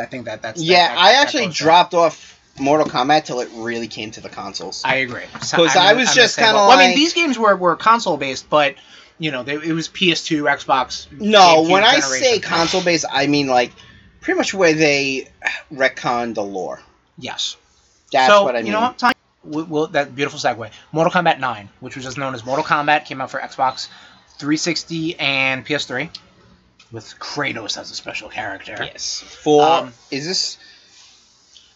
[SPEAKER 1] I think that that's
[SPEAKER 2] Yeah,
[SPEAKER 1] that- that-
[SPEAKER 2] I
[SPEAKER 1] that
[SPEAKER 2] actually
[SPEAKER 1] goes there.
[SPEAKER 2] dropped off Mortal Kombat till it really came to the consoles.
[SPEAKER 1] I agree. So-
[SPEAKER 2] 'Cause
[SPEAKER 1] I'm gonna-
[SPEAKER 2] I was
[SPEAKER 1] I'm gonna
[SPEAKER 2] just
[SPEAKER 1] say-
[SPEAKER 2] kinda
[SPEAKER 1] well, I mean,
[SPEAKER 2] like-
[SPEAKER 1] these games were, were console based, but you know, they, it was PS2, Xbox.
[SPEAKER 2] no,
[SPEAKER 1] GameCube
[SPEAKER 2] when I
[SPEAKER 1] generation.
[SPEAKER 2] say console based, I mean like pretty much where they retconned the lore.
[SPEAKER 1] yes.
[SPEAKER 2] That's
[SPEAKER 1] so,
[SPEAKER 2] what I mean.
[SPEAKER 1] You know what, Tom? we we'll, that beautiful segue. Mortal Kombat 9, which was just known as Mortal Kombat, came out for Xbox 360 and PS3 with Kratos as a special character.
[SPEAKER 2] Yes. For
[SPEAKER 1] Um,
[SPEAKER 2] is this?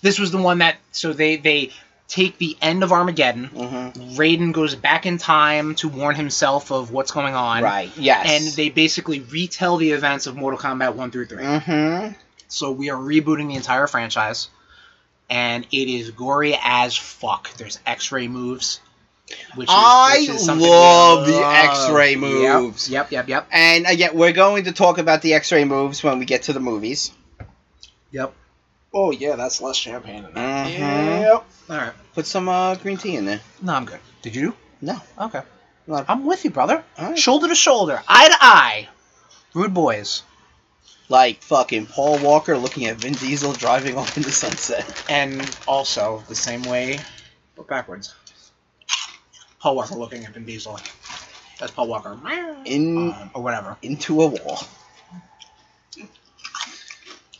[SPEAKER 1] This was the one that so they they take the end of Armageddon.
[SPEAKER 2] mhm.
[SPEAKER 1] Raiden goes back in time to warn himself of what's going on.
[SPEAKER 2] right. Yes.
[SPEAKER 1] And they basically retell the events of Mortal Kombat 1 through 3.
[SPEAKER 2] Mm-hmm.
[SPEAKER 1] So we are rebooting the entire franchise, and it is gory as fuck. There's X-ray moves. Which
[SPEAKER 2] I
[SPEAKER 1] something we
[SPEAKER 2] love the X-ray
[SPEAKER 1] Yep,
[SPEAKER 2] moves.
[SPEAKER 1] Yep, yep, yep,
[SPEAKER 2] And again, we're going to talk about the X-ray moves when we get to the movies.
[SPEAKER 1] yep. Oh yeah, that's less champagne than
[SPEAKER 2] that.
[SPEAKER 1] Yep. All right.
[SPEAKER 2] Put some uh, green tea in there.
[SPEAKER 1] No, I'm good. Did you?
[SPEAKER 2] No.
[SPEAKER 1] Okay.
[SPEAKER 2] Not-
[SPEAKER 1] I'm with you, brother.
[SPEAKER 2] All right.
[SPEAKER 1] Shoulder to shoulder, eye to eye. Rude boys.
[SPEAKER 2] Like fucking Paul Walker looking at Vin Diesel driving off in the sunset.
[SPEAKER 1] And also the same way, but backwards. Paul Walker looking at Vin Diesel. That's Paul Walker.
[SPEAKER 2] In
[SPEAKER 1] Um, or whatever.
[SPEAKER 2] into a wall.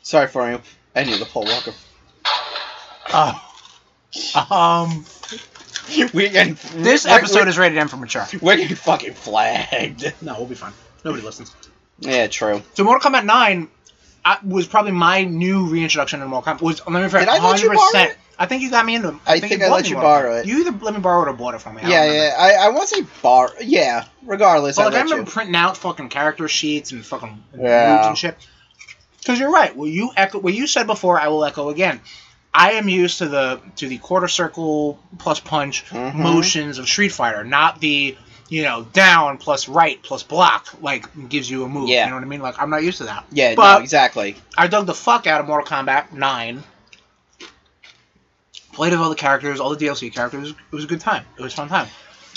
[SPEAKER 2] Sorry for him. I knew the Paul Walker. [LAUGHS]
[SPEAKER 1] Uh, um,
[SPEAKER 2] we're getting,
[SPEAKER 1] this
[SPEAKER 2] we're-
[SPEAKER 1] episode
[SPEAKER 2] we're-
[SPEAKER 1] is rated M for mature.
[SPEAKER 2] We're getting fucking flagged.
[SPEAKER 1] No, we'll be fine. Nobody listens.
[SPEAKER 2] Yeah, true.
[SPEAKER 1] So Mortal Kombat 9 I, was probably my new reintroduction to Mortal Kombat. Was, let me
[SPEAKER 2] Did I let you borrow it?
[SPEAKER 1] I think you got me into it.
[SPEAKER 2] I think I
[SPEAKER 1] bought
[SPEAKER 2] let
[SPEAKER 1] me
[SPEAKER 2] you
[SPEAKER 1] Mortal Kombat.
[SPEAKER 2] borrow it.
[SPEAKER 1] You either let me borrow it or bought it from me. I don't
[SPEAKER 2] yeah,
[SPEAKER 1] remember.
[SPEAKER 2] yeah. I, I won't say bar. Yeah, regardless.
[SPEAKER 1] Well,
[SPEAKER 2] I
[SPEAKER 1] like, I
[SPEAKER 2] let you.
[SPEAKER 1] remember printing out fucking character sheets and fucking
[SPEAKER 2] Yeah.
[SPEAKER 1] nudes and shit. Because you're right. Well, you echo what you said before. I will echo again. I am used to the to the quarter circle plus punch
[SPEAKER 2] Mhm.
[SPEAKER 1] motions of Street Fighter, not the you know down plus right plus block like gives you a move.
[SPEAKER 2] Yeah.
[SPEAKER 1] You know what I mean? Like I'm not used to that.
[SPEAKER 2] Yeah,
[SPEAKER 1] But-
[SPEAKER 2] no, exactly.
[SPEAKER 1] I dug the fuck out of Mortal Kombat Nine. Played with all the characters, all the DLC characters. It was a good time. It was a fun time.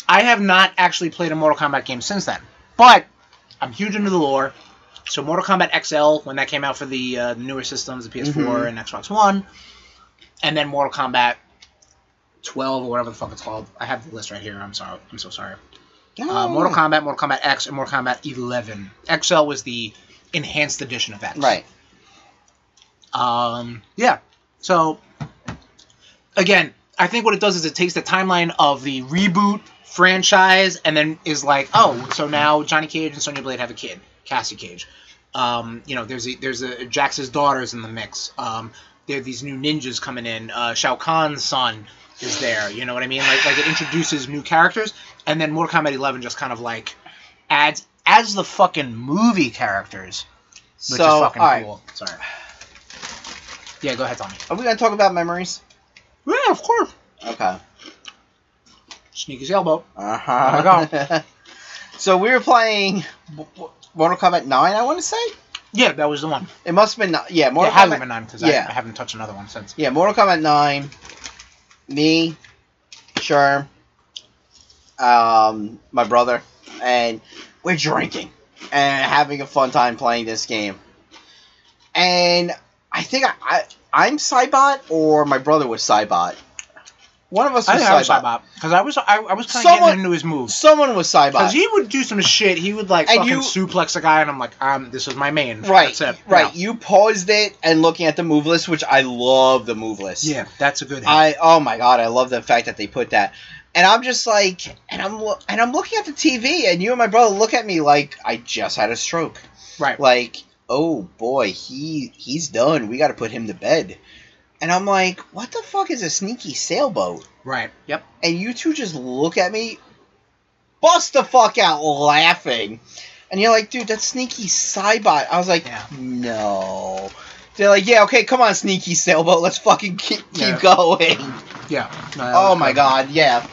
[SPEAKER 1] I have not actually played a Mortal Kombat game since then, but I'm huge into the lore. So Mortal Kombat XL, when that came out for the uh, newer systems, the PS4
[SPEAKER 2] Mhm.
[SPEAKER 1] and Xbox One, and then Mortal Kombat 12 or whatever the fuck it's called. I have the list right here. I'm sorry. I'm so sorry.
[SPEAKER 2] Oh.
[SPEAKER 1] Uh, Mortal Kombat, Mortal Kombat X, and Mortal Kombat 11. XL was the enhanced edition of X.
[SPEAKER 2] Right.
[SPEAKER 1] Um, yeah. So, again, I think what it does is it takes the timeline of the reboot franchise and then is like, oh, so now Johnny Cage and Sonya Blade have a kid, Cassie Cage. Um, you know, there's a, there's a Jax's daughters in the mix. Um, there are these new ninjas coming in. Uh, Shao Kahn's son is there. You know what I mean? Like like it introduces new characters, and then Mortal Kombat 11 just kind of like adds adds the fucking movie characters, which
[SPEAKER 2] So,
[SPEAKER 1] is
[SPEAKER 2] all
[SPEAKER 1] fucking
[SPEAKER 2] right.
[SPEAKER 1] cool. Sorry. Yeah, go ahead, Tommy.
[SPEAKER 2] Are we gonna talk about memories?
[SPEAKER 1] Yeah, of course.
[SPEAKER 2] Okay.
[SPEAKER 1] Sneak his elbow.
[SPEAKER 2] Uh huh. [LAUGHS] so we were playing M- M- Mortal Kombat Nine. I want to say
[SPEAKER 1] Yeah, that was the one.
[SPEAKER 2] it must have been ni- yeah
[SPEAKER 1] More
[SPEAKER 2] Mortal
[SPEAKER 1] yeah, had to have
[SPEAKER 2] Kombat
[SPEAKER 1] been nine because
[SPEAKER 2] yeah.
[SPEAKER 1] I, I haven't touched another one since.
[SPEAKER 2] yeah Mortal Kombat Nine. Me, Sherm, um, my brother, and we're drinking and having a fun time playing this game. And I think I, I I'm Cybot or my brother was Cybot. One of us
[SPEAKER 1] I
[SPEAKER 2] was
[SPEAKER 1] think I was
[SPEAKER 2] Cybot.
[SPEAKER 1] about because I was I, I was kind of
[SPEAKER 2] Someone-
[SPEAKER 1] getting into his moves
[SPEAKER 2] Someone was Cybot.
[SPEAKER 1] because he would do some shit. He would like
[SPEAKER 2] And
[SPEAKER 1] fucking
[SPEAKER 2] you-
[SPEAKER 1] suplex a guy, and I'm like, um, this is my main.
[SPEAKER 2] Right,
[SPEAKER 1] That's it.
[SPEAKER 2] right. You paused it and looking at the move list, which I love the move list.
[SPEAKER 1] Yeah, Yeah, that's a good. Hit.
[SPEAKER 2] I oh my god, I love the fact that they put that. And I'm just like, and I'm lo- and I'm looking at the TV, and you and my brother look at me like I just had a stroke.
[SPEAKER 1] right.
[SPEAKER 2] Like, oh boy, he he's done. We got to put him to bed. And I'm like, what the fuck is a sneaky sailboat?
[SPEAKER 1] Right. Yep.
[SPEAKER 2] and you two just look at me, bust the fuck out laughing. And you're like, dude, that's sneaky Cybot. I was like,
[SPEAKER 1] Yeah.
[SPEAKER 2] no. They're like, yeah, okay, come on, sneaky sailboat, let's fucking keep, keep
[SPEAKER 1] Yeah.
[SPEAKER 2] going.
[SPEAKER 1] Yeah. No, that
[SPEAKER 2] oh
[SPEAKER 1] was
[SPEAKER 2] my
[SPEAKER 1] good.
[SPEAKER 2] god, yeah.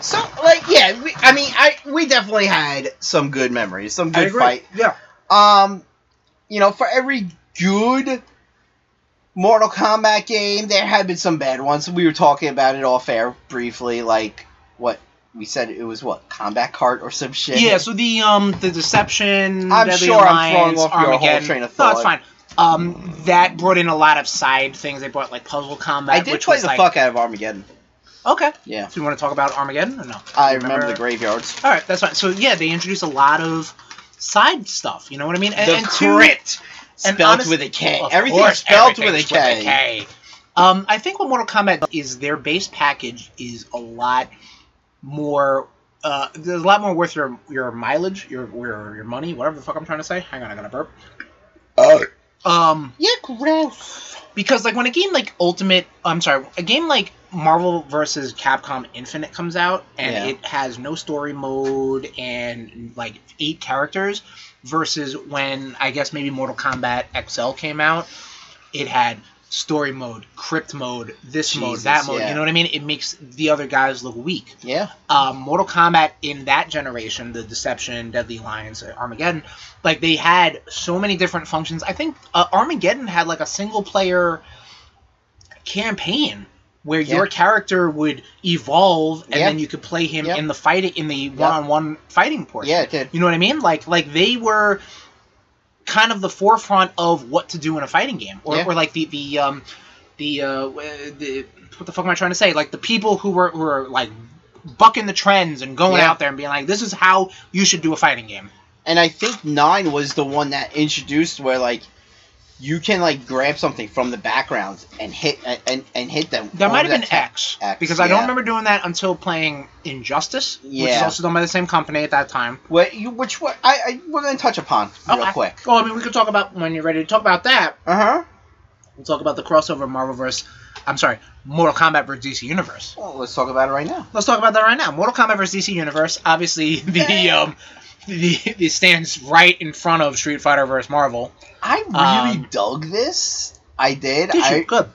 [SPEAKER 2] So like, yeah, we, I mean, I we definitely had some good memories, some
[SPEAKER 1] I
[SPEAKER 2] good
[SPEAKER 1] agree.
[SPEAKER 2] fight.
[SPEAKER 1] Yeah.
[SPEAKER 2] Um, you know, for every good Mortal Kombat game, there have been some bad ones. We were talking about it off air briefly, like what we said it was what Combat Cart or some shit.
[SPEAKER 1] Yeah. So the um the deception.
[SPEAKER 2] I'm
[SPEAKER 1] Deadly
[SPEAKER 2] sure
[SPEAKER 1] Alliance,
[SPEAKER 2] I'm throwing off your whole
[SPEAKER 1] Armageddon.
[SPEAKER 2] train of
[SPEAKER 1] No, it's
[SPEAKER 2] thought.
[SPEAKER 1] fine. Um, that brought in a lot of side things. They brought like puzzle combat.
[SPEAKER 2] I did
[SPEAKER 1] which
[SPEAKER 2] play
[SPEAKER 1] was,
[SPEAKER 2] the
[SPEAKER 1] like,
[SPEAKER 2] fuck out of Armageddon.
[SPEAKER 1] Okay.
[SPEAKER 2] Yeah,
[SPEAKER 1] So you want to talk about Armageddon or no?
[SPEAKER 2] I remember, the
[SPEAKER 1] Remember-
[SPEAKER 2] graveyards.
[SPEAKER 1] All right, that's fine. So yeah, they introduce a lot of side stuff. You know what I mean? And,
[SPEAKER 2] the
[SPEAKER 1] and two-
[SPEAKER 2] crit,
[SPEAKER 1] and
[SPEAKER 2] spelled
[SPEAKER 1] honest-
[SPEAKER 2] with a K.
[SPEAKER 1] Of
[SPEAKER 2] Everything
[SPEAKER 1] course,
[SPEAKER 2] spelled
[SPEAKER 1] everything's
[SPEAKER 2] with a K.
[SPEAKER 1] Um, I think what Mortal Kombat is their base package is a lot more. Uh, there's a lot more worth your your mileage, your your your money, whatever the fuck I'm trying to say. Hang on, I got a burp. Um,
[SPEAKER 2] Yeah, gross.
[SPEAKER 1] because like when a game like Ultimate, I'm sorry, a game like Marvel versus Capcom Infinite comes out and
[SPEAKER 2] Yeah.
[SPEAKER 1] it has no story mode and like eight characters, versus when I guess maybe Mortal Kombat XL came out, it had story mode, crypt mode, this mode,
[SPEAKER 2] Jesus,
[SPEAKER 1] that mode.
[SPEAKER 2] yeah.
[SPEAKER 1] You know what I mean? It makes the other guys look weak.
[SPEAKER 2] Yeah.
[SPEAKER 1] Um, Mortal Kombat in that generation, the Deception, Deadly Alliance, uh, Armageddon, like they had so many different functions. I think uh, Armageddon had like a single player campaign where
[SPEAKER 2] Yeah.
[SPEAKER 1] your character would evolve and
[SPEAKER 2] Yeah.
[SPEAKER 1] then you could play him
[SPEAKER 2] Yeah.
[SPEAKER 1] in the fight in the one-on-one fighting portion.
[SPEAKER 2] Yeah, it did.
[SPEAKER 1] You know what I mean? Like like they were kind of the forefront of what to do in a fighting game, or,
[SPEAKER 2] Yeah.
[SPEAKER 1] or like the the um the uh w- the what the fuck am I trying to say? Like the people who were who were like bucking the trends and going
[SPEAKER 2] Yeah.
[SPEAKER 1] out there and being like, this is how you should do a fighting game.
[SPEAKER 2] and I think nine was the one that introduced where like you can like grab something from the background and hit and and hit them.
[SPEAKER 1] That
[SPEAKER 2] on
[SPEAKER 1] might have
[SPEAKER 2] the
[SPEAKER 1] been
[SPEAKER 2] ta-
[SPEAKER 1] X,
[SPEAKER 2] X,
[SPEAKER 1] because I don't
[SPEAKER 2] yeah.
[SPEAKER 1] remember doing that until playing Injustice, which is
[SPEAKER 2] Yeah.
[SPEAKER 1] also done by the same company at that time.
[SPEAKER 2] What you which what I, I we're gonna touch upon real
[SPEAKER 1] Okay.
[SPEAKER 2] quick.
[SPEAKER 1] Well, I mean, we could talk about when you're ready to talk about that.
[SPEAKER 2] Uh huh.
[SPEAKER 1] We'll talk about the crossover Marvel verse. I'm sorry, Mortal Kombat versus DC Universe.
[SPEAKER 2] Well, let's talk about it right now.
[SPEAKER 1] Let's talk about that right now. Mortal Kombat vs. DC Universe. Obviously, [LAUGHS] the um, the, the stands right in front of Street Fighter vs. Marvel.
[SPEAKER 2] I really
[SPEAKER 1] Um,
[SPEAKER 2] dug this. I did.
[SPEAKER 1] Did you?
[SPEAKER 2] I
[SPEAKER 1] Good.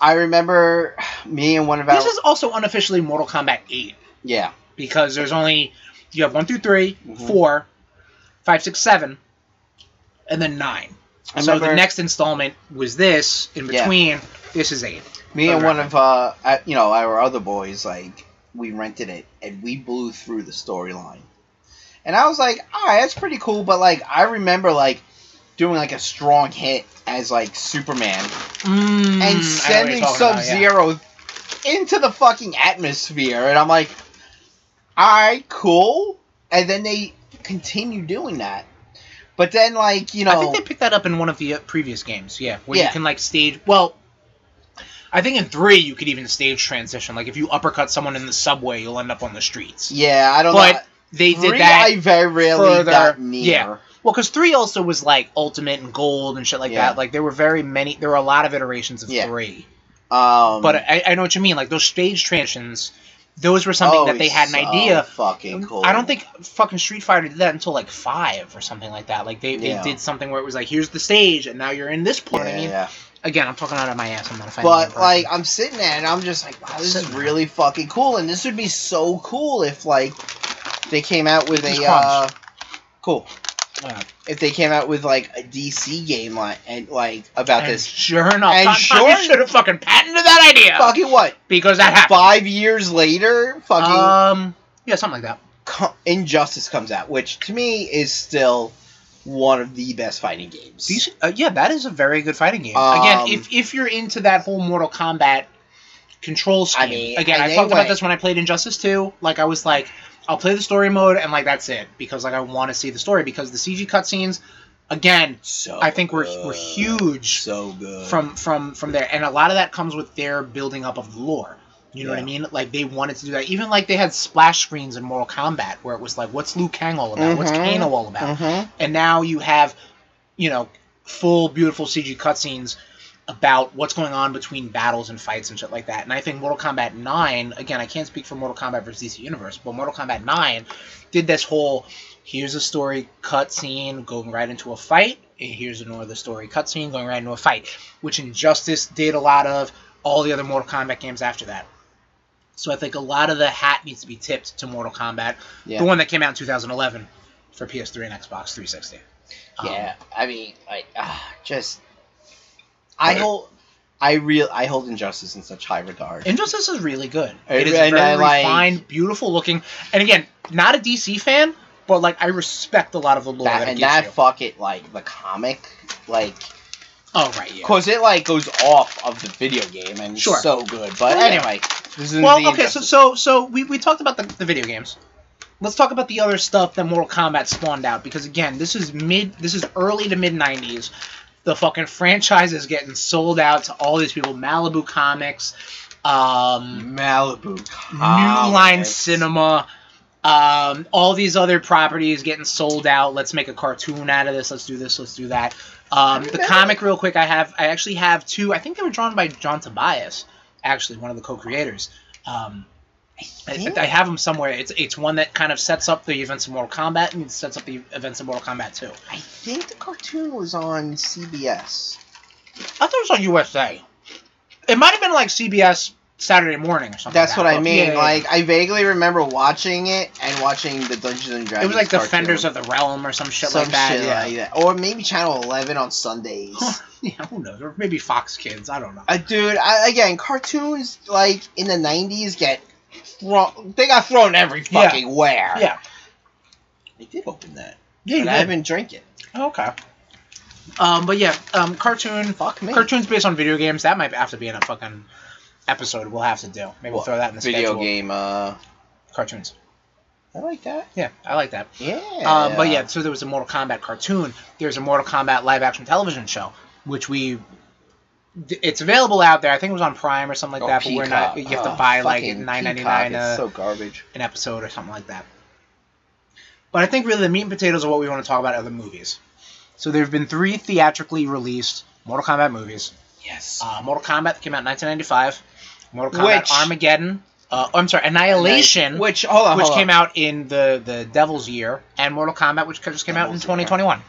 [SPEAKER 2] I remember me and one of our
[SPEAKER 1] This is also unofficially Mortal Kombat 8
[SPEAKER 2] yeah
[SPEAKER 1] because there's only you have one through three,
[SPEAKER 2] Mhm.
[SPEAKER 1] four, five, six, seven, and then nine.
[SPEAKER 2] I
[SPEAKER 1] so the
[SPEAKER 2] remember-
[SPEAKER 1] next installment was this. In
[SPEAKER 2] Yeah.
[SPEAKER 1] between, this is eight.
[SPEAKER 2] me and
[SPEAKER 1] Okay.
[SPEAKER 2] one of uh I, you know our other boys like we rented it and we blew through the storyline and i was like all right that's pretty cool but like i remember like doing like a strong hit as like superman
[SPEAKER 1] Mm, I know what
[SPEAKER 2] and
[SPEAKER 1] you're
[SPEAKER 2] sending
[SPEAKER 1] talking about, yeah.
[SPEAKER 2] sub zero into the fucking atmosphere and i'm like all right cool and then they continue doing that but then like you know
[SPEAKER 1] I think they picked that up in one of the uh, previous games. Yeah, where you
[SPEAKER 2] Yeah.
[SPEAKER 1] can like stage. Well, I think in three you could even stage transition. Like if you uppercut someone in the subway, you'll end up on the streets.
[SPEAKER 2] yeah i don't
[SPEAKER 1] But
[SPEAKER 2] know uh,
[SPEAKER 1] they did
[SPEAKER 2] Three,
[SPEAKER 1] that.
[SPEAKER 2] i very rarely
[SPEAKER 1] further-
[SPEAKER 2] got near
[SPEAKER 1] yeah. Well, because three also was like ultimate and gold and shit like
[SPEAKER 2] Yeah.
[SPEAKER 1] that. Like there were very many. There were a lot of iterations of
[SPEAKER 2] Yeah.
[SPEAKER 1] three.
[SPEAKER 2] Um,
[SPEAKER 1] But I, I know what you mean. Like those stage transitions, those were something
[SPEAKER 2] oh,
[SPEAKER 1] that they had an
[SPEAKER 2] so
[SPEAKER 1] idea. Um,
[SPEAKER 2] Fucking cool.
[SPEAKER 1] I don't think fucking Street Fighter did that until like five or something like that. Like they,
[SPEAKER 2] Yeah.
[SPEAKER 1] they did something where it was like, here's the stage, and now you're in this
[SPEAKER 2] Yeah,
[SPEAKER 1] part. I mean,
[SPEAKER 2] yeah.
[SPEAKER 1] Again, I'm talking out of my ass. I'm not a fan.
[SPEAKER 2] But like, I'm sitting there and I'm just like, wow, this is
[SPEAKER 1] Sitting there.
[SPEAKER 2] really fucking cool, and this would be so cool if like they came out with
[SPEAKER 1] Just
[SPEAKER 2] a uh,
[SPEAKER 1] crumbs.
[SPEAKER 2] cool.
[SPEAKER 1] Uh,
[SPEAKER 2] If they came out with like a DC game like and like about
[SPEAKER 1] and
[SPEAKER 2] this
[SPEAKER 1] sure enough,
[SPEAKER 2] and
[SPEAKER 1] and
[SPEAKER 2] sure-
[SPEAKER 1] sure should have fucking patented that idea
[SPEAKER 2] fucking what
[SPEAKER 1] because that happened.
[SPEAKER 2] five years later, fucking
[SPEAKER 1] Um, yeah, something like that.
[SPEAKER 2] co- Injustice comes out, which to me is still one of the best fighting games.
[SPEAKER 1] These, uh, yeah, that is a very good fighting game.
[SPEAKER 2] Um,
[SPEAKER 1] again, if if you're into that whole Mortal Kombat control scheme,
[SPEAKER 2] I mean,
[SPEAKER 1] again,
[SPEAKER 2] and
[SPEAKER 1] I
[SPEAKER 2] they
[SPEAKER 1] talked about
[SPEAKER 2] went-
[SPEAKER 1] this when I played Injustice 2. Like, I was like, I'll play the story mode and like that's it because like I want to see the story because the CG cutscenes, again,
[SPEAKER 2] so
[SPEAKER 1] I think were were
[SPEAKER 2] good.
[SPEAKER 1] huge.
[SPEAKER 2] So good.
[SPEAKER 1] from from from there and a lot of that comes with their building up of the lore you know what i
[SPEAKER 2] Yeah.
[SPEAKER 1] mean like they wanted to do that even like they had splash screens in mortal kombat where it was like what's liu kang all about what's
[SPEAKER 2] Mhm.
[SPEAKER 1] kano all about
[SPEAKER 2] Mhm.
[SPEAKER 1] and now you have you know full beautiful cg cutscenes about what's going on between battles and fights and shit like that and i think mortal kombat 9 again i can't speak for mortal kombat versus dc universe but mortal kombat 9 did this whole here's a story cutscene going right into a fight and here's another story cutscene going right into a fight which injustice did a lot of all the other mortal kombat games after that so i think a lot of the hat needs to be tipped to mortal kombat
[SPEAKER 2] Yeah.
[SPEAKER 1] the one that came out in 2011 for PS3 and Xbox 360. Um,
[SPEAKER 2] Yeah, I mean, I uh, just I hold I real I hold injustice in such high regard.
[SPEAKER 1] Injustice is really good.
[SPEAKER 2] I-
[SPEAKER 1] It is
[SPEAKER 2] and I
[SPEAKER 1] very
[SPEAKER 2] like-
[SPEAKER 1] refined, beautiful looking. And again, not a DC fan, but like I respect a lot of the lore that,
[SPEAKER 2] that,
[SPEAKER 1] it
[SPEAKER 2] and
[SPEAKER 1] gives
[SPEAKER 2] that
[SPEAKER 1] you.
[SPEAKER 2] fuck it, like the comic, like
[SPEAKER 1] oh right, yeah.
[SPEAKER 2] because it like goes off of the video game and it's
[SPEAKER 1] Sure.
[SPEAKER 2] so good. But
[SPEAKER 1] Oh, yeah.
[SPEAKER 2] anyway, this is
[SPEAKER 1] Well,
[SPEAKER 2] the
[SPEAKER 1] okay, so
[SPEAKER 2] Injustice.
[SPEAKER 1] so so we, we talked about the, the video games. Let's talk about the other stuff that Mortal Kombat spawned out because again, this is mid this is early to mid 90s. The fucking franchise is getting sold out to all these people, Malibu Comics, um
[SPEAKER 2] Malibu
[SPEAKER 1] New Line
[SPEAKER 2] Comics.
[SPEAKER 1] Cinema, um, all these other properties getting sold out. Let's make a cartoon out of this. Let's do this. Let's do that. Um, the comic, real quick, I have. I actually have two. I think they were drawn by John Tobias, actually one of the co-creators. Um, I,
[SPEAKER 2] think-
[SPEAKER 1] I have them somewhere. It's it's one that kind of sets up the events of Mortal Kombat and sets up the events of Mortal Kombat too.
[SPEAKER 2] I think the cartoon was on CBS.
[SPEAKER 1] I thought it was on USA. It might have been like CBS Saturday morning or something.
[SPEAKER 2] That's
[SPEAKER 1] like
[SPEAKER 2] what
[SPEAKER 1] that.
[SPEAKER 2] I mean.
[SPEAKER 1] Yeah, yeah, yeah.
[SPEAKER 2] Like I vaguely remember watching it and watching the Dungeons and Dragons.
[SPEAKER 1] it was like the
[SPEAKER 2] cartoon.
[SPEAKER 1] Fenders of the Realm or some shit
[SPEAKER 2] Some
[SPEAKER 1] like that.
[SPEAKER 2] shit
[SPEAKER 1] yeah.
[SPEAKER 2] like that. Or maybe Channel Eleven on Sundays.
[SPEAKER 1] yeah, who knows? Or maybe Fox Kids. I don't know.
[SPEAKER 2] Uh, dude, I, again, cartoons like in the '90s get thrown. They got thrown every
[SPEAKER 1] Yeah.
[SPEAKER 2] fucking where.
[SPEAKER 1] Yeah.
[SPEAKER 2] I did open that,
[SPEAKER 1] Yeah, you
[SPEAKER 2] but I
[SPEAKER 1] did.
[SPEAKER 2] haven't drinking.
[SPEAKER 1] uh, Okay. Um, but yeah, um, cartoon.
[SPEAKER 2] Fuck me.
[SPEAKER 1] Cartoons based on video games. That might have to be in a fucking episode. We'll have to do. Maybe we'll
[SPEAKER 2] What?
[SPEAKER 1] throw that in the
[SPEAKER 2] Video
[SPEAKER 1] schedule.
[SPEAKER 2] game. Uh,
[SPEAKER 1] Cartoons.
[SPEAKER 2] I like that.
[SPEAKER 1] Yeah, I like that.
[SPEAKER 2] Yeah.
[SPEAKER 1] Um, but yeah, so there was a Mortal Kombat cartoon. There's a Mortal Kombat live action television show, which we. th- It's available out there. I think it was on Prime or something like
[SPEAKER 2] Oh,
[SPEAKER 1] that. But we're not. You
[SPEAKER 2] Peacock.
[SPEAKER 1] have to
[SPEAKER 2] Oh,
[SPEAKER 1] buy like
[SPEAKER 2] fucking
[SPEAKER 1] nine ninety
[SPEAKER 2] Peacock,
[SPEAKER 1] nine
[SPEAKER 2] It's
[SPEAKER 1] uh,
[SPEAKER 2] so garbage.
[SPEAKER 1] an episode or something like that. But I think really the meat and potatoes of what we want to talk about are the movies. So there have been three theatrically released Mortal Kombat movies.
[SPEAKER 2] Yes.
[SPEAKER 1] Uh, Mortal Kombat that came out in 1995. Mortal Kombat
[SPEAKER 2] Which-
[SPEAKER 1] Armageddon. Uh, I'm sorry, Annihilation, which,
[SPEAKER 2] Which hold on, hold
[SPEAKER 1] came
[SPEAKER 2] on.
[SPEAKER 1] out in the, the Devil's Year, and Mortal Kombat, which just came out in
[SPEAKER 2] Devil's Year.
[SPEAKER 1] 2021.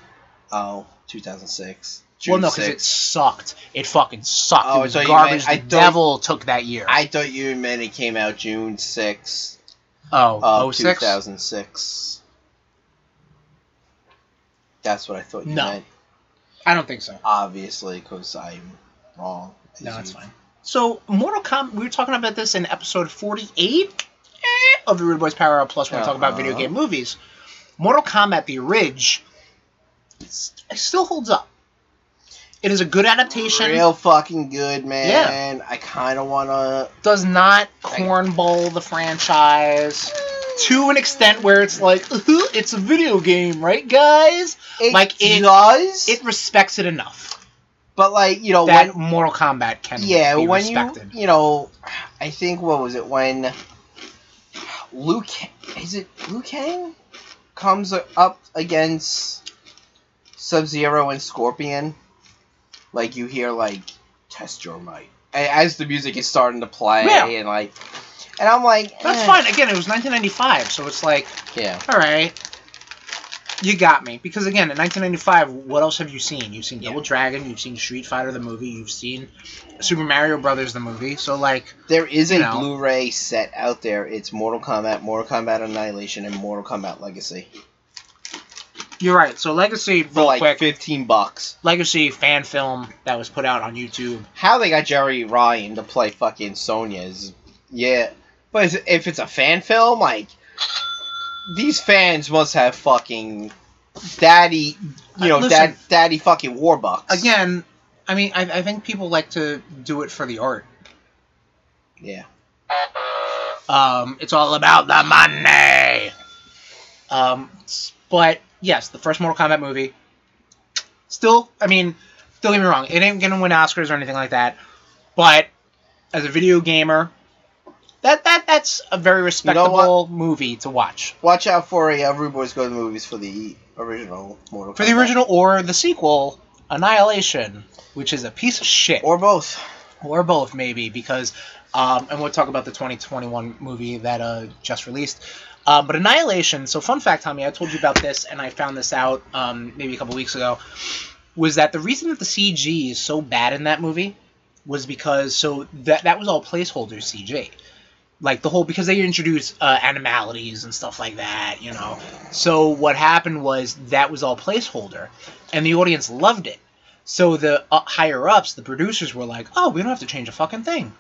[SPEAKER 2] Oh, 2006.
[SPEAKER 1] well,
[SPEAKER 2] June
[SPEAKER 1] no, because
[SPEAKER 2] 6th.
[SPEAKER 1] it sucked. It fucking sucked.
[SPEAKER 2] Oh,
[SPEAKER 1] it was
[SPEAKER 2] so you
[SPEAKER 1] garbage.
[SPEAKER 2] meant- I
[SPEAKER 1] the
[SPEAKER 2] thought-
[SPEAKER 1] devil took that year.
[SPEAKER 2] I thought you meant it came out June 6th
[SPEAKER 1] oh,
[SPEAKER 2] of
[SPEAKER 1] 06?
[SPEAKER 2] 2006. That's what I thought you
[SPEAKER 1] No.
[SPEAKER 2] meant.
[SPEAKER 1] I don't think so.
[SPEAKER 2] Obviously, because I'm wrong.
[SPEAKER 1] No,
[SPEAKER 2] As
[SPEAKER 1] that's
[SPEAKER 2] you-
[SPEAKER 1] fine. So, Mortal Kombat, we were talking about this in episode 48 eh, of the Rude Boys Power Hour Plus when we talk about video
[SPEAKER 2] Uh-huh.
[SPEAKER 1] game movies. Mortal Kombat The Ridge it's- it still holds up. It is a good adaptation.
[SPEAKER 2] Real fucking good, man. I kind of want to.
[SPEAKER 1] Does not cornball the franchise to an extent where it's like, "Ooh, it's a video game, right, guys? Like, it-
[SPEAKER 2] does,
[SPEAKER 1] It respects it enough
[SPEAKER 2] but like you know
[SPEAKER 1] that
[SPEAKER 2] when
[SPEAKER 1] Mortal Kombat can
[SPEAKER 2] yeah
[SPEAKER 1] be
[SPEAKER 2] when
[SPEAKER 1] respected.
[SPEAKER 2] you you know I think what was it when Luke is it Liu Kang comes up against Sub Zero and Scorpion, like you hear like test your might A- as the music is starting to play
[SPEAKER 1] Yeah.
[SPEAKER 2] and like and I'm like
[SPEAKER 1] That's
[SPEAKER 2] eh,
[SPEAKER 1] fine. Again, it was 1995, so it's like,
[SPEAKER 2] yeah
[SPEAKER 1] all right, you got me. Because again, in 1995, what else have you seen? You've seen Double Dragon, you've seen Street Fighter the movie, you've seen Super Mario Brothers the movie. So like,
[SPEAKER 2] there is a
[SPEAKER 1] You know.
[SPEAKER 2] Blu-ray set out there it's Mortal Kombat Mortal Kombat Annihilation and Mortal Kombat Legacy
[SPEAKER 1] you're right. So Legacy,
[SPEAKER 2] for
[SPEAKER 1] real
[SPEAKER 2] like
[SPEAKER 1] quick,
[SPEAKER 2] fifteen bucks.
[SPEAKER 1] Legacy fan film that was put out on YouTube.
[SPEAKER 2] How they got Jerry Ryan to play fucking Sonya is yeah, but is- if it's a fan film, like these fans must have fucking daddy, you know,
[SPEAKER 1] Uh, Listen.
[SPEAKER 2] dad, daddy fucking Warbucks
[SPEAKER 1] Again, I mean, I, I think people like to do it for the art.
[SPEAKER 2] Yeah,
[SPEAKER 1] Um, it's all about the money. Um, s- but yes, the first Mortal Kombat movie. Still, I mean, don't get me wrong, it ain't gonna win Oscars or anything like that. But as a video gamer, that that that's a very respectable movie to watch
[SPEAKER 2] watch out for a uh, Rude Boys Go to the Movies for the original Mortal
[SPEAKER 1] for the
[SPEAKER 2] Kombat.
[SPEAKER 1] original or the sequel, Annihilation, which is a piece of shit.
[SPEAKER 2] or both.
[SPEAKER 1] or both maybe because um, and we'll talk about the 2021 movie that uh, just released um, but annihilation so fun fact tommy i told you about this and i found this out um, maybe a couple weeks ago was that the reason that the cg is so bad in that movie was because so that that was all placeholder cg like the whole because they introduced uh, animalities and stuff like that you know so what happened was that was all placeholder and the audience loved it so the uh, higher ups, the producers were like, "Oh, we don't have to change a fucking thing.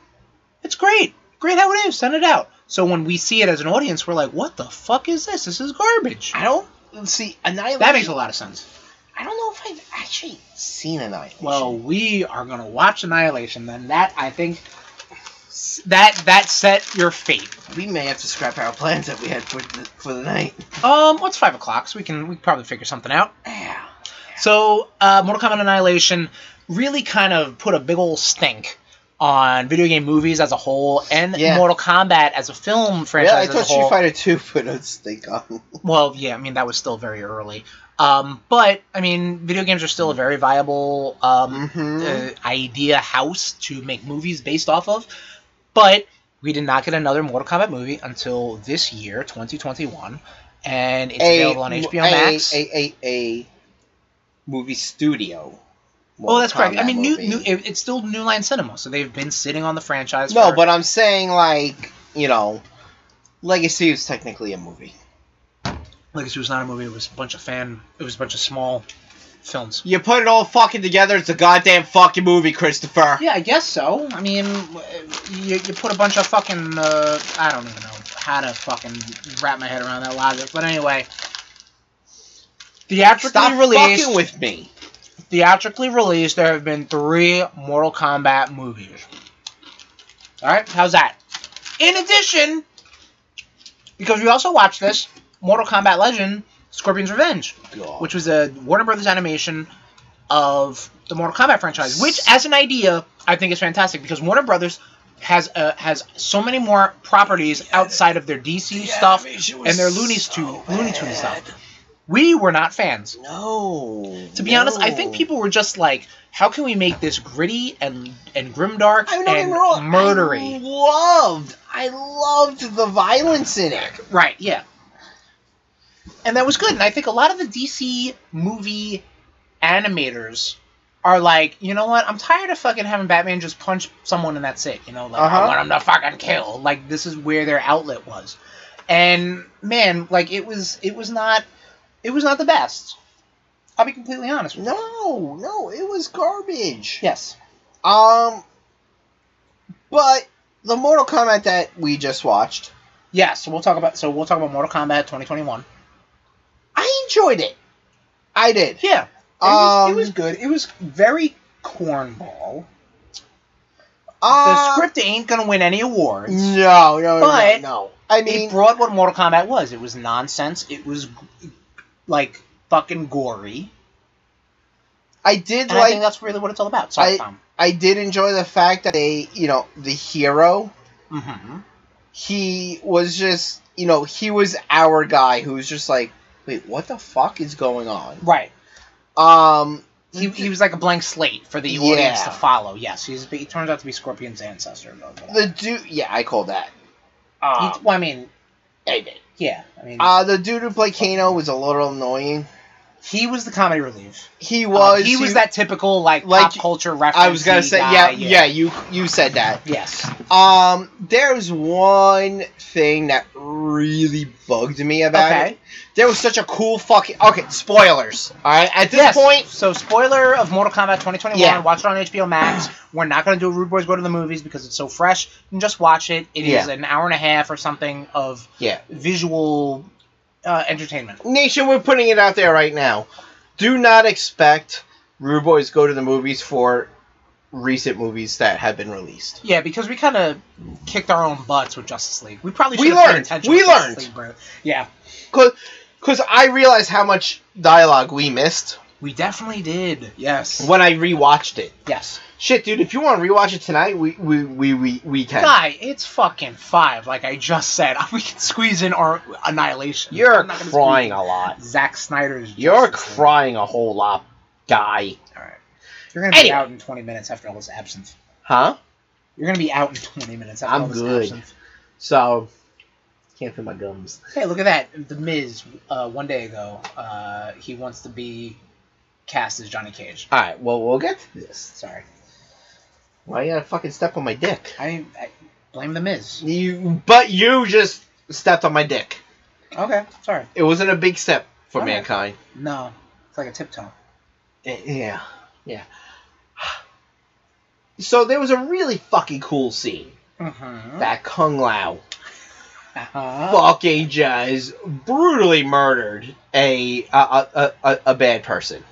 [SPEAKER 1] It's great, great how it is. Send it out." So when we see it as an audience, we're like, "What the fuck is this? This is garbage."
[SPEAKER 2] I don't see Annihilation.
[SPEAKER 1] That makes a lot of sense.
[SPEAKER 2] I don't know if I've actually seen Annihilation.
[SPEAKER 1] Well, we are gonna watch Annihilation. Then that I think s- that that set your fate.
[SPEAKER 2] we may have to scrap our plans that we had for the, for the night.
[SPEAKER 1] Um, what's five o'clock? So we can we can probably figure something out.
[SPEAKER 2] Yeah.
[SPEAKER 1] So, uh, Mortal Kombat Annihilation really kind of put a big old stink on video game movies as a whole and
[SPEAKER 2] Yeah.
[SPEAKER 1] Mortal Kombat as a film franchise
[SPEAKER 2] Yeah, I
[SPEAKER 1] as a
[SPEAKER 2] thought
[SPEAKER 1] whole.
[SPEAKER 2] Street Fighter 2 put um, a stink on.
[SPEAKER 1] Well, yeah, I mean that was still very early. Um, but I mean, video games are still a very viable um,
[SPEAKER 2] Mhm.
[SPEAKER 1] uh, idea house to make movies based off of. But we did not get another Mortal Kombat movie until this year, 2021, and it's available on HBO
[SPEAKER 2] a,
[SPEAKER 1] Max.
[SPEAKER 2] A, a, a movie studio
[SPEAKER 1] Well, that's correct. I
[SPEAKER 2] Kombat
[SPEAKER 1] mean, new,
[SPEAKER 2] movie.
[SPEAKER 1] new it, it's still New Line Cinema, so they've been sitting on the franchise.
[SPEAKER 2] no,
[SPEAKER 1] for-
[SPEAKER 2] but I'm saying like you know, Legacy is technically a movie.
[SPEAKER 1] Legacy was not a movie. It was a bunch of fan. It was a bunch of small films.
[SPEAKER 2] You put it all fucking together, it's a goddamn fucking movie, Christopher.
[SPEAKER 1] Yeah, I guess so. I mean, you, you put a bunch of fucking. Uh, I don't even know how to fucking wrap my head around that logic. But anyway, theatrically
[SPEAKER 2] Stop
[SPEAKER 1] released.
[SPEAKER 2] fucking with me.
[SPEAKER 1] theatrically released, there have been three Mortal Kombat movies. All right, how's that? In addition, because we also watched this Mortal Kombat Legend: Scorpion's Revenge, which was a Warner Brothers animation of the Mortal Kombat franchise, which, as an idea, I think is fantastic because Warner Brothers has uh, has so many more properties outside of their DC stuff and their Looney Tunes Looney Tunes stuff. We were not fans.
[SPEAKER 2] No.
[SPEAKER 1] To be honest, I think
[SPEAKER 2] no.
[SPEAKER 1] people were just like, "How can we make this gritty and and grimdark
[SPEAKER 2] I mean, don't get
[SPEAKER 1] and
[SPEAKER 2] me wrong. I
[SPEAKER 1] murdery?"
[SPEAKER 2] loved. I loved the violence in it.
[SPEAKER 1] Right? Yeah. And that was good. And I think a lot of the DC movie animators are like, you know what? I'm tired of fucking having Batman just punch someone and that's it. You know, like
[SPEAKER 2] Uh-huh.
[SPEAKER 1] I want him to fucking kill. Like this is where their outlet was. And man, like it was, it was not, it was not the best. I'll be completely honest. With you.
[SPEAKER 2] No, no, it was garbage.
[SPEAKER 1] Yes.
[SPEAKER 2] Um, but the Mortal Kombat that we just watched,
[SPEAKER 1] Yeah, so we'll talk about so we'll talk about Mortal Kombat 2021.
[SPEAKER 2] I enjoyed it. I did.
[SPEAKER 1] Yeah, it, was, it
[SPEAKER 2] Um,
[SPEAKER 1] was good. It was very cornball. the
[SPEAKER 2] Uh,
[SPEAKER 1] script ain't gonna win any awards.
[SPEAKER 2] Um, No, no,
[SPEAKER 1] But-
[SPEAKER 2] no, no. I mean,
[SPEAKER 1] it brought what Mortal Kombat was. It was nonsense. It was g- like fucking gory,
[SPEAKER 2] I did
[SPEAKER 1] and I think
[SPEAKER 2] like.
[SPEAKER 1] that's really what it's all about. Sorry,
[SPEAKER 2] I-
[SPEAKER 1] Tom.
[SPEAKER 2] I did enjoy the fact that they, you know, the hero.
[SPEAKER 1] hmm
[SPEAKER 2] He was just, you know, he was our guy who was just like, wait, what the fuck is going on?
[SPEAKER 1] Right.
[SPEAKER 2] Um,
[SPEAKER 1] He, he was like a blank slate for the audience
[SPEAKER 2] Yeah.
[SPEAKER 1] to follow. Yes, he's, he turns out to be Scorpion's ancestor. or whatever.
[SPEAKER 2] the dude, yeah, I call that. Um,
[SPEAKER 1] He- well, I mean,
[SPEAKER 2] I did.
[SPEAKER 1] yeah, I mean,
[SPEAKER 2] Uh, the dude who played Kano was a little annoying.
[SPEAKER 1] he was the comedy relief.
[SPEAKER 2] He was.
[SPEAKER 1] Um, he was that typical like,
[SPEAKER 2] like,
[SPEAKER 1] pop culture reference.
[SPEAKER 2] I was gonna say, yeah, yeah, You you said that.
[SPEAKER 1] Yes.
[SPEAKER 2] Um, there's one thing that really bugged me about
[SPEAKER 1] Okay.
[SPEAKER 2] it. There was such a cool fucking. Okay, spoilers. All right. At this point,
[SPEAKER 1] So spoiler of Mortal Kombat 2021.
[SPEAKER 2] Yeah.
[SPEAKER 1] Watch it on HBO Max. We're not gonna do a Rude Boys Go to the Movies because it's so fresh. You can just watch it. It is
[SPEAKER 2] Yeah.
[SPEAKER 1] an hour and a half or something of
[SPEAKER 2] yeah,
[SPEAKER 1] visual uh, entertainment.
[SPEAKER 2] nation, we're putting it out there right now. Do not expect Rude Boys go to the movies for recent movies that have been released.
[SPEAKER 1] Yeah, because we kind of kicked our own butts with Justice League. We probably
[SPEAKER 2] We
[SPEAKER 1] should have paid
[SPEAKER 2] learned.
[SPEAKER 1] attention.
[SPEAKER 2] We
[SPEAKER 1] with Justice
[SPEAKER 2] learned.
[SPEAKER 1] League, bro. yeah,
[SPEAKER 2] Cause, 'cause I realized how much dialogue we missed
[SPEAKER 1] we definitely did. Yes.
[SPEAKER 2] when I rewatched it.
[SPEAKER 1] Yes.
[SPEAKER 2] Shit, dude, if you want to rewatch it tonight, we we we we, we can.
[SPEAKER 1] Guy, it's fucking five. Like I just said, [LAUGHS] we can squeeze in our annihilation.
[SPEAKER 2] You're
[SPEAKER 1] I'm not gonna
[SPEAKER 2] crying
[SPEAKER 1] squeeze
[SPEAKER 2] a lot.
[SPEAKER 1] Zack Snyder's.
[SPEAKER 2] You're
[SPEAKER 1] Justice League.
[SPEAKER 2] crying a whole lot, guy.
[SPEAKER 1] All right. You're gonna be
[SPEAKER 2] Anyway.
[SPEAKER 1] out in 20 minutes after all this absinthe.
[SPEAKER 2] Huh?
[SPEAKER 1] You're gonna be out in 20 minutes after
[SPEAKER 2] I'm
[SPEAKER 1] all this
[SPEAKER 2] good.
[SPEAKER 1] absinthe.
[SPEAKER 2] So can't feel my gums.
[SPEAKER 1] Hey, look at that. The Miz, uh, one day ago, uh, he wants to be cast as Johnny Cage.
[SPEAKER 2] All right, well we'll get to this.
[SPEAKER 1] Sorry.
[SPEAKER 2] Why you gotta fucking step on my dick?
[SPEAKER 1] I, I blame the Miz.
[SPEAKER 2] You, but you just stepped on my dick.
[SPEAKER 1] Okay, sorry.
[SPEAKER 2] It wasn't a big step for
[SPEAKER 1] Okay.
[SPEAKER 2] mankind.
[SPEAKER 1] No, it's like a tiptoe.
[SPEAKER 2] Eh, Yeah, yeah. So there was a really fucking cool scene.
[SPEAKER 1] Mm-hmm.
[SPEAKER 2] That Kung Lao
[SPEAKER 1] Uh-huh.
[SPEAKER 2] fucking just brutally murdered a a, a, a a bad person.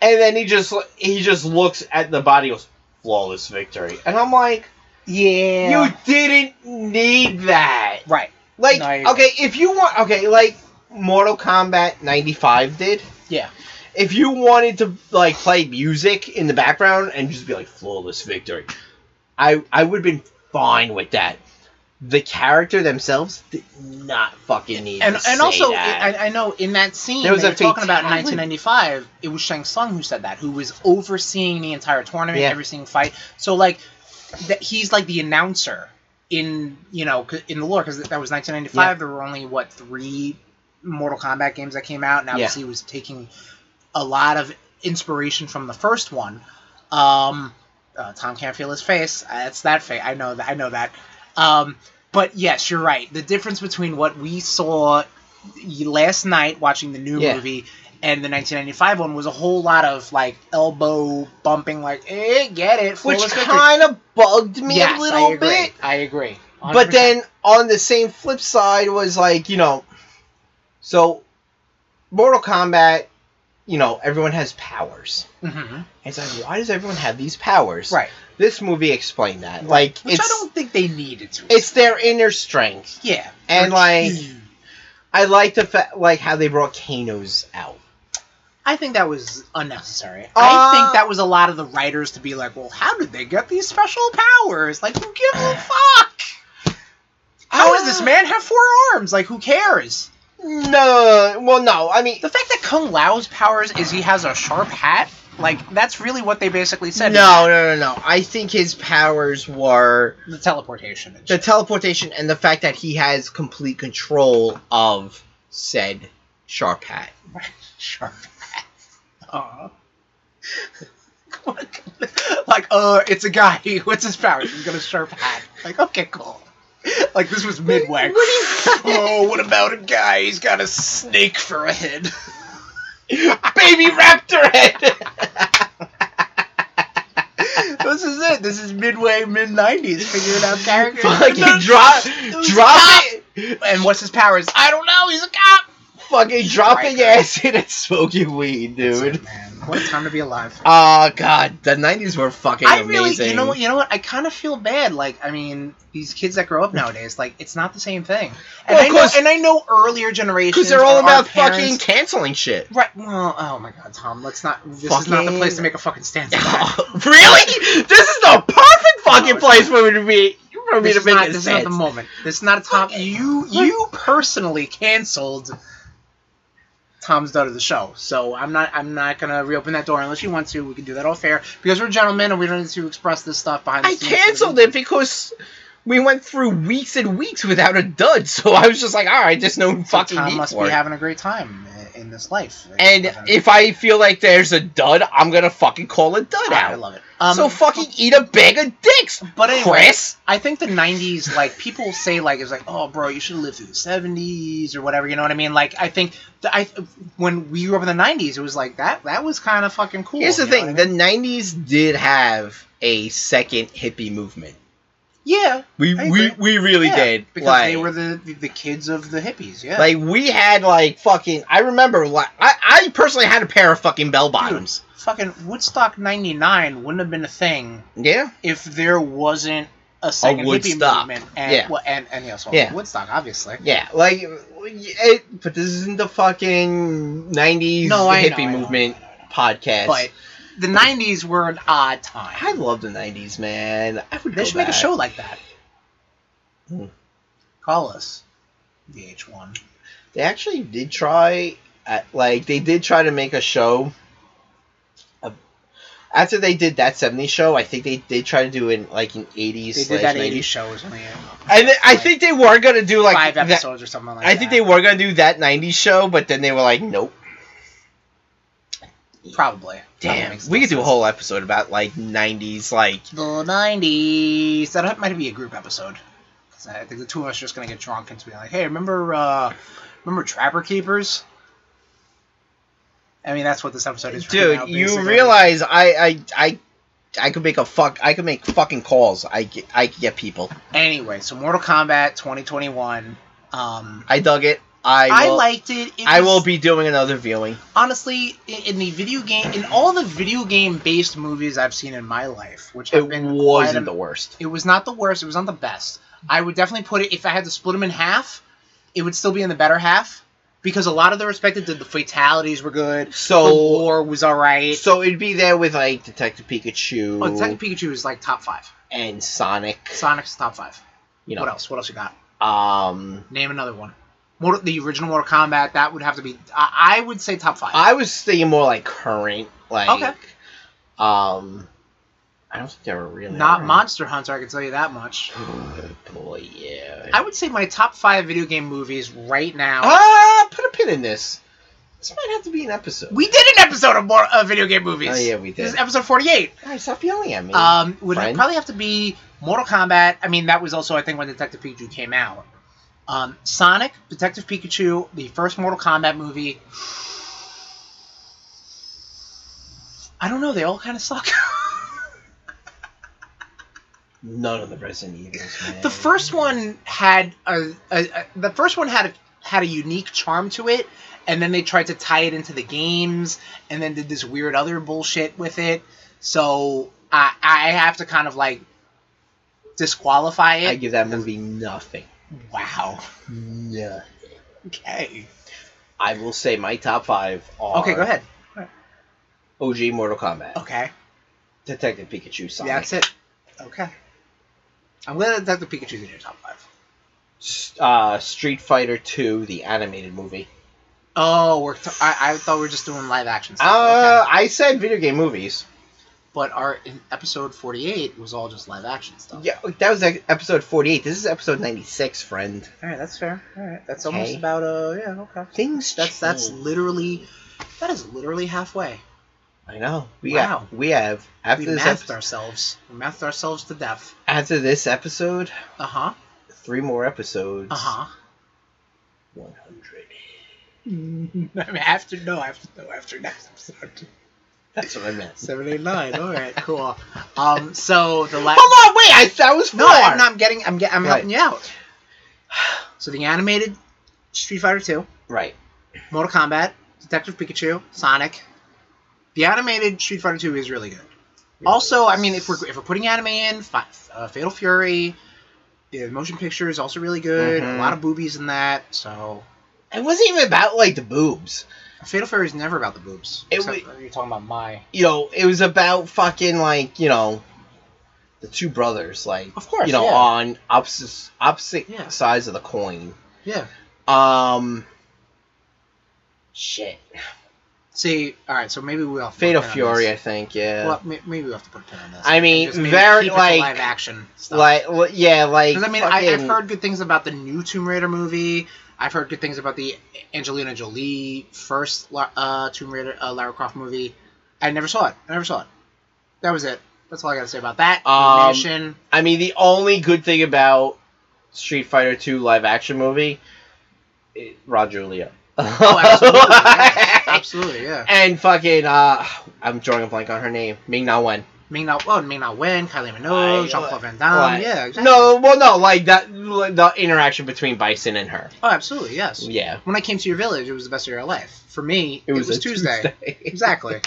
[SPEAKER 2] And then he just he just looks at the body and goes flawless victory. And I'm like,
[SPEAKER 1] Yeah.
[SPEAKER 2] you didn't need that.
[SPEAKER 1] Right.
[SPEAKER 2] Like
[SPEAKER 1] No, you're
[SPEAKER 2] okay, if you want okay, like Mortal Kombat 95 did.
[SPEAKER 1] Yeah.
[SPEAKER 2] If you wanted to like play music in the background and just be like flawless victory, I I would have been fine with that. The character themselves did not fucking need
[SPEAKER 1] And,
[SPEAKER 2] to
[SPEAKER 1] and
[SPEAKER 2] say
[SPEAKER 1] also,
[SPEAKER 2] that.
[SPEAKER 1] I, I know in that scene
[SPEAKER 2] There was
[SPEAKER 1] that
[SPEAKER 2] a
[SPEAKER 1] you're talking about in
[SPEAKER 2] fatality.
[SPEAKER 1] 1995, it was Shang Tsung who said that, who was overseeing the entire tournament,
[SPEAKER 2] Yeah.
[SPEAKER 1] every single fight. So like, that he's like the announcer in you know c- in the lore because that was 1995. There were only what three Mortal Kombat games that came out, and obviously it was taking a lot of inspiration from the first one. Um, uh, Tom can't feel his face. That's that face. I know that. I know that. Um, but yes, you're right. The difference between what we saw y- last night watching the new
[SPEAKER 2] Yeah.
[SPEAKER 1] movie and the 1995 one was a whole lot of like elbow bumping, like eh, get it,
[SPEAKER 2] which
[SPEAKER 1] flawless victory."
[SPEAKER 2] kind of bugged me
[SPEAKER 1] Yes,
[SPEAKER 2] a little
[SPEAKER 1] I agree.
[SPEAKER 2] bit.
[SPEAKER 1] I agree. 100%.
[SPEAKER 2] But then on the same flip side was like, you know, so Mortal Kombat, you know, everyone has powers.
[SPEAKER 1] Mhm.
[SPEAKER 2] It's like, why does everyone have these powers?
[SPEAKER 1] right,
[SPEAKER 2] This movie explained that. Like,
[SPEAKER 1] which I
[SPEAKER 2] it's
[SPEAKER 1] don't think they needed to.
[SPEAKER 2] it's their inner strength,
[SPEAKER 1] yeah,
[SPEAKER 2] and like,
[SPEAKER 1] Mm.
[SPEAKER 2] I like the fa- like how they brought Kano's out.
[SPEAKER 1] I think that was unnecessary. I
[SPEAKER 2] Uh,
[SPEAKER 1] think that was a lot of the writers to be like, well, how did they get these special powers? Like, who gives a fuck? How does
[SPEAKER 2] Uh, Ah,
[SPEAKER 1] this man have four arms? Like, who cares?
[SPEAKER 2] No, well, no. I mean,
[SPEAKER 1] The fact that Kung Lao's powers is he has a sharp hat, like, that's really what they basically
[SPEAKER 2] no,
[SPEAKER 1] said.
[SPEAKER 2] no, no, no. I think his powers were
[SPEAKER 1] The teleportation. and
[SPEAKER 2] the
[SPEAKER 1] shit.
[SPEAKER 2] teleportation and the fact that he has complete control of said sharp hat. [LAUGHS]
[SPEAKER 1] sharp hat. [LAUGHS] Aw. like, uh, it's a guy. What's his powers? He's got a sharp hat. Like, okay, cool. Like, this was midway. [LAUGHS] oh, what about a guy? He's got a snake for a head. [LAUGHS]
[SPEAKER 2] Baby raptor head.
[SPEAKER 1] this is it. This is midway, mid 90s, figuring out characters.
[SPEAKER 2] fucking drop,
[SPEAKER 1] Those
[SPEAKER 2] drop
[SPEAKER 1] cops.
[SPEAKER 2] it,
[SPEAKER 1] And what's his powers? I don't know. He's a cop.
[SPEAKER 2] fucking dropping
[SPEAKER 1] Right.
[SPEAKER 2] acid and smoking weed, dude.
[SPEAKER 1] man. What a time to be alive.
[SPEAKER 2] Oh god, the nineties were fucking
[SPEAKER 1] I
[SPEAKER 2] amazing.
[SPEAKER 1] really, you know what, you know what? I kind of feel bad. Like, I mean, these kids that grow up nowadays, like, it's not the same thing. And
[SPEAKER 2] Well,
[SPEAKER 1] I
[SPEAKER 2] of
[SPEAKER 1] know,
[SPEAKER 2] course.
[SPEAKER 1] and I know earlier generations
[SPEAKER 2] Because they're all
[SPEAKER 1] or our
[SPEAKER 2] about fucking
[SPEAKER 1] parents- [LAUGHS]
[SPEAKER 2] canceling shit. [LAUGHS]
[SPEAKER 1] Right. Well, oh my God, Tom. Let's not. This is not the
[SPEAKER 2] Fucking-
[SPEAKER 1] place to make a fucking
[SPEAKER 2] [LAUGHS]
[SPEAKER 1] stance. on that.
[SPEAKER 2] really? This is the perfect fucking
[SPEAKER 1] No,
[SPEAKER 2] place for me to be. For me
[SPEAKER 1] This
[SPEAKER 2] to
[SPEAKER 1] is
[SPEAKER 2] make
[SPEAKER 1] not,
[SPEAKER 2] a
[SPEAKER 1] this is not
[SPEAKER 2] stance.
[SPEAKER 1] the moment. This is not a Tom. You you personally canceled Tom's Dud of the show, so I'm not I'm not gonna reopen that door unless you want to. We can do that all fair because we're gentlemen and we don't need to express this stuff behind. The
[SPEAKER 2] I
[SPEAKER 1] scenes.
[SPEAKER 2] canceled it because we went through weeks and weeks without a dud. So I was just like, all right, there's no
[SPEAKER 1] So
[SPEAKER 2] fucking
[SPEAKER 1] Tom
[SPEAKER 2] need
[SPEAKER 1] must
[SPEAKER 2] for
[SPEAKER 1] be
[SPEAKER 2] it.
[SPEAKER 1] having a great time i- in this life.
[SPEAKER 2] and if I feel like there's a dud, I'm gonna fucking call a dud
[SPEAKER 1] I,
[SPEAKER 2] out.
[SPEAKER 1] love it. Um,
[SPEAKER 2] so fucking eat a bag of dicks,
[SPEAKER 1] But anyway,
[SPEAKER 2] Chris.
[SPEAKER 1] I think the '90s, like people say, like it's like, oh, bro, you should have lived through the '70s or whatever. You know what I mean? Like, I think the, I when we grew up in the '90s, it was like that. That was kind of fucking cool.
[SPEAKER 2] Here's the
[SPEAKER 1] you know
[SPEAKER 2] thing:
[SPEAKER 1] what I
[SPEAKER 2] the
[SPEAKER 1] mean?
[SPEAKER 2] '90s did have a second hippie movement.
[SPEAKER 1] yeah,
[SPEAKER 2] We
[SPEAKER 1] I
[SPEAKER 2] we,
[SPEAKER 1] agree.
[SPEAKER 2] we really
[SPEAKER 1] yeah,
[SPEAKER 2] did
[SPEAKER 1] because
[SPEAKER 2] like,
[SPEAKER 1] they were the, the the kids of the hippies. Yeah,
[SPEAKER 2] Like we had like fucking. I remember like I, I personally had a pair of fucking bell
[SPEAKER 1] Hmm.
[SPEAKER 2] bottoms.
[SPEAKER 1] fucking Woodstock '99 wouldn't have been a thing
[SPEAKER 2] Yeah.
[SPEAKER 1] if there wasn't a second hippie
[SPEAKER 2] Woodstock.
[SPEAKER 1] movement. And,
[SPEAKER 2] Yeah.
[SPEAKER 1] well, and and yes, well,
[SPEAKER 2] Yeah.
[SPEAKER 1] Woodstock, obviously.
[SPEAKER 2] Yeah. Like, it, but this isn't the fucking '90s
[SPEAKER 1] No, I know,
[SPEAKER 2] hippie
[SPEAKER 1] I know,
[SPEAKER 2] movement
[SPEAKER 1] I know,
[SPEAKER 2] podcast.
[SPEAKER 1] But the '90s were an odd time.
[SPEAKER 2] I love the '90s, man. I would.
[SPEAKER 1] They
[SPEAKER 2] go
[SPEAKER 1] should make a
[SPEAKER 2] back.
[SPEAKER 1] show like that.
[SPEAKER 2] Hmm.
[SPEAKER 1] Call us. VH1.
[SPEAKER 2] They actually did try. At, like they did try to make a show. uh, After they did that '70s show, I think they did try to do an like an '80s.
[SPEAKER 1] They
[SPEAKER 2] slash
[SPEAKER 1] did that
[SPEAKER 2] 90s.
[SPEAKER 1] 80s show. It was only
[SPEAKER 2] And then- I
[SPEAKER 1] like,
[SPEAKER 2] think they were gonna do like
[SPEAKER 1] five
[SPEAKER 2] that-
[SPEAKER 1] episodes or something like that.
[SPEAKER 2] I think they were gonna do that '90s show, but then they were like, "Nope,
[SPEAKER 1] Probably. Probably
[SPEAKER 2] damn,
[SPEAKER 1] makes
[SPEAKER 2] we could do a
[SPEAKER 1] sense.
[SPEAKER 2] whole episode about like '90s, like
[SPEAKER 1] The 90s. That might be a group episode. 'Cause I think the two of us are just going to get drunk and be like, hey, remember, uh, remember Trapper Keepers? I mean, that's what this episode is. right
[SPEAKER 2] dude,
[SPEAKER 1] now,
[SPEAKER 2] you
[SPEAKER 1] basically.
[SPEAKER 2] realize I, I, I, I could make a fuck, I could make fucking calls, I, ge- I could get people.
[SPEAKER 1] Anyway, so Mortal Kombat 2021. Um,
[SPEAKER 2] I dug it. I,
[SPEAKER 1] I,
[SPEAKER 2] will,
[SPEAKER 1] liked it. it
[SPEAKER 2] I
[SPEAKER 1] was-
[SPEAKER 2] will be doing another viewing.
[SPEAKER 1] honestly, in, in the video game, in all the video game based movies I've seen in my life, which have
[SPEAKER 2] It
[SPEAKER 1] been quite
[SPEAKER 2] wasn't
[SPEAKER 1] a-
[SPEAKER 2] the worst.
[SPEAKER 1] it was not the worst. It was not the best. I would definitely put it if I had to split them in half, it would still be in the better half because a lot of the respected the fatalities were good. the
[SPEAKER 2] So,
[SPEAKER 1] lore was all right.
[SPEAKER 2] so it'd be there with like Detective Pikachu
[SPEAKER 1] Oh, Detective Pikachu is like top five.
[SPEAKER 2] and Sonic.
[SPEAKER 1] Sonic's top five.
[SPEAKER 2] You know,
[SPEAKER 1] What else? What else you got?
[SPEAKER 2] um,
[SPEAKER 1] Name another one. Mortal, the original Mortal Kombat that would have to be. I, I would say top five.
[SPEAKER 2] I was thinking more like current, like
[SPEAKER 1] Okay.
[SPEAKER 2] um, I don't think they were really
[SPEAKER 1] not
[SPEAKER 2] around.
[SPEAKER 1] Monster Hunter. I can tell you that much.
[SPEAKER 2] Boy, yeah.
[SPEAKER 1] I would say my top five video game movies right now.
[SPEAKER 2] ah, put a pin in this. This might have to be an episode.
[SPEAKER 1] We did an episode of more of video game movies.
[SPEAKER 2] Oh, yeah, we did.
[SPEAKER 1] This is episode forty-eight.
[SPEAKER 2] All right, stop yelling at me.
[SPEAKER 1] Um, would
[SPEAKER 2] Friend?
[SPEAKER 1] probably have to be Mortal Kombat. I mean, that was also I think when Detective Pikachu came out. Um, Sonic, Detective Pikachu, the first Mortal Kombat movie. I don't know. They all kind of suck. [LAUGHS]
[SPEAKER 2] None of the Resident Evils, man.
[SPEAKER 1] the first one had a, a, a the first one had a, had a unique charm to it, and then they tried to tie it into the games, and then did this weird other bullshit with it. So I I have to kind of like disqualify it.
[SPEAKER 2] I give that movie nothing.
[SPEAKER 1] Wow.
[SPEAKER 2] No.
[SPEAKER 1] Okay.
[SPEAKER 2] I will say my top five are.
[SPEAKER 1] Okay, go ahead.
[SPEAKER 2] OG Mortal Kombat,
[SPEAKER 1] Okay.
[SPEAKER 2] Detective Pikachu, Sonic.
[SPEAKER 1] That's it. Okay. I'm glad that Dr. Pikachu's in your top five.
[SPEAKER 2] S- Uh, Street Fighter Two, the animated movie.
[SPEAKER 1] Oh, we're t- I, I thought we were just doing live action stuff.
[SPEAKER 2] Uh,
[SPEAKER 1] okay.
[SPEAKER 2] I said video game movies.
[SPEAKER 1] But our in episode 48 was all just live action stuff.
[SPEAKER 2] Yeah, oh, that was like episode forty-eight. This is episode ninety-six, friend.
[SPEAKER 1] All right, that's fair. All right, that's
[SPEAKER 2] Okay.
[SPEAKER 1] almost about uh yeah okay.
[SPEAKER 2] Things
[SPEAKER 1] That's that's
[SPEAKER 2] change.
[SPEAKER 1] literally that is literally halfway.
[SPEAKER 2] I know. We
[SPEAKER 1] Wow.
[SPEAKER 2] have, we have after
[SPEAKER 1] We
[SPEAKER 2] this
[SPEAKER 1] mathed
[SPEAKER 2] epi-
[SPEAKER 1] ourselves. We mathed ourselves to death.
[SPEAKER 2] after this episode,
[SPEAKER 1] Uh huh.
[SPEAKER 2] three more episodes.
[SPEAKER 1] Uh huh.
[SPEAKER 2] One hundred.
[SPEAKER 1] [LAUGHS] I mean, after no after no after next episode.
[SPEAKER 2] That's what I meant.
[SPEAKER 1] Seven, eight, nine. All right, cool. Um, so the last.
[SPEAKER 2] Hold on, wait. I that was four.
[SPEAKER 1] No, I'm, not- I'm getting. I'm get, I'm
[SPEAKER 2] Right.
[SPEAKER 1] helping you out. So the animated Street Fighter Two,
[SPEAKER 2] Right.
[SPEAKER 1] Mortal Kombat, Detective Pikachu, Sonic. The animated Street Fighter Two is really good. Also, I mean, if we're if we're putting anime in, fi- uh, Fatal Fury, the motion picture is also really good.
[SPEAKER 2] Mhm.
[SPEAKER 1] A lot of boobies in that. So
[SPEAKER 2] it wasn't even about like the boobs.
[SPEAKER 1] Fatal Fury is never about the boobs.
[SPEAKER 2] It
[SPEAKER 1] except you're talking about my.
[SPEAKER 2] You know, it was about fucking like you know, the two brothers like
[SPEAKER 1] Of course,
[SPEAKER 2] you know
[SPEAKER 1] yeah.
[SPEAKER 2] on opposite opposite
[SPEAKER 1] Yeah.
[SPEAKER 2] sides of the coin.
[SPEAKER 1] Yeah.
[SPEAKER 2] Um. Shit.
[SPEAKER 1] See, all right. So maybe we'll have to
[SPEAKER 2] Fatal
[SPEAKER 1] work on
[SPEAKER 2] Fury,
[SPEAKER 1] this.
[SPEAKER 2] I think. Yeah.
[SPEAKER 1] Well, may- maybe we have to put a pin on this.
[SPEAKER 2] I mean,
[SPEAKER 1] Just maybe
[SPEAKER 2] very,
[SPEAKER 1] keep it to
[SPEAKER 2] like-
[SPEAKER 1] live action stuff.
[SPEAKER 2] like, well, yeah, like.
[SPEAKER 1] 'Cause I mean, I, I've
[SPEAKER 2] fucking-
[SPEAKER 1] heard good things about the new Tomb Raider movie. I've heard good things about the Angelina Jolie first La- uh, Tomb Raider uh, Lara Croft movie. I never saw it. I never saw it. That was it. That's all I gotta say about that.
[SPEAKER 2] Um, [LAUGHS]
[SPEAKER 1] Illumination.
[SPEAKER 2] I mean, the only good thing about Street Fighter Two live action movie, it, Roger Leo.
[SPEAKER 1] Oh, absolutely, yes. absolutely, yeah.
[SPEAKER 2] [LAUGHS] and fucking, uh, I'm drawing a blank on her name. Ming Na Wen.
[SPEAKER 1] Ming Na, well, Ming Na Wen, Kylie Minogue,
[SPEAKER 2] I-
[SPEAKER 1] Jean Claude Van Damme.
[SPEAKER 2] Like,
[SPEAKER 1] yeah, exactly.
[SPEAKER 2] No, well, no, like that, the interaction between Bison and her.
[SPEAKER 1] Oh, absolutely, yes.
[SPEAKER 2] Yeah.
[SPEAKER 1] When I came to your village, it was the best of your life. For me, it was,
[SPEAKER 2] a
[SPEAKER 1] Tuesday. [LAUGHS]
[SPEAKER 2] [LAUGHS]
[SPEAKER 1] Exactly.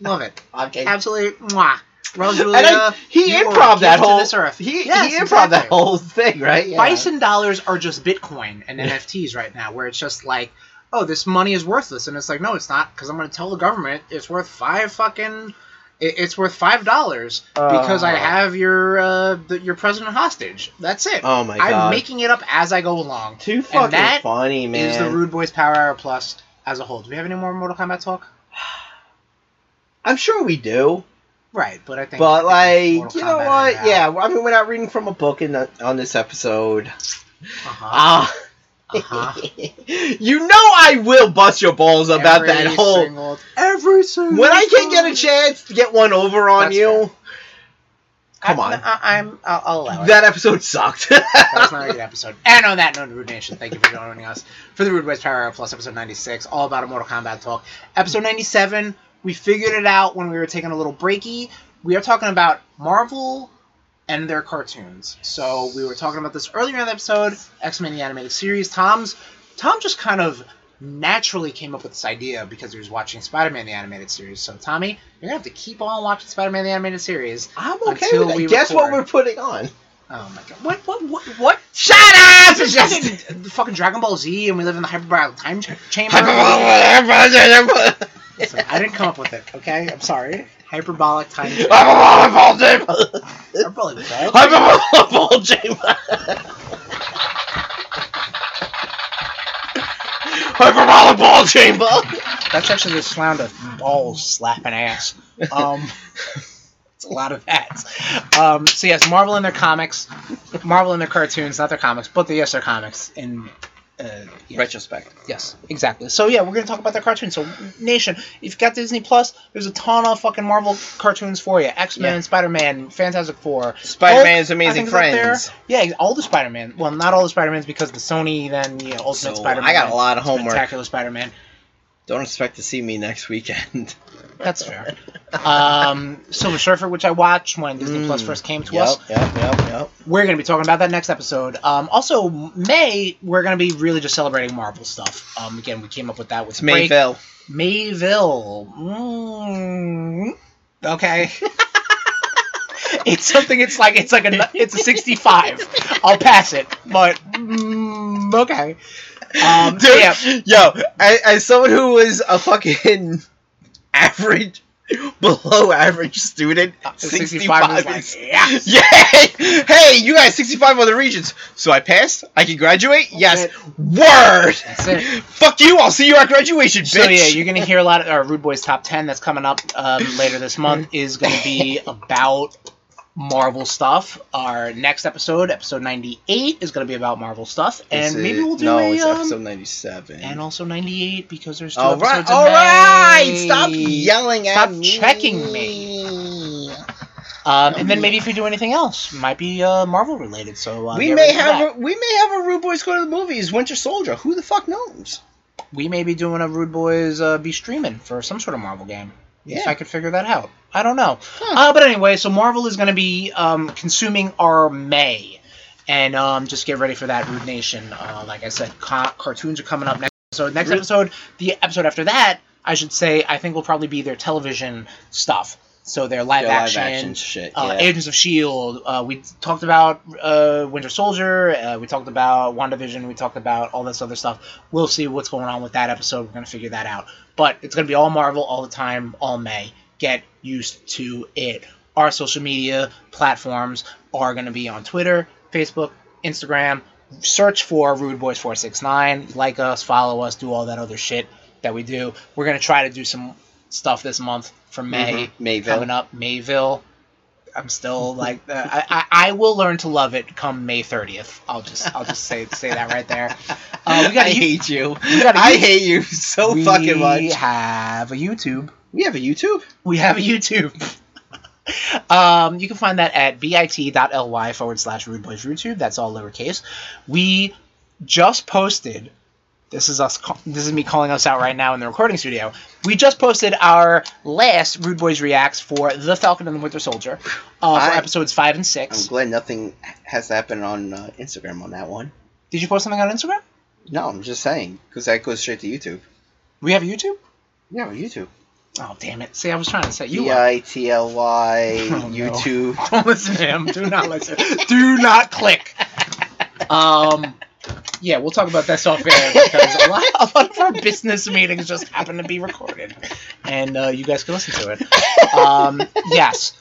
[SPEAKER 1] Love it.
[SPEAKER 2] okay.
[SPEAKER 1] Absolutely. Mwah. Rosalia,
[SPEAKER 2] And I, he
[SPEAKER 1] you are a
[SPEAKER 2] improv that
[SPEAKER 1] gift to
[SPEAKER 2] whole.
[SPEAKER 1] this earth.
[SPEAKER 2] He,
[SPEAKER 1] Yes,
[SPEAKER 2] he improv that
[SPEAKER 1] exactly.
[SPEAKER 2] whole thing, right? Yeah.
[SPEAKER 1] Bison dollars are just Bitcoin and NFTs right now, where it's just like, oh, this money is worthless, and it's like, no, it's not, because I'm going to tell the government it's worth five fucking, it, it's worth five dollars because I
[SPEAKER 2] Uh.
[SPEAKER 1] have your uh, the, your president hostage. That's it.
[SPEAKER 2] Oh my god.
[SPEAKER 1] I'm making it up as I go along.
[SPEAKER 2] Too fucking
[SPEAKER 1] that
[SPEAKER 2] funny, man.
[SPEAKER 1] Is the Rude Boys Power Hour Plus as a whole? Do we have any more Mortal Kombat talk?
[SPEAKER 2] I'm sure we do,
[SPEAKER 1] Right, but I think.
[SPEAKER 2] but
[SPEAKER 1] I think
[SPEAKER 2] like,
[SPEAKER 1] Mortal
[SPEAKER 2] you know
[SPEAKER 1] Kombat
[SPEAKER 2] what?
[SPEAKER 1] and, uh,
[SPEAKER 2] Yeah, well, I mean, we're not reading from a book in the, on this episode.
[SPEAKER 1] Uh-huh,
[SPEAKER 2] [LAUGHS] Ah,
[SPEAKER 1] uh-huh.
[SPEAKER 2] you know, I will bust your balls [LAUGHS] about that
[SPEAKER 1] Every
[SPEAKER 2] whole.
[SPEAKER 1] single- every single.
[SPEAKER 2] When I can get a
[SPEAKER 1] time.
[SPEAKER 2] chance to get one over on
[SPEAKER 1] That's
[SPEAKER 2] you, come
[SPEAKER 1] I,
[SPEAKER 2] on.
[SPEAKER 1] I, am I'll, I'll allow it.
[SPEAKER 2] that episode sucked. [LAUGHS]
[SPEAKER 1] That was not a good episode. [LAUGHS] And on that note, Rude Nation, thank you for joining us for the Rude Boys Power Hour Plus episode 96, all about a Mortal Kombat talk. Episode 97, we figured it out when we were taking a little breaky. We are talking about Marvel and their cartoons. So we were talking about this earlier in the episode, X-Men the Animated Series. Tom's Tom just kind of naturally came up with this idea because he was watching Spider-Man the Animated Series. So Tommy, you're gonna have to keep on watching Spider-Man the Animated Series.
[SPEAKER 2] I'm okay
[SPEAKER 1] Until
[SPEAKER 2] with that.
[SPEAKER 1] we
[SPEAKER 2] Guess what
[SPEAKER 1] record.
[SPEAKER 2] we're putting on?
[SPEAKER 1] Oh my god. What what what what [LAUGHS]
[SPEAKER 2] Shut up!
[SPEAKER 1] It's
[SPEAKER 2] It's
[SPEAKER 1] just
[SPEAKER 2] just-
[SPEAKER 1] fucking- fucking Dragon Ball Z, and we live in the hyperbolic time cha- chamber.
[SPEAKER 2] [LAUGHS]
[SPEAKER 1] Listen, I didn't come up with it, okay? I'm sorry. Hyperbolic time
[SPEAKER 2] [LAUGHS]
[SPEAKER 1] chamber. Hyperbolic, right?
[SPEAKER 2] [LAUGHS] Hyperbolic ball chamber.
[SPEAKER 1] That's actually the sound of balls slapping ass. Um, it's a lot of hats. Um, so yes, Marvel and their comics, Marvel and their cartoons, not their comics, but the, yes, their comics in uh, yeah.
[SPEAKER 2] Retrospect.
[SPEAKER 1] Yes, exactly. So yeah, we're gonna talk about that cartoon. So Nation, if you've got Disney Plus, there's a ton of fucking Marvel cartoons for you. X Men,
[SPEAKER 2] Yeah.
[SPEAKER 1] Spider Man, Fantastic Four,
[SPEAKER 2] Spider-Man is
[SPEAKER 1] Hulk, I think,
[SPEAKER 2] Amazing
[SPEAKER 1] is up there.
[SPEAKER 2] Friends.
[SPEAKER 1] Yeah, all the Spider Man. Well, not all the Spider Mans because the Sony then you know, Ultimate
[SPEAKER 2] So,
[SPEAKER 1] Spider Man.
[SPEAKER 2] I got a lot of homework.
[SPEAKER 1] Spectacular Spider Man.
[SPEAKER 2] Don't expect to see me next weekend. [LAUGHS]
[SPEAKER 1] That's fair. um, Silver Surfer, which I watched when Disney Plus
[SPEAKER 2] Mm.
[SPEAKER 1] first came to
[SPEAKER 2] yep,
[SPEAKER 1] us.
[SPEAKER 2] yep, yep, yep.
[SPEAKER 1] We're going to be talking about that next episode. Um, also, May, we're going to be really just celebrating Marvel stuff. Um, again, we came up with that with
[SPEAKER 2] It's
[SPEAKER 1] the break.
[SPEAKER 2] Mayville.
[SPEAKER 1] Mayville. Mm. Okay. [LAUGHS] it's something. It's like it's like a it's a sixty five. I'll pass it, but mm, okay. Um, so
[SPEAKER 2] [LAUGHS] Dude,
[SPEAKER 1] yeah,
[SPEAKER 2] yo, as, as someone who was a fucking [LAUGHS] average, [LAUGHS] below average student,
[SPEAKER 1] Uh, 65
[SPEAKER 2] 65
[SPEAKER 1] is like,
[SPEAKER 2] is-
[SPEAKER 1] yes.
[SPEAKER 2] [LAUGHS] Yay! Hey, you guys, 65 on the regions. So I passed? I can graduate? yes.
[SPEAKER 1] it.
[SPEAKER 2] Word!
[SPEAKER 1] That's it.
[SPEAKER 2] Fuck you, I'll see you at graduation, bitch!
[SPEAKER 1] So yeah, you're gonna hear a lot of our Rude Boys Top Ten that's coming up um, later this month is gonna be about Marvel stuff. Our next episode, episode ninety eight, is gonna be about Marvel stuff, and maybe we'll do
[SPEAKER 2] No,
[SPEAKER 1] a
[SPEAKER 2] it's
[SPEAKER 1] um,
[SPEAKER 2] episode 97.
[SPEAKER 1] and also ninety eight because there's two
[SPEAKER 2] All right,
[SPEAKER 1] episodes.
[SPEAKER 2] all
[SPEAKER 1] in
[SPEAKER 2] right!
[SPEAKER 1] May.
[SPEAKER 2] Stop yelling
[SPEAKER 1] Stop
[SPEAKER 2] at me!
[SPEAKER 1] checking
[SPEAKER 2] me!
[SPEAKER 1] Um, and then maybe if we do anything else, might be uh, Marvel related. So uh,
[SPEAKER 2] We
[SPEAKER 1] get
[SPEAKER 2] may
[SPEAKER 1] ready for that.
[SPEAKER 2] have a, we may have a rude boys go to the movies. Winter Soldier. Who the fuck knows?
[SPEAKER 1] we may be doing a Rude Boys uh, be streaming for some sort of Marvel game. If
[SPEAKER 2] Yeah.
[SPEAKER 1] I could figure that out. I don't know. Uh, but anyway, so Marvel is going to be um, consuming our May. And um, just get ready for that, Rude Nation. Uh, like I said, ca- cartoons are coming up next episode. Next
[SPEAKER 2] Rude-
[SPEAKER 1] episode, the episode after that, I should say, I think will probably be their television stuff. So their live,
[SPEAKER 2] Their live
[SPEAKER 1] action,
[SPEAKER 2] action shit,
[SPEAKER 1] uh,
[SPEAKER 2] yeah.
[SPEAKER 1] Agents of Shield. Uh, we talked about uh, Winter Soldier. Uh, we talked about WandaVision. We talked about all this other stuff. We'll see what's going on with that episode. We're gonna figure that out. But it's gonna be all Marvel all the time, all May. Get used to it. Our social media platforms are gonna be on Twitter, Facebook, Instagram. Search for Rude Boys Four Six Nine. Like us, follow us, do all that other shit that we do. We're gonna try to do some stuff this month for May
[SPEAKER 2] Mhm, Mayville.
[SPEAKER 1] coming up. Mayville. I'm still like uh, I, I I will learn to love it come May 30th. I'll just I'll just say say that right there. Uh, we got [LAUGHS]
[SPEAKER 2] [LAUGHS] I
[SPEAKER 1] a you-
[SPEAKER 2] hate you.
[SPEAKER 1] gotta
[SPEAKER 2] I
[SPEAKER 1] use-
[SPEAKER 2] hate you so
[SPEAKER 1] we
[SPEAKER 2] fucking much.
[SPEAKER 1] have a YouTube.
[SPEAKER 2] We have a YouTube.
[SPEAKER 1] We have a YouTube. [LAUGHS] um, you can find that at bit.ly forward slash rude boys YouTube. That's all lowercase. We just posted. This is us. ca- This is me calling us out right now in the recording studio. We just posted our last Rude Boys reacts for The Falcon and the Winter Soldier, uh, for
[SPEAKER 2] I-
[SPEAKER 1] episodes five and
[SPEAKER 2] I'm
[SPEAKER 1] six.
[SPEAKER 2] glad nothing has happened on uh, Instagram on that one.
[SPEAKER 1] Did you post something on Instagram?
[SPEAKER 2] No, I'm just saying because that goes straight to YouTube.
[SPEAKER 1] We have a YouTube.
[SPEAKER 2] We have a YouTube.
[SPEAKER 1] Oh damn it! See, I was trying to set you
[SPEAKER 2] B
[SPEAKER 1] up.
[SPEAKER 2] i t l y
[SPEAKER 1] [LAUGHS] Oh, no.
[SPEAKER 2] YouTube.
[SPEAKER 1] Don't listen to him. Do not listen. Do not click. Um, yeah, we'll talk about that off air because a lot, a lot of our business meetings just happen to be recorded, and uh, you guys can listen to it. [LAUGHS] Um, yes.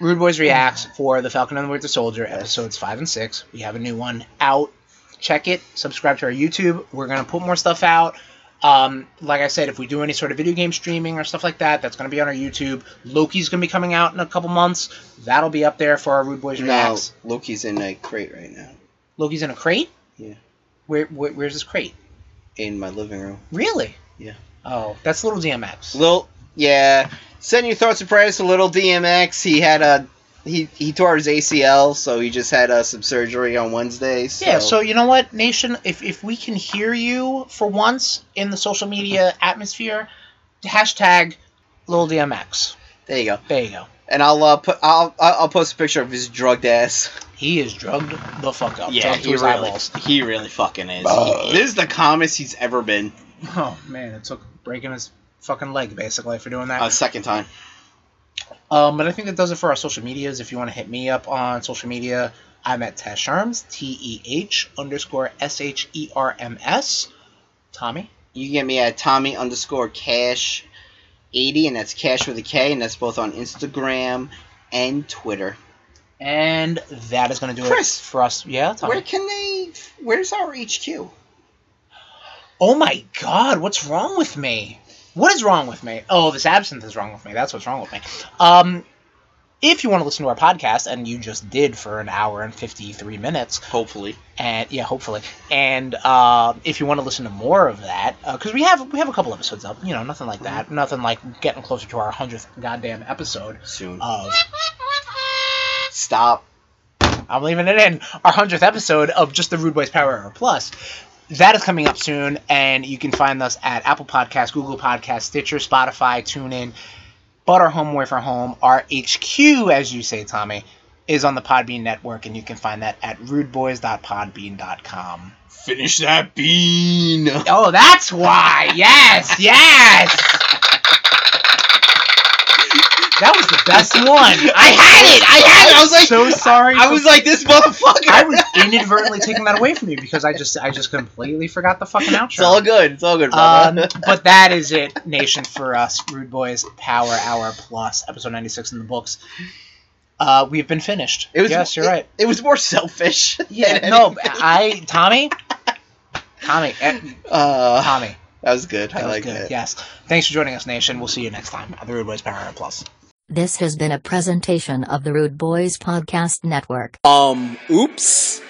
[SPEAKER 1] Rude Boys reacts for the Falcon and the Winter Soldier episodes five and six. We have a new one out. Check it. Subscribe to our YouTube. We're gonna put more stuff out. Um, like I said, if we do any sort of video game streaming or stuff like that, that's going to be on our YouTube. Loki's going to be coming out in a couple months. That'll be up there for our Rude Boys
[SPEAKER 2] Now
[SPEAKER 1] reacts.
[SPEAKER 2] Loki's in a crate right now
[SPEAKER 1] Loki's in a crate.
[SPEAKER 2] Yeah.
[SPEAKER 1] Where, where where's this crate?
[SPEAKER 2] in my living room.
[SPEAKER 1] Really?
[SPEAKER 2] Yeah.
[SPEAKER 1] Oh, that's little DMX.
[SPEAKER 2] Lil, yeah. Send your thoughts and prayers to Little DMX. He had a he he tore his ACL, so he just had uh, some surgery on Wednesday. So.
[SPEAKER 1] Yeah, so you know what, Nation? If, if we can hear you for once in the social media atmosphere, hashtag Lil DMX.
[SPEAKER 2] there you go.
[SPEAKER 1] There you go.
[SPEAKER 2] And I'll uh, put I'll I'll I'll post a picture of his drugged ass.
[SPEAKER 1] He is drugged the fuck up. drugged to his eyeballs.
[SPEAKER 2] [LAUGHS] he really fucking is.
[SPEAKER 1] Bug.
[SPEAKER 2] This is the calmest he's ever been.
[SPEAKER 1] Oh, man, it took breaking his fucking leg, basically, for doing that.
[SPEAKER 2] A second time.
[SPEAKER 1] Um, but I think that does it for our social medias. If you want to hit me up on social media, I'm at Tesh Arms, T E H underscore S H E R M S. Tommy?
[SPEAKER 2] You can get me at Tommy underscore Cash eighty, and that's Cash with a K, and that's both on Instagram and Twitter.
[SPEAKER 1] And that is going to do
[SPEAKER 2] Chris.
[SPEAKER 1] it for us. Yeah, Tommy.
[SPEAKER 2] Where can they? Where's our HQ?
[SPEAKER 1] Oh my god, what's wrong with me? What is wrong with me? Oh, this absinthe is wrong with me. That's what's wrong with me. Um, If you want to listen to our podcast, and you just did for an hour and 53 minutes,
[SPEAKER 2] Hopefully.
[SPEAKER 1] and yeah, hopefully, and uh, if you want to listen to more of that, because we have we have a couple episodes up, you know, nothing like that, nothing like getting closer to our hundredth goddamn episode of
[SPEAKER 2] Soon. Uh, Stop.
[SPEAKER 1] I'm leaving it in our hundredth episode of just the Rude Boys Power Hour Plus. That is coming up soon, and you can find us at Apple Podcasts, Google Podcasts, Stitcher, Spotify, TuneIn, but our home away from home, our HQ, as you say, Tommy, is on the Podbean network, and you can find that at rudeboys.podbean.com.
[SPEAKER 2] Finish that bean. [LAUGHS]
[SPEAKER 1] Oh, that's why! Yes, yes. That was the best one. I had it. I had it. I was like, so sorry.
[SPEAKER 2] I
[SPEAKER 1] for-
[SPEAKER 2] was like, this motherfucker.
[SPEAKER 1] I was inadvertently taking that away from you because I just I just completely forgot the fucking outro.
[SPEAKER 2] [LAUGHS] It's all good. It's all good,
[SPEAKER 1] Um,
[SPEAKER 2] brother.
[SPEAKER 1] but that is it, Nation, for us. Rude Boys Power Hour Plus, episode 96 in the books. Uh, we've been finished.
[SPEAKER 2] It was-
[SPEAKER 1] yes, you're
[SPEAKER 2] [LAUGHS]
[SPEAKER 1] right.
[SPEAKER 2] [LAUGHS] it was more selfish. [LAUGHS]
[SPEAKER 1] Yeah,
[SPEAKER 2] than
[SPEAKER 1] no,
[SPEAKER 2] anything.
[SPEAKER 1] I, Tommy, Tommy, eh,
[SPEAKER 2] Uh,
[SPEAKER 1] Tommy.
[SPEAKER 2] that was good.
[SPEAKER 1] That
[SPEAKER 2] I
[SPEAKER 1] was
[SPEAKER 2] like
[SPEAKER 1] good.
[SPEAKER 2] that.
[SPEAKER 1] Yes. Thanks for joining us, Nation. We'll see you next time on the Rude Boys Power Hour Plus.
[SPEAKER 4] This has been a presentation of the Rude Boys Podcast Network.
[SPEAKER 2] Um, oops.